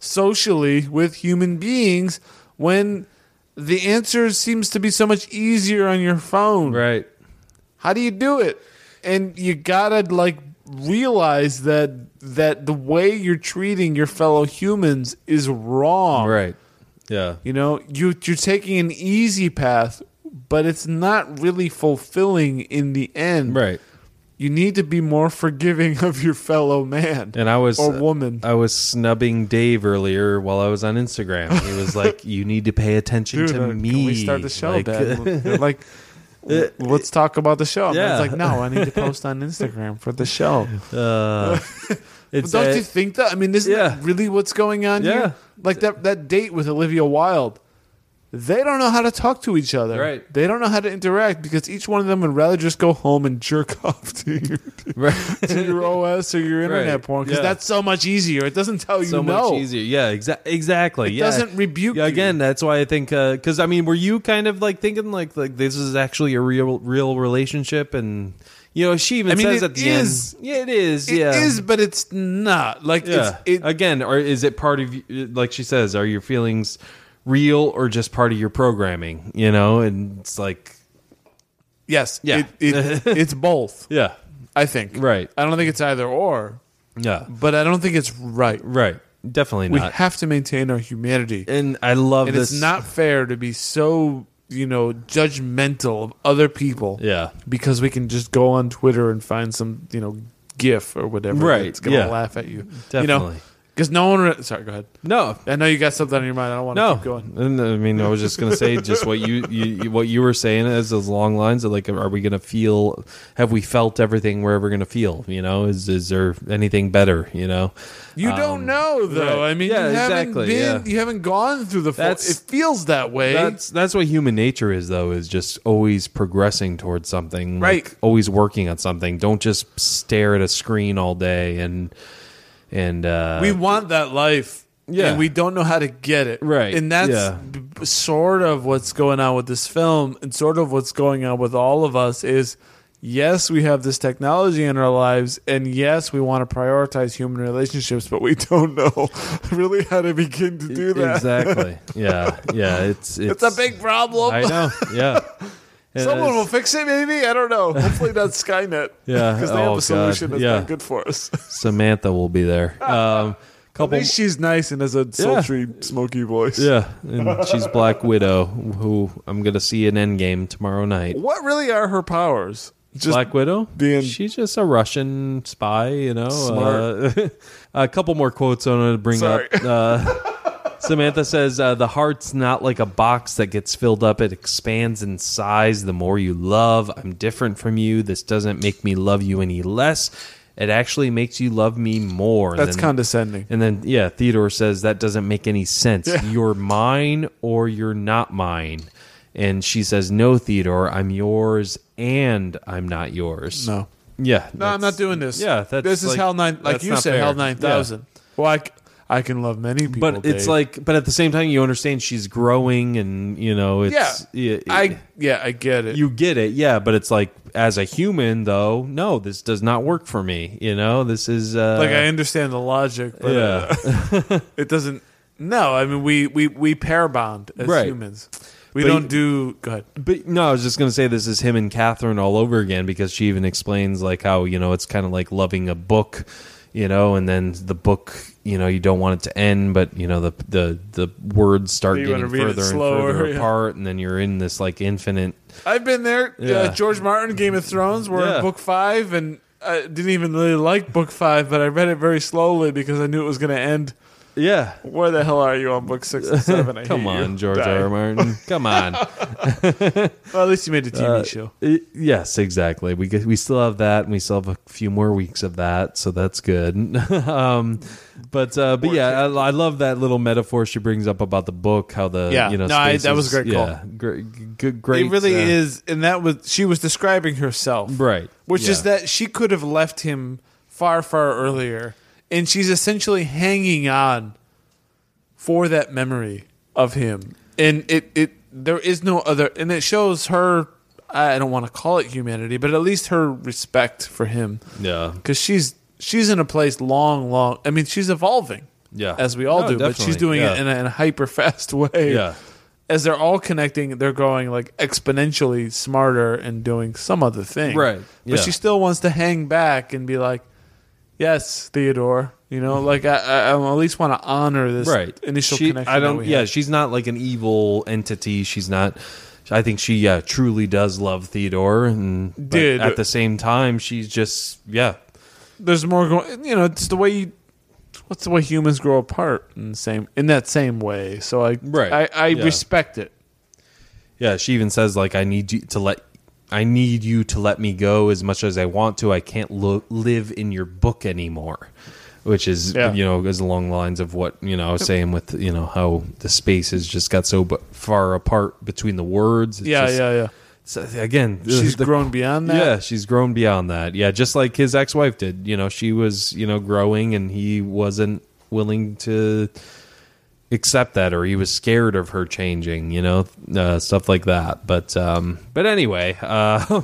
[SPEAKER 2] socially with human beings when the answer seems to be so much easier on your phone?
[SPEAKER 1] right.
[SPEAKER 2] How do you do it? And you gotta like realize that that the way you're treating your fellow humans is wrong.
[SPEAKER 1] Right. Yeah.
[SPEAKER 2] You know, you you're taking an easy path, but it's not really fulfilling in the end.
[SPEAKER 1] Right.
[SPEAKER 2] You need to be more forgiving <laughs> of your fellow man.
[SPEAKER 1] And I was uh,
[SPEAKER 2] or woman.
[SPEAKER 1] I was snubbing Dave earlier while I was on Instagram. He was <laughs> like, "You need to pay attention
[SPEAKER 2] Dude,
[SPEAKER 1] to
[SPEAKER 2] uh,
[SPEAKER 1] me."
[SPEAKER 2] can we start the show,
[SPEAKER 1] Like, <laughs> Uh,
[SPEAKER 2] Ben? They're like "W- let's talk about the show. And
[SPEAKER 1] Yeah.
[SPEAKER 2] It's like, no, I need to
[SPEAKER 1] <laughs>
[SPEAKER 2] post on Instagram for the show. <laughs>
[SPEAKER 1] Uh,
[SPEAKER 2] But
[SPEAKER 1] it's
[SPEAKER 2] don't
[SPEAKER 1] a- <laughs>
[SPEAKER 2] you think that? I mean, isn't
[SPEAKER 1] Yeah.
[SPEAKER 2] that really what's going on
[SPEAKER 1] Yeah.
[SPEAKER 2] here? Like that that date with Olivia Wilde. They don't know how to talk to each other.
[SPEAKER 1] Right.
[SPEAKER 2] They don't know how to interact because each one of them would rather just go home and jerk <laughs> off to your, <laughs> to
[SPEAKER 1] <laughs>
[SPEAKER 2] your OS or your internet
[SPEAKER 1] Right.
[SPEAKER 2] porn because
[SPEAKER 1] Yeah.
[SPEAKER 2] that's so much easier. It doesn't tell Oh, you
[SPEAKER 1] so
[SPEAKER 2] no.
[SPEAKER 1] much easier. Yeah, exa- exactly.
[SPEAKER 2] It
[SPEAKER 1] yeah.
[SPEAKER 2] doesn't rebuke
[SPEAKER 1] Yeah,
[SPEAKER 2] you.
[SPEAKER 1] again, that's why I think because I mean, were you kind of like thinking like like this is actually a real real relationship and. You know, she even
[SPEAKER 2] I mean,
[SPEAKER 1] says
[SPEAKER 2] it
[SPEAKER 1] at the
[SPEAKER 2] is.
[SPEAKER 1] end, "Yeah, it is.
[SPEAKER 2] It is,
[SPEAKER 1] yeah,
[SPEAKER 2] but it's not. Like
[SPEAKER 1] yeah."
[SPEAKER 2] it's it,
[SPEAKER 1] Again, or is it part of you- like she says? Are your feelings real or just part of your programming? You know, and it's like,
[SPEAKER 2] yes,
[SPEAKER 1] Yeah.
[SPEAKER 2] it,
[SPEAKER 1] <laughs>
[SPEAKER 2] it, it's both.
[SPEAKER 1] yeah,
[SPEAKER 2] I think.
[SPEAKER 1] Right.
[SPEAKER 2] I don't think it's either or,
[SPEAKER 1] yeah,
[SPEAKER 2] but I don't think it's right.
[SPEAKER 1] right, definitely
[SPEAKER 2] We
[SPEAKER 1] not.
[SPEAKER 2] have to maintain our humanity.
[SPEAKER 1] and I love
[SPEAKER 2] and
[SPEAKER 1] this.
[SPEAKER 2] it's not fair to be so you know judgmental of other people
[SPEAKER 1] yeah,
[SPEAKER 2] because we can just go on twitter and find some you know gif or whatever
[SPEAKER 1] Right,
[SPEAKER 2] it's gonna
[SPEAKER 1] yeah.
[SPEAKER 2] laugh at you you know
[SPEAKER 1] Definitely.
[SPEAKER 2] because no one re- sorry go ahead
[SPEAKER 1] no,
[SPEAKER 2] i know you got something on your mind i don't want to
[SPEAKER 1] No,
[SPEAKER 2] keep going
[SPEAKER 1] And, I mean, I was just gonna say just what you, you what you were saying as those long lines of like, are we gonna feel? Have we felt everything we're ever gonna feel? You know, is is there anything better? You know,
[SPEAKER 2] you don't
[SPEAKER 1] Um,
[SPEAKER 2] know though
[SPEAKER 1] right.
[SPEAKER 2] i mean
[SPEAKER 1] Yeah,
[SPEAKER 2] you haven't
[SPEAKER 1] exactly,
[SPEAKER 2] been
[SPEAKER 1] yeah.
[SPEAKER 2] you haven't gone through the full, it
[SPEAKER 1] That's-
[SPEAKER 2] feels that way
[SPEAKER 1] That's that's what human nature is, though, is just always progressing towards something, like,
[SPEAKER 2] Right.
[SPEAKER 1] always working on something. Don't just stare at a screen all day and and uh,
[SPEAKER 2] we want that life
[SPEAKER 1] Yeah.
[SPEAKER 2] and we don't know how to get it
[SPEAKER 1] Right,
[SPEAKER 2] and that's
[SPEAKER 1] yeah.
[SPEAKER 2] b- b- sort of what's going on with this film and sort of what's going on with all of us is yes we have this technology in our lives and yes we want to prioritize human relationships but we <laughs> don't know really how to begin to do that
[SPEAKER 1] exactly. yeah, yeah. It's
[SPEAKER 2] <laughs> it's a big problem
[SPEAKER 1] I know. Yeah. And
[SPEAKER 2] <laughs> Someone
[SPEAKER 1] it's-
[SPEAKER 2] will fix it, maybe. I don't know. Hopefully, not Skynet.
[SPEAKER 1] <laughs> Yeah.
[SPEAKER 2] because they
[SPEAKER 1] Oh,
[SPEAKER 2] have a solution
[SPEAKER 1] God.
[SPEAKER 2] that's
[SPEAKER 1] Yeah.
[SPEAKER 2] not good for us. <laughs>
[SPEAKER 1] Samantha will be there. Um,
[SPEAKER 2] At
[SPEAKER 1] couple,
[SPEAKER 2] least she's nice and has a sultry, smoky voice.
[SPEAKER 1] yeah, and she's Black Widow, who I'm gonna see in Endgame tomorrow night.
[SPEAKER 2] What really are her powers? Just
[SPEAKER 1] Black Widow,
[SPEAKER 2] being-
[SPEAKER 1] she's just a Russian spy, you know.
[SPEAKER 2] Smart.
[SPEAKER 1] Uh, <laughs> a couple more quotes I want to bring
[SPEAKER 2] Sorry.
[SPEAKER 1] up. Uh, Samantha says uh, the heart's not like a box that gets filled up; it expands in size. The more you love, I'm different from you. This doesn't make me love you any less. It actually makes you love me more.
[SPEAKER 2] that's
[SPEAKER 1] than-
[SPEAKER 2] condescending.
[SPEAKER 1] And then, yeah, Theodore says that doesn't make any sense. You're mine or you're not mine. And she says, "No, Theodore, I'm yours, and I'm not yours."
[SPEAKER 2] No.
[SPEAKER 1] Yeah.
[SPEAKER 2] No, I'm not
[SPEAKER 1] that's-
[SPEAKER 2] doing this.
[SPEAKER 1] Yeah, that's
[SPEAKER 2] this is
[SPEAKER 1] like-
[SPEAKER 2] Hell Nine. Like
[SPEAKER 1] that's
[SPEAKER 2] you
[SPEAKER 1] not
[SPEAKER 2] said,
[SPEAKER 1] fair.
[SPEAKER 2] Hell
[SPEAKER 1] Yeah.
[SPEAKER 2] Nine Thousand. Well, I, c- I can love many people,
[SPEAKER 1] But it's
[SPEAKER 2] Dave.
[SPEAKER 1] like, but at the same time, you understand she's growing, and you know,
[SPEAKER 2] yeah,
[SPEAKER 1] it's it-
[SPEAKER 2] I yeah, I get it.
[SPEAKER 1] you get it, yeah. But it's like, as a human, though, no, this does not work for me. You know, this is uh,
[SPEAKER 2] like I understand the logic, but uh,
[SPEAKER 1] yeah.
[SPEAKER 2] it doesn't. No, I mean we we we pair bond as
[SPEAKER 1] Right.
[SPEAKER 2] humans. We
[SPEAKER 1] But
[SPEAKER 2] don't
[SPEAKER 1] you-
[SPEAKER 2] do good.
[SPEAKER 1] But no, I was just gonna say this is him and Catherine all over again because she even explains like how you know it's kind of like loving a book, you know, and then the book you know you don't want it to end, but you know the the the words start
[SPEAKER 2] You wanna
[SPEAKER 1] getting
[SPEAKER 2] read it
[SPEAKER 1] further and
[SPEAKER 2] slower,
[SPEAKER 1] further
[SPEAKER 2] yeah.
[SPEAKER 1] apart, and then you're in this like infinite.
[SPEAKER 2] I've been there. Uh,
[SPEAKER 1] Yeah.
[SPEAKER 2] George Martin, Game of Thrones. We're
[SPEAKER 1] Yeah.
[SPEAKER 2] in book five, and I didn't even really like book five, but I read it very slowly because I knew it was going to end.
[SPEAKER 1] Yeah,
[SPEAKER 2] Where the hell are you on book six and seven?
[SPEAKER 1] <laughs>
[SPEAKER 2] I <laughs>
[SPEAKER 1] come
[SPEAKER 2] hate you.
[SPEAKER 1] on, George
[SPEAKER 2] Die.
[SPEAKER 1] R. R. Martin, come
[SPEAKER 2] <laughs>
[SPEAKER 1] on.
[SPEAKER 2] Well, at least you made a TV
[SPEAKER 1] Uh,
[SPEAKER 2] show.
[SPEAKER 1] it- yes, exactly. We get, we still have that, and we still have a few more weeks of that, so that's good. <laughs> um, but uh, but yeah, I, I love that little metaphor she brings up about the book, how the
[SPEAKER 2] Yeah.
[SPEAKER 1] you know
[SPEAKER 2] No, I-
[SPEAKER 1] space
[SPEAKER 2] that
[SPEAKER 1] is-
[SPEAKER 2] was a great call.
[SPEAKER 1] Yeah, great, good, great.
[SPEAKER 2] it really
[SPEAKER 1] uh,
[SPEAKER 2] is, and that was she was describing herself,
[SPEAKER 1] Right,
[SPEAKER 2] Which is
[SPEAKER 1] yeah.
[SPEAKER 2] that she could have left him far, far earlier, and she's essentially hanging on for that memory of him, and it it there is no other, and it shows her. I don't want to call it humanity, but at least her respect for him,
[SPEAKER 1] Yeah,
[SPEAKER 2] because she's she's in a place long, long. I mean, she's evolving,
[SPEAKER 1] Yeah.
[SPEAKER 2] as we all
[SPEAKER 1] No,
[SPEAKER 2] do, but she's
[SPEAKER 1] definitely,
[SPEAKER 2] doing
[SPEAKER 1] yeah.
[SPEAKER 2] it in a, in a hyper fast <laughs> way,
[SPEAKER 1] Yeah.
[SPEAKER 2] As they're all connecting, they're growing like exponentially smarter and doing some other thing,
[SPEAKER 1] Right,
[SPEAKER 2] But
[SPEAKER 1] yeah.
[SPEAKER 2] she still wants to hang back and be like, "Yes, Theodore," you know, like I, I, I at least want to honor this
[SPEAKER 1] right.
[SPEAKER 2] initial
[SPEAKER 1] She-
[SPEAKER 2] connection.
[SPEAKER 1] I
[SPEAKER 2] that
[SPEAKER 1] don't.
[SPEAKER 2] we
[SPEAKER 1] yeah,
[SPEAKER 2] had.
[SPEAKER 1] she's not like an evil entity. She's not. I think she yeah truly does love Theodore, and but
[SPEAKER 2] Dude.
[SPEAKER 1] at the same time she's just yeah
[SPEAKER 2] there's more going. You know, it's the way you. What's the way humans grow apart in the same in that same way? So I
[SPEAKER 1] Right,
[SPEAKER 2] I, I
[SPEAKER 1] yeah.
[SPEAKER 2] respect it.
[SPEAKER 1] Yeah, she even says like I need you to let I need you to let me go as much as I want to. I can't lo- live in your book anymore. Which is
[SPEAKER 2] Yeah.
[SPEAKER 1] you know goes along the lines of what you know I was saying with you know how the spaces just got so bu- far apart between the words. It's
[SPEAKER 2] Yeah,
[SPEAKER 1] just-
[SPEAKER 2] yeah, yeah.
[SPEAKER 1] it's- again, <laughs>
[SPEAKER 2] She's
[SPEAKER 1] the-
[SPEAKER 2] grown beyond that.
[SPEAKER 1] Yeah, she's grown beyond that. Yeah, just like his ex-wife did. You know, she was you know growing, and he wasn't willing to accept that, or he was scared of her changing. You know, uh, stuff like that. But um, but anyway, <laughs> uh,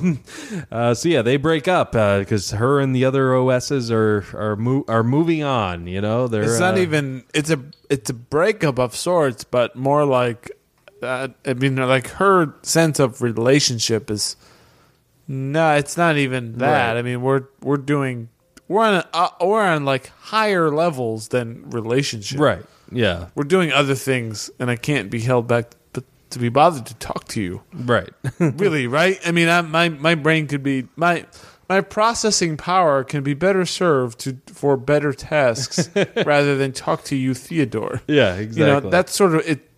[SPEAKER 1] uh, so yeah, they break up because her and the other OSs are are mo- are moving on. You know, they're
[SPEAKER 2] It's not
[SPEAKER 1] uh,
[SPEAKER 2] even. It's a it's a breakup of sorts, but more like. Uh, I mean, like her sense of relationship is. No, it's not even that.
[SPEAKER 1] Right.
[SPEAKER 2] I mean, we're we're doing we're on a, uh, we're on like higher levels than relationship.
[SPEAKER 1] right. Yeah,
[SPEAKER 2] We're doing other things, and I can't be held back to, to be bothered to talk to <laughs> you.
[SPEAKER 1] right. <laughs>
[SPEAKER 2] really, right? I mean, I, my my brain could be my my processing power can be better served to for
[SPEAKER 1] <laughs>
[SPEAKER 2] better tasks rather than talk to you, Theodore.
[SPEAKER 1] yeah, exactly.
[SPEAKER 2] You know, that's sort of it.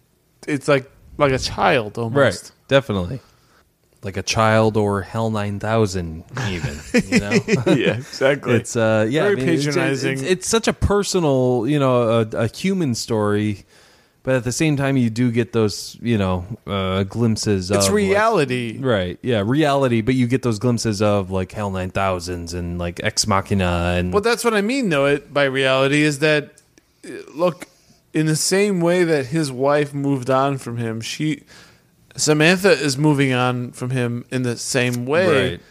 [SPEAKER 2] It's like like a child almost.
[SPEAKER 1] Right. Definitely. Like a child or Hell 9000 even,
[SPEAKER 2] <laughs>
[SPEAKER 1] you know.
[SPEAKER 2] yeah, exactly.
[SPEAKER 1] It's uh yeah, I
[SPEAKER 2] Very
[SPEAKER 1] mean, it's-
[SPEAKER 2] patronizing.
[SPEAKER 1] It's, it's, such a personal, you know, a, a human story, but at the same time you do get those, you know, uh glimpses of
[SPEAKER 2] It's
[SPEAKER 1] like-
[SPEAKER 2] reality.
[SPEAKER 1] right. Yeah, reality, but you get those glimpses of like Hell 9000s and like Ex Machina and
[SPEAKER 2] Well, that's what I mean, though. It, by reality, is that uh, look in the same way that his wife moved on from him, she Samantha is moving on from him in the same way,
[SPEAKER 1] Right.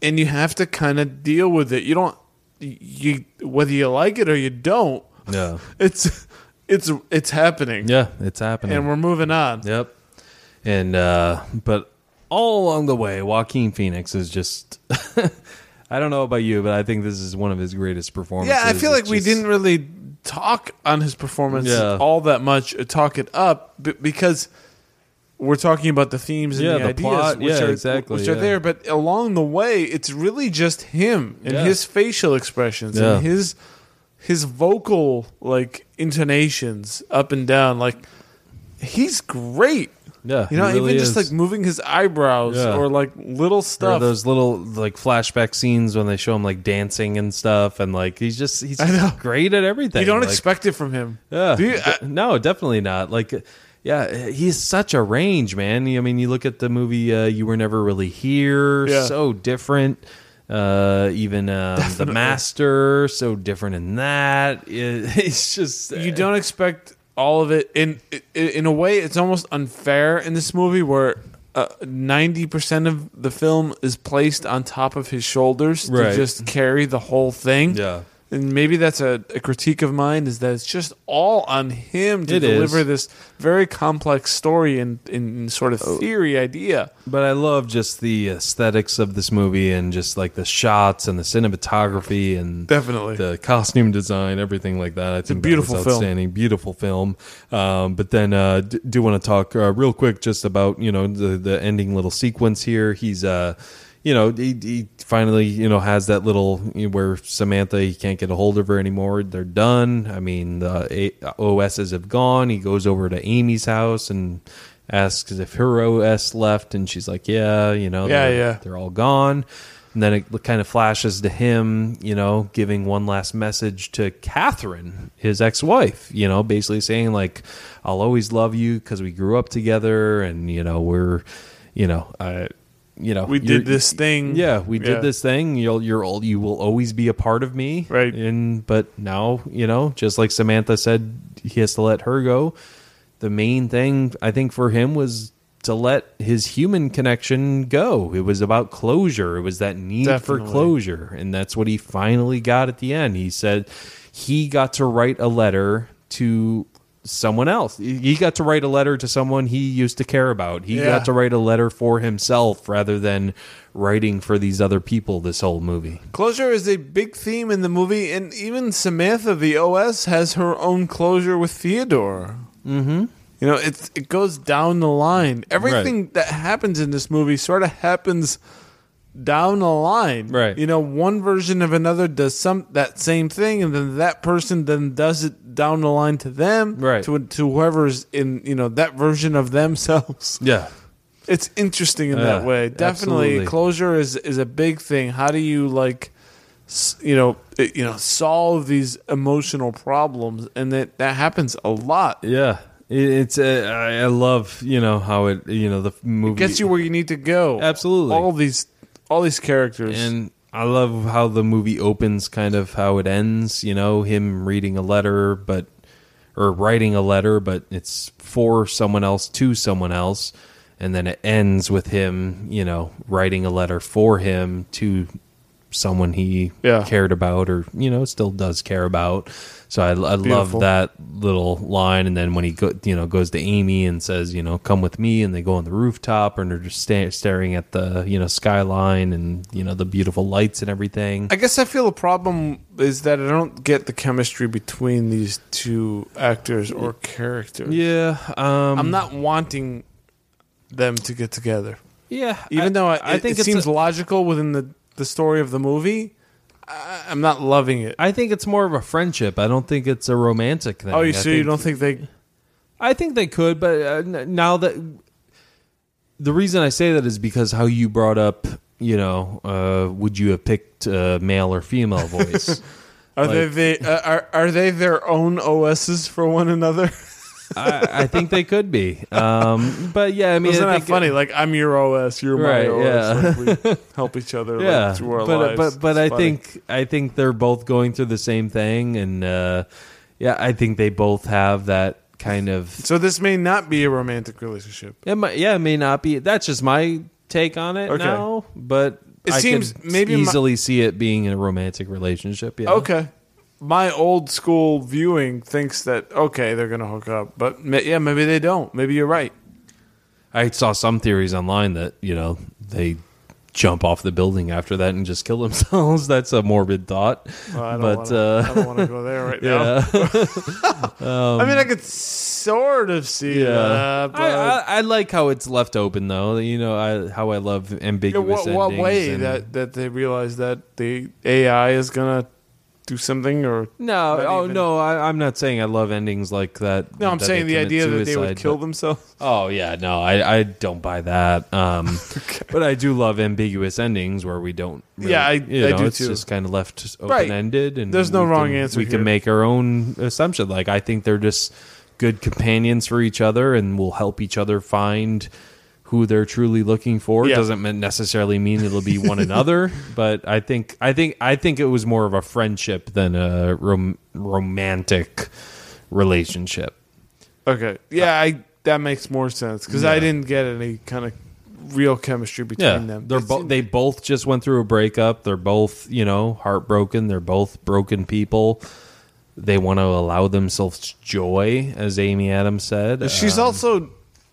[SPEAKER 2] and you have to kind of deal with it. You don't you whether you like it or you don't.
[SPEAKER 1] Yeah.
[SPEAKER 2] It's it's it's happening,
[SPEAKER 1] Yeah, it's happening.
[SPEAKER 2] and we're moving on.
[SPEAKER 1] Yep. And uh but all along the way, Joaquin Phoenix is just <laughs> I don't know about you, but I think this is one of his greatest performances.
[SPEAKER 2] Yeah, I feel like
[SPEAKER 1] It's
[SPEAKER 2] we
[SPEAKER 1] just-
[SPEAKER 2] didn't really talk on his performance
[SPEAKER 1] Yeah.
[SPEAKER 2] all that much, uh, talk it up b- because we're talking about the themes and
[SPEAKER 1] Yeah,
[SPEAKER 2] the,
[SPEAKER 1] the
[SPEAKER 2] ideas,
[SPEAKER 1] plot.
[SPEAKER 2] which
[SPEAKER 1] Yeah,
[SPEAKER 2] are
[SPEAKER 1] exactly,
[SPEAKER 2] which are
[SPEAKER 1] yeah.
[SPEAKER 2] there. But along the way, it's really just him and
[SPEAKER 1] Yeah.
[SPEAKER 2] his facial expressions
[SPEAKER 1] Yeah.
[SPEAKER 2] and his his vocal like intonations up and down. Like he's great.
[SPEAKER 1] Yeah,
[SPEAKER 2] you know,
[SPEAKER 1] he really
[SPEAKER 2] even
[SPEAKER 1] is.
[SPEAKER 2] just like moving his eyebrows
[SPEAKER 1] Yeah.
[SPEAKER 2] or like little
[SPEAKER 1] There are
[SPEAKER 2] stuff.
[SPEAKER 1] those little like flashback scenes when they show him like dancing and stuff, and like he's just he's
[SPEAKER 2] I know.
[SPEAKER 1] just great at everything.
[SPEAKER 2] you don't
[SPEAKER 1] Like,
[SPEAKER 2] expect it from him.
[SPEAKER 1] Yeah.
[SPEAKER 2] Do you? uh, I-
[SPEAKER 1] no, definitely not. Like Yeah, he's such a range, man. I mean, you look at the movie uh, "You Were Never Really Here,"
[SPEAKER 2] Yeah.
[SPEAKER 1] so different. Uh, even um, the master, so different in that. It- <laughs> it's just
[SPEAKER 2] you don't expect all of it in in- in a way it's almost unfair in this movie where uh, 90% of the film is placed on top of his shoulders
[SPEAKER 1] Right.
[SPEAKER 2] to just carry the whole thing
[SPEAKER 1] Yeah.
[SPEAKER 2] and maybe that's a, a critique of mine is that it's just all on him to
[SPEAKER 1] It is.
[SPEAKER 2] deliver this very complex story and in, sort of theory idea
[SPEAKER 1] But I love just the aesthetics of this movie and just like the shots and the cinematography and
[SPEAKER 2] Definitely.
[SPEAKER 1] the costume design, everything like that. I think that
[SPEAKER 2] beautiful
[SPEAKER 1] was
[SPEAKER 2] film.
[SPEAKER 1] outstanding, beautiful film. Um, but then uh, d- do want to talk uh, real quick just about you know the the ending little sequence here. He's uh, you know he, he finally you know has that little you know, where Samantha he can't get a hold of her anymore. They're done. I mean the a- OSs have gone. He goes over to Amy's house and asks if her OS left, and she's like, yeah, you know,
[SPEAKER 2] Yeah,
[SPEAKER 1] they're-
[SPEAKER 2] yeah.
[SPEAKER 1] they're all gone. And then it kind of flashes to him, you know, giving one last message to Catherine, his ex wife, you know, basically saying, like, I'll always love you because we grew up together and, you know, we're, you know, I, you know,
[SPEAKER 2] we
[SPEAKER 1] you're-
[SPEAKER 2] did this thing
[SPEAKER 1] Yeah, we did
[SPEAKER 2] Yeah.
[SPEAKER 1] this thing. You'll, you're all, you will always be a part of me.
[SPEAKER 2] Right.
[SPEAKER 1] And, but now, you know, just like Samantha said, he has to let her go. The main thing I think for him was to let his human connection go. It was about closure. It was that need for
[SPEAKER 2] Definitely.
[SPEAKER 1] closure. And that's what he finally got at the end. He said he got to write a letter to someone else. He got to write a letter to someone he used to care about. He
[SPEAKER 2] Yeah.
[SPEAKER 1] got to write a letter for himself rather than writing for these other people this whole movie.
[SPEAKER 2] Closure is a big theme in the movie, and even Samantha, the OS, has her own closure with Theodore. Mm-hmm. You know, it's it goes down the line. Everything that happens in this movie sort of happens down the line.
[SPEAKER 1] Right.
[SPEAKER 2] You know, one version of another does some that same thing, and then that person then does it down the line to them.
[SPEAKER 1] Right.
[SPEAKER 2] To to whoever's in you know that version of themselves.
[SPEAKER 1] Yeah.
[SPEAKER 2] It's interesting in
[SPEAKER 1] Yeah,
[SPEAKER 2] that way. Definitely,
[SPEAKER 1] absolutely.
[SPEAKER 2] closure is is a big thing. How do you like, s- you know, it- you know, solve these emotional problems? And that that happens a lot. It
[SPEAKER 1] Yeah. It- It's uh, I I love, you know, how it, you know, the movie
[SPEAKER 2] gets you where you need to go.
[SPEAKER 1] Absolutely.
[SPEAKER 2] all these all these characters.
[SPEAKER 1] And I love how the movie opens, kind of how it ends. You know, him reading a letter, but or writing a letter, but it's for someone else to someone else, and then it ends with him, you know, writing a letter for him to someone he
[SPEAKER 2] Yeah.
[SPEAKER 1] cared about or you know still does care about. So I, I love
[SPEAKER 2] Beautiful.
[SPEAKER 1] that little line, and then when he go, you know goes to Amy and says, you know, come with me, and they go on the rooftop, and they're just sta- staring at the you know skyline and you know the beautiful lights and everything.
[SPEAKER 2] I guess I feel the problem is that I don't get the chemistry between these two actors or characters.
[SPEAKER 1] yeah, um,
[SPEAKER 2] I'm not wanting them to get together.
[SPEAKER 1] Yeah,
[SPEAKER 2] even though I, it, think it,
[SPEAKER 1] it's
[SPEAKER 2] seems
[SPEAKER 1] a-
[SPEAKER 2] logical within the, the story of the movie, I, I'm not loving it.
[SPEAKER 1] I think it's more of a friendship. I don't think it's a romantic thing.
[SPEAKER 2] oh, you
[SPEAKER 1] I
[SPEAKER 2] so you
[SPEAKER 1] think-
[SPEAKER 2] don't think they?
[SPEAKER 1] I think they could, but uh, n- now that the reason I say that is because how you brought up, you know, uh, would you have picked uh, male or female
[SPEAKER 2] <laughs>
[SPEAKER 1] voice?
[SPEAKER 2] Are they
[SPEAKER 1] like-
[SPEAKER 2] they uh, are are they their own OSs for one another?
[SPEAKER 1] <laughs> I, I think they could be, um, but yeah, I mean,
[SPEAKER 2] Isn't
[SPEAKER 1] I
[SPEAKER 2] that
[SPEAKER 1] think it-
[SPEAKER 2] funny? like I'm your OS, you're
[SPEAKER 1] Right,
[SPEAKER 2] my
[SPEAKER 1] yeah.
[SPEAKER 2] OS. Like, we help each other
[SPEAKER 1] yeah,
[SPEAKER 2] like, through our
[SPEAKER 1] but
[SPEAKER 2] lives.
[SPEAKER 1] but but
[SPEAKER 2] It's
[SPEAKER 1] I
[SPEAKER 2] funny.
[SPEAKER 1] think I think they're both going through the same thing, and uh, yeah, I think they both have that kind of
[SPEAKER 2] so. This may not be a romantic relationship.
[SPEAKER 1] It might, yeah, it may not be. That's just my take on it
[SPEAKER 2] Okay.
[SPEAKER 1] now, but
[SPEAKER 2] It
[SPEAKER 1] I
[SPEAKER 2] seems
[SPEAKER 1] could
[SPEAKER 2] maybe my-
[SPEAKER 1] easily see it being in a romantic relationship. Yeah.
[SPEAKER 2] Okay. My old school viewing thinks that okay they're gonna hook up, but ma- yeah maybe they don't. Maybe you're right.
[SPEAKER 1] I saw some theories online that you know they jump off the building after that and just kill themselves. <laughs> That's a morbid thought,
[SPEAKER 2] Well, I don't
[SPEAKER 1] but
[SPEAKER 2] wanna, I
[SPEAKER 1] uh,
[SPEAKER 2] don't want to go
[SPEAKER 1] <laughs>
[SPEAKER 2] there right now. <laughs>
[SPEAKER 1] yeah, Um,
[SPEAKER 2] I mean, I could sort of see
[SPEAKER 1] yeah.
[SPEAKER 2] that, but
[SPEAKER 1] I, I, I like how it's left open though. You know, I how I love
[SPEAKER 2] in
[SPEAKER 1] ambiguous.
[SPEAKER 2] what, what
[SPEAKER 1] endings
[SPEAKER 2] way
[SPEAKER 1] and-
[SPEAKER 2] that, that they realize that the AI is gonna do something or
[SPEAKER 1] No,
[SPEAKER 2] Not
[SPEAKER 1] oh
[SPEAKER 2] even-
[SPEAKER 1] no, I, I'm not saying I love endings like that.
[SPEAKER 2] no? I'm
[SPEAKER 1] that they
[SPEAKER 2] saying the
[SPEAKER 1] commit
[SPEAKER 2] idea that they
[SPEAKER 1] suicide,
[SPEAKER 2] would kill
[SPEAKER 1] but- <laughs>
[SPEAKER 2] themselves.
[SPEAKER 1] Oh yeah, no, I, I don't buy that.
[SPEAKER 2] <laughs>
[SPEAKER 1] Um, but I do love ambiguous endings where we don't. Really,
[SPEAKER 2] Yeah, I-
[SPEAKER 1] you
[SPEAKER 2] I
[SPEAKER 1] know,
[SPEAKER 2] do
[SPEAKER 1] it's
[SPEAKER 2] too.
[SPEAKER 1] just kind of left open ended, and
[SPEAKER 2] There's no
[SPEAKER 1] we
[SPEAKER 2] wrong
[SPEAKER 1] can-
[SPEAKER 2] answer
[SPEAKER 1] We
[SPEAKER 2] here.
[SPEAKER 1] can make our own assumption. Like I think they're just good companions for each other and will help each other find who they're truly looking for. It
[SPEAKER 2] Yeah.
[SPEAKER 1] doesn't mean- necessarily mean it'll be one
[SPEAKER 2] <laughs>
[SPEAKER 1] another, but I think I think I think it was more of a friendship than a rom- romantic relationship.
[SPEAKER 2] Okay. Yeah, I that makes more sense because I didn't get any kind of real chemistry between
[SPEAKER 1] Yeah,
[SPEAKER 2] them.
[SPEAKER 1] they're
[SPEAKER 2] It
[SPEAKER 1] both
[SPEAKER 2] seemed-
[SPEAKER 1] they both just went through a breakup. They're both you know heartbroken. They're both broken people. They want to allow themselves joy, as Amy Adams said.
[SPEAKER 2] She's
[SPEAKER 1] Uh,
[SPEAKER 2] also,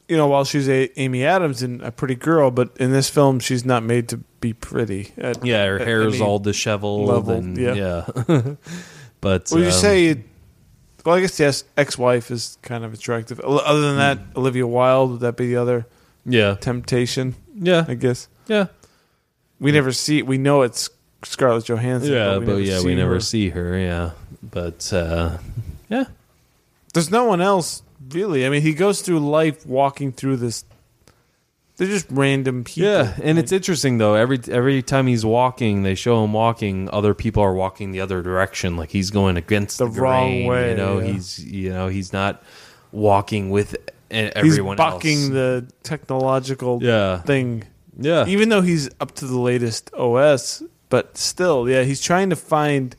[SPEAKER 2] you know, while she's a, Amy Adams and a pretty girl, but in this film, she's not made to be pretty. at-
[SPEAKER 1] yeah, her
[SPEAKER 2] at
[SPEAKER 1] hair is
[SPEAKER 2] any-
[SPEAKER 1] all disheveled
[SPEAKER 2] level,
[SPEAKER 1] and
[SPEAKER 2] yeah.
[SPEAKER 1] yeah. <laughs> but
[SPEAKER 2] Well, you
[SPEAKER 1] um,
[SPEAKER 2] say, it, well, I guess yes, ex-wife is kind of attractive. O- Other than that,
[SPEAKER 1] Hmm.
[SPEAKER 2] Olivia Wilde would that be the other
[SPEAKER 1] yeah,
[SPEAKER 2] temptation? I
[SPEAKER 1] yeah,
[SPEAKER 2] guess
[SPEAKER 1] yeah,
[SPEAKER 2] we never see. We know it's Scarlett Johansson.
[SPEAKER 1] Hmm. yeah. But
[SPEAKER 2] oh, never
[SPEAKER 1] yeah,
[SPEAKER 2] see
[SPEAKER 1] we never
[SPEAKER 2] her.
[SPEAKER 1] see her. Yeah, but uh, yeah,
[SPEAKER 2] There's no one else really. I mean, he goes through life walking through this. They're just random people.
[SPEAKER 1] Yeah, and it's interesting though. Every every time he's walking, they show him walking. Other people are walking the other direction, like he's going against the,
[SPEAKER 2] The wrong
[SPEAKER 1] grain, You
[SPEAKER 2] way,
[SPEAKER 1] know,
[SPEAKER 2] yeah.
[SPEAKER 1] he's you know he's not walking with e-
[SPEAKER 2] he's
[SPEAKER 1] everyone
[SPEAKER 2] bucking
[SPEAKER 1] else.
[SPEAKER 2] the technological
[SPEAKER 1] yeah,
[SPEAKER 2] thing.
[SPEAKER 1] yeah,
[SPEAKER 2] <laughs> Even though he's up to the latest OS, but still, yeah, he's trying to find.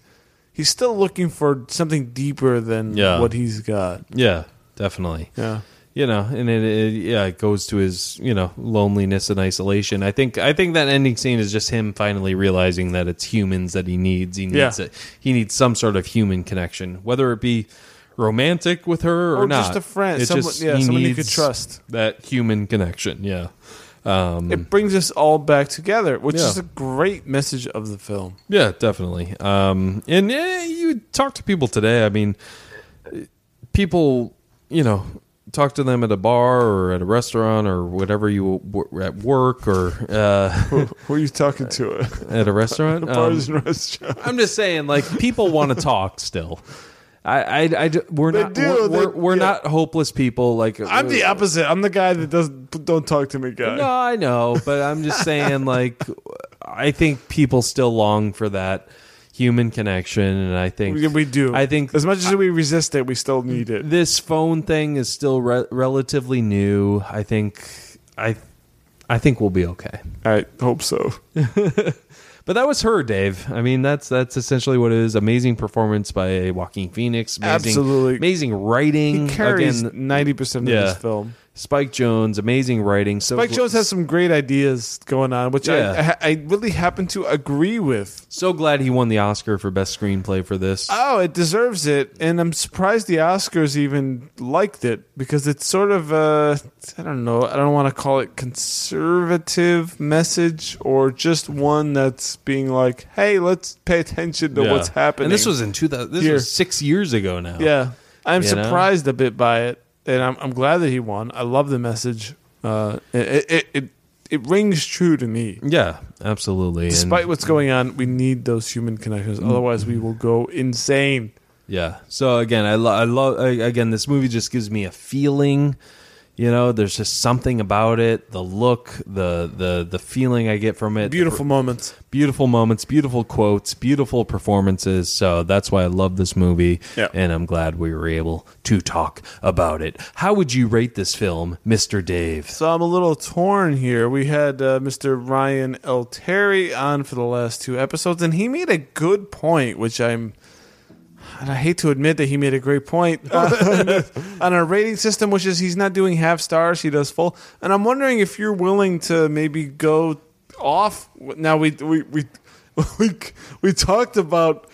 [SPEAKER 2] He's still looking for something deeper than
[SPEAKER 1] Yeah.
[SPEAKER 2] what he's got.
[SPEAKER 1] yeah, definitely.
[SPEAKER 2] Yeah.
[SPEAKER 1] You know, and it, it yeah, it goes to his you know loneliness and isolation. I think I think that ending scene is just him finally realizing that it's humans that he needs. He
[SPEAKER 2] Yeah.
[SPEAKER 1] needs it. He needs some sort of human connection, whether it be romantic with her or,
[SPEAKER 2] Or
[SPEAKER 1] not.
[SPEAKER 2] just a friend,
[SPEAKER 1] It's
[SPEAKER 2] someone- yeah,
[SPEAKER 1] he
[SPEAKER 2] someone you could
[SPEAKER 1] needs
[SPEAKER 2] trust.
[SPEAKER 1] That human connection, yeah, um,
[SPEAKER 2] It brings us all back together, which
[SPEAKER 1] Yeah.
[SPEAKER 2] is a great message of the film.
[SPEAKER 1] yeah, definitely. Um, and eh, you talk to people today. I mean, people, you know, talk to them at a bar or at a restaurant or whatever you w- at work or uh,
[SPEAKER 2] Who are you talking <laughs> to?
[SPEAKER 1] at a
[SPEAKER 2] <laughs>
[SPEAKER 1] restaurant. Um,
[SPEAKER 2] and restaurants.
[SPEAKER 1] I'm just saying, like people want to talk still. I, I, I d- we're
[SPEAKER 2] They
[SPEAKER 1] not,
[SPEAKER 2] do,
[SPEAKER 1] we're,
[SPEAKER 2] they-
[SPEAKER 1] we're, we're
[SPEAKER 2] yeah.
[SPEAKER 1] not hopeless people. Like
[SPEAKER 2] I'm the opposite. I'm the guy that doesn't don't talk to me guy.
[SPEAKER 1] No, I know, but I'm just saying, like, I think people still long for that human connection, and I think
[SPEAKER 2] We, we do.
[SPEAKER 1] I think
[SPEAKER 2] as much as we resist it, we still need it.
[SPEAKER 1] this phone thing is still re- relatively new. I think I, I think we'll be okay.
[SPEAKER 2] I hope so.
[SPEAKER 1] Mm, But that was her, Dave. I mean, that's that's essentially what it is. Amazing performance by Joaquin Phoenix. Amazing,
[SPEAKER 2] Absolutely.
[SPEAKER 1] amazing writing.
[SPEAKER 2] He carries
[SPEAKER 1] Again,
[SPEAKER 2] ninety percent of
[SPEAKER 1] yeah.
[SPEAKER 2] this film.
[SPEAKER 1] Spike Jones, amazing writing. So
[SPEAKER 2] Spike
[SPEAKER 1] gl-
[SPEAKER 2] Jones has some great ideas going on, which
[SPEAKER 1] Yeah.
[SPEAKER 2] I, I I really happen to agree with.
[SPEAKER 1] so glad he won the Oscar for best screenplay for this.
[SPEAKER 2] Oh, it deserves it, and I'm surprised the Oscars even liked it because it's sort of a I don't know I don't want to call it conservative message or just one that's being like, hey, let's pay attention to
[SPEAKER 1] Yeah.
[SPEAKER 2] what's happening.
[SPEAKER 1] And this was in 2000. This
[SPEAKER 2] Here.
[SPEAKER 1] was six years ago now.
[SPEAKER 2] Yeah, I'm
[SPEAKER 1] You know?
[SPEAKER 2] surprised a bit by it, and I'm, I'm glad that he won. I love the message. Uh, it, it it it rings true to me.
[SPEAKER 1] Yeah, absolutely. And-
[SPEAKER 2] Despite what's going on, we need those human connections. Otherwise, we will go insane.
[SPEAKER 1] yeah. So again, I love. I love. Again, this movie just gives me a feeling. You know, there's just something about it. The look, the the the feeling I get from it. the
[SPEAKER 2] Beautiful moments.
[SPEAKER 1] beautiful moments, beautiful quotes, beautiful performances. So that's why I love this movie,
[SPEAKER 2] Yeah.
[SPEAKER 1] and I'm glad we were able to talk about it. How would you rate this film, Mister Dave?
[SPEAKER 2] So I'm a little torn here. We had uh, Mr. Ryan L. Terry on for the last two episodes, and he made a good point, which I'm. And I hate to admit that he made a great point uh, <laughs> on our rating system, which is he's not doing half stars; he does full. And I'm wondering if you're willing to maybe go off. Now we we we <laughs> we, we talked about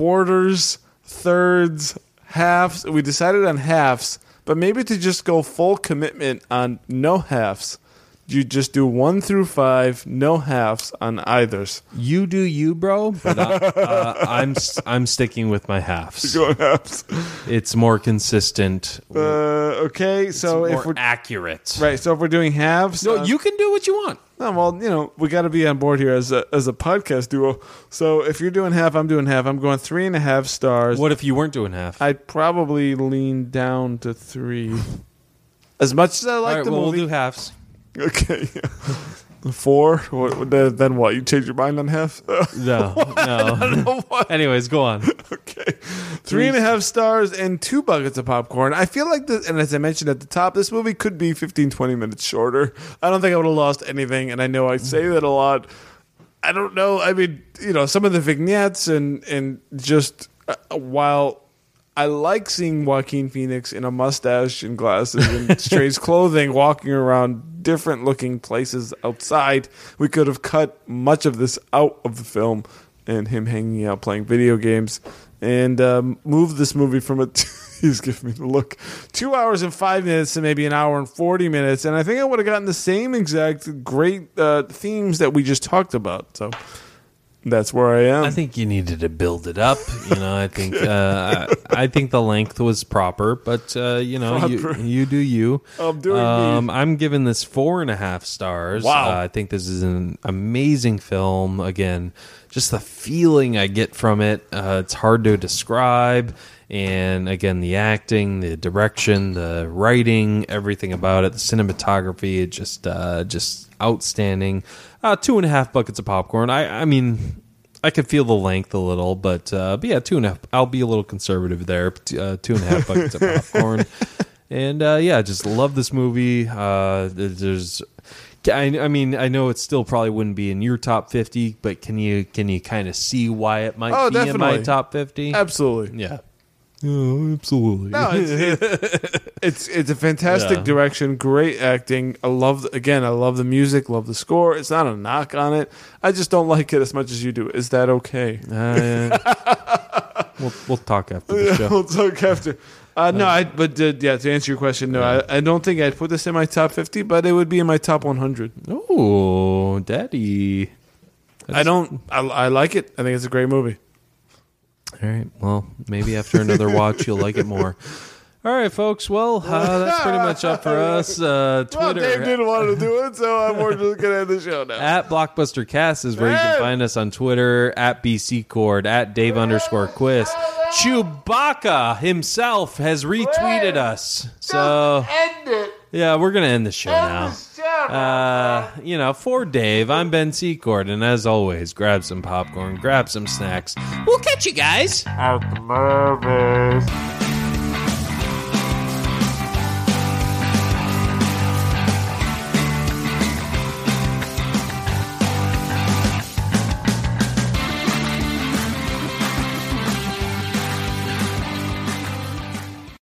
[SPEAKER 2] quarters, thirds, halves. We decided on halves, but maybe to just go full commitment on no halves. You just do one through five, no halves on either's.
[SPEAKER 1] You do you, bro. But I, uh, I'm s- I'm sticking with my halves.
[SPEAKER 2] No halves.
[SPEAKER 1] It's more consistent,
[SPEAKER 2] <laughs> Uh, okay, so
[SPEAKER 1] more
[SPEAKER 2] if we're
[SPEAKER 1] accurate.
[SPEAKER 2] Right. So if we're doing halves,
[SPEAKER 1] No,
[SPEAKER 2] uh,
[SPEAKER 1] you can do what you want.
[SPEAKER 2] no, Oh, well, you know, we got to be on board here as a as a podcast duo. So if you're doing half, I'm doing half. I'm going three and a half stars.
[SPEAKER 1] What if you weren't doing half?
[SPEAKER 2] I'd probably lean down to three. As much as I
[SPEAKER 1] All
[SPEAKER 2] like
[SPEAKER 1] right,
[SPEAKER 2] the <laughs>
[SPEAKER 1] well, we'll
[SPEAKER 2] movie,
[SPEAKER 1] do halves.
[SPEAKER 2] okay. Four? What, what- then then what? You change your mind on half? <laughs>
[SPEAKER 1] No, no.
[SPEAKER 2] What?
[SPEAKER 1] Anyways, go on.
[SPEAKER 2] <laughs> okay. Three and a half stars and two buckets of popcorn. I feel like this, and as I mentioned at the top, this movie could be 15, 20 minutes shorter. I don't think I would have lost anything, and I know I say that a lot. I don't know. I mean, you know, some of the vignettes and, and just uh, while I like seeing Joaquin Phoenix in a mustache and glasses
[SPEAKER 1] <laughs>
[SPEAKER 2] and strange clothing walking around different looking places outside. We could have cut much of this out of the film and him hanging out playing video games and um, move this movie from a. <laughs> He's giving me the look. Two hours and five minutes to maybe an hour and 40 minutes. And I think I would have gotten the same exact great uh, themes that we just talked about. So that's where I am.
[SPEAKER 1] I think you needed to build it up. You know, I think uh, I, I think the length was proper, but uh, you know, you,
[SPEAKER 2] Proper.
[SPEAKER 1] you do you. Um,
[SPEAKER 2] I'm doing me.
[SPEAKER 1] I'm giving this four and a half stars.
[SPEAKER 2] Wow.
[SPEAKER 1] Uh, I think this is an amazing film. Again, just the feeling I get from it. Uh, it's hard to describe. And again, the acting, the direction, the writing, everything about it, the cinematography, it just uh, just outstanding. Uh, two and a half buckets of popcorn. I, I mean, I could feel the length a little, but uh, but yeah, two and a half. I'll be a little conservative there. but, Uh, two and a half
[SPEAKER 2] <laughs>
[SPEAKER 1] buckets of popcorn, and uh, yeah, just love this movie. Uh, there's, I, I mean, I know it still probably wouldn't be in your top fifty, but can you can you kind of see why it might
[SPEAKER 2] Oh,
[SPEAKER 1] be in my
[SPEAKER 2] definitely.
[SPEAKER 1] top fifty?
[SPEAKER 2] Absolutely.
[SPEAKER 1] Yeah, oh, absolutely.
[SPEAKER 2] No, <laughs> it's, it- it's it's a fantastic
[SPEAKER 1] Yeah.
[SPEAKER 2] direction, great acting. I love again, I love the music, love the score. It's not a knock on it. I just don't like it as much as you do. Is that okay?
[SPEAKER 1] Uh, we'll we'll talk after the show.
[SPEAKER 2] we'll <laughs> talk after. Uh, no, I, but uh, yeah, to answer your question, no, I, I don't think I'd put this in my top fifty, but it would be in my top one hundred. <laughs>
[SPEAKER 1] Oh, daddy.
[SPEAKER 2] I don't. I, I like it. I think it's a great movie.
[SPEAKER 1] All right. Well, maybe after another watch, you'll like it more. All right, folks. Well, uh, that's pretty much up
[SPEAKER 2] <laughs>
[SPEAKER 1] for us. Uh,
[SPEAKER 2] Well, Dave
[SPEAKER 1] Twitter
[SPEAKER 2] didn't want to do it, so I'm more just gonna end the show now.
[SPEAKER 1] at BlockbusterCast is where you can
[SPEAKER 2] Hey!
[SPEAKER 1] find us on Twitter at BC Cord at Dave underscore Quist. Chewbacca himself has retweeted us, so
[SPEAKER 2] end it.
[SPEAKER 1] yeah, we're gonna end the show now.
[SPEAKER 2] show.
[SPEAKER 1] Uh, you know, for Dave, I'm Ben Secord, and as always, grab some popcorn, grab some snacks. We'll catch you guys.
[SPEAKER 2] At the movies.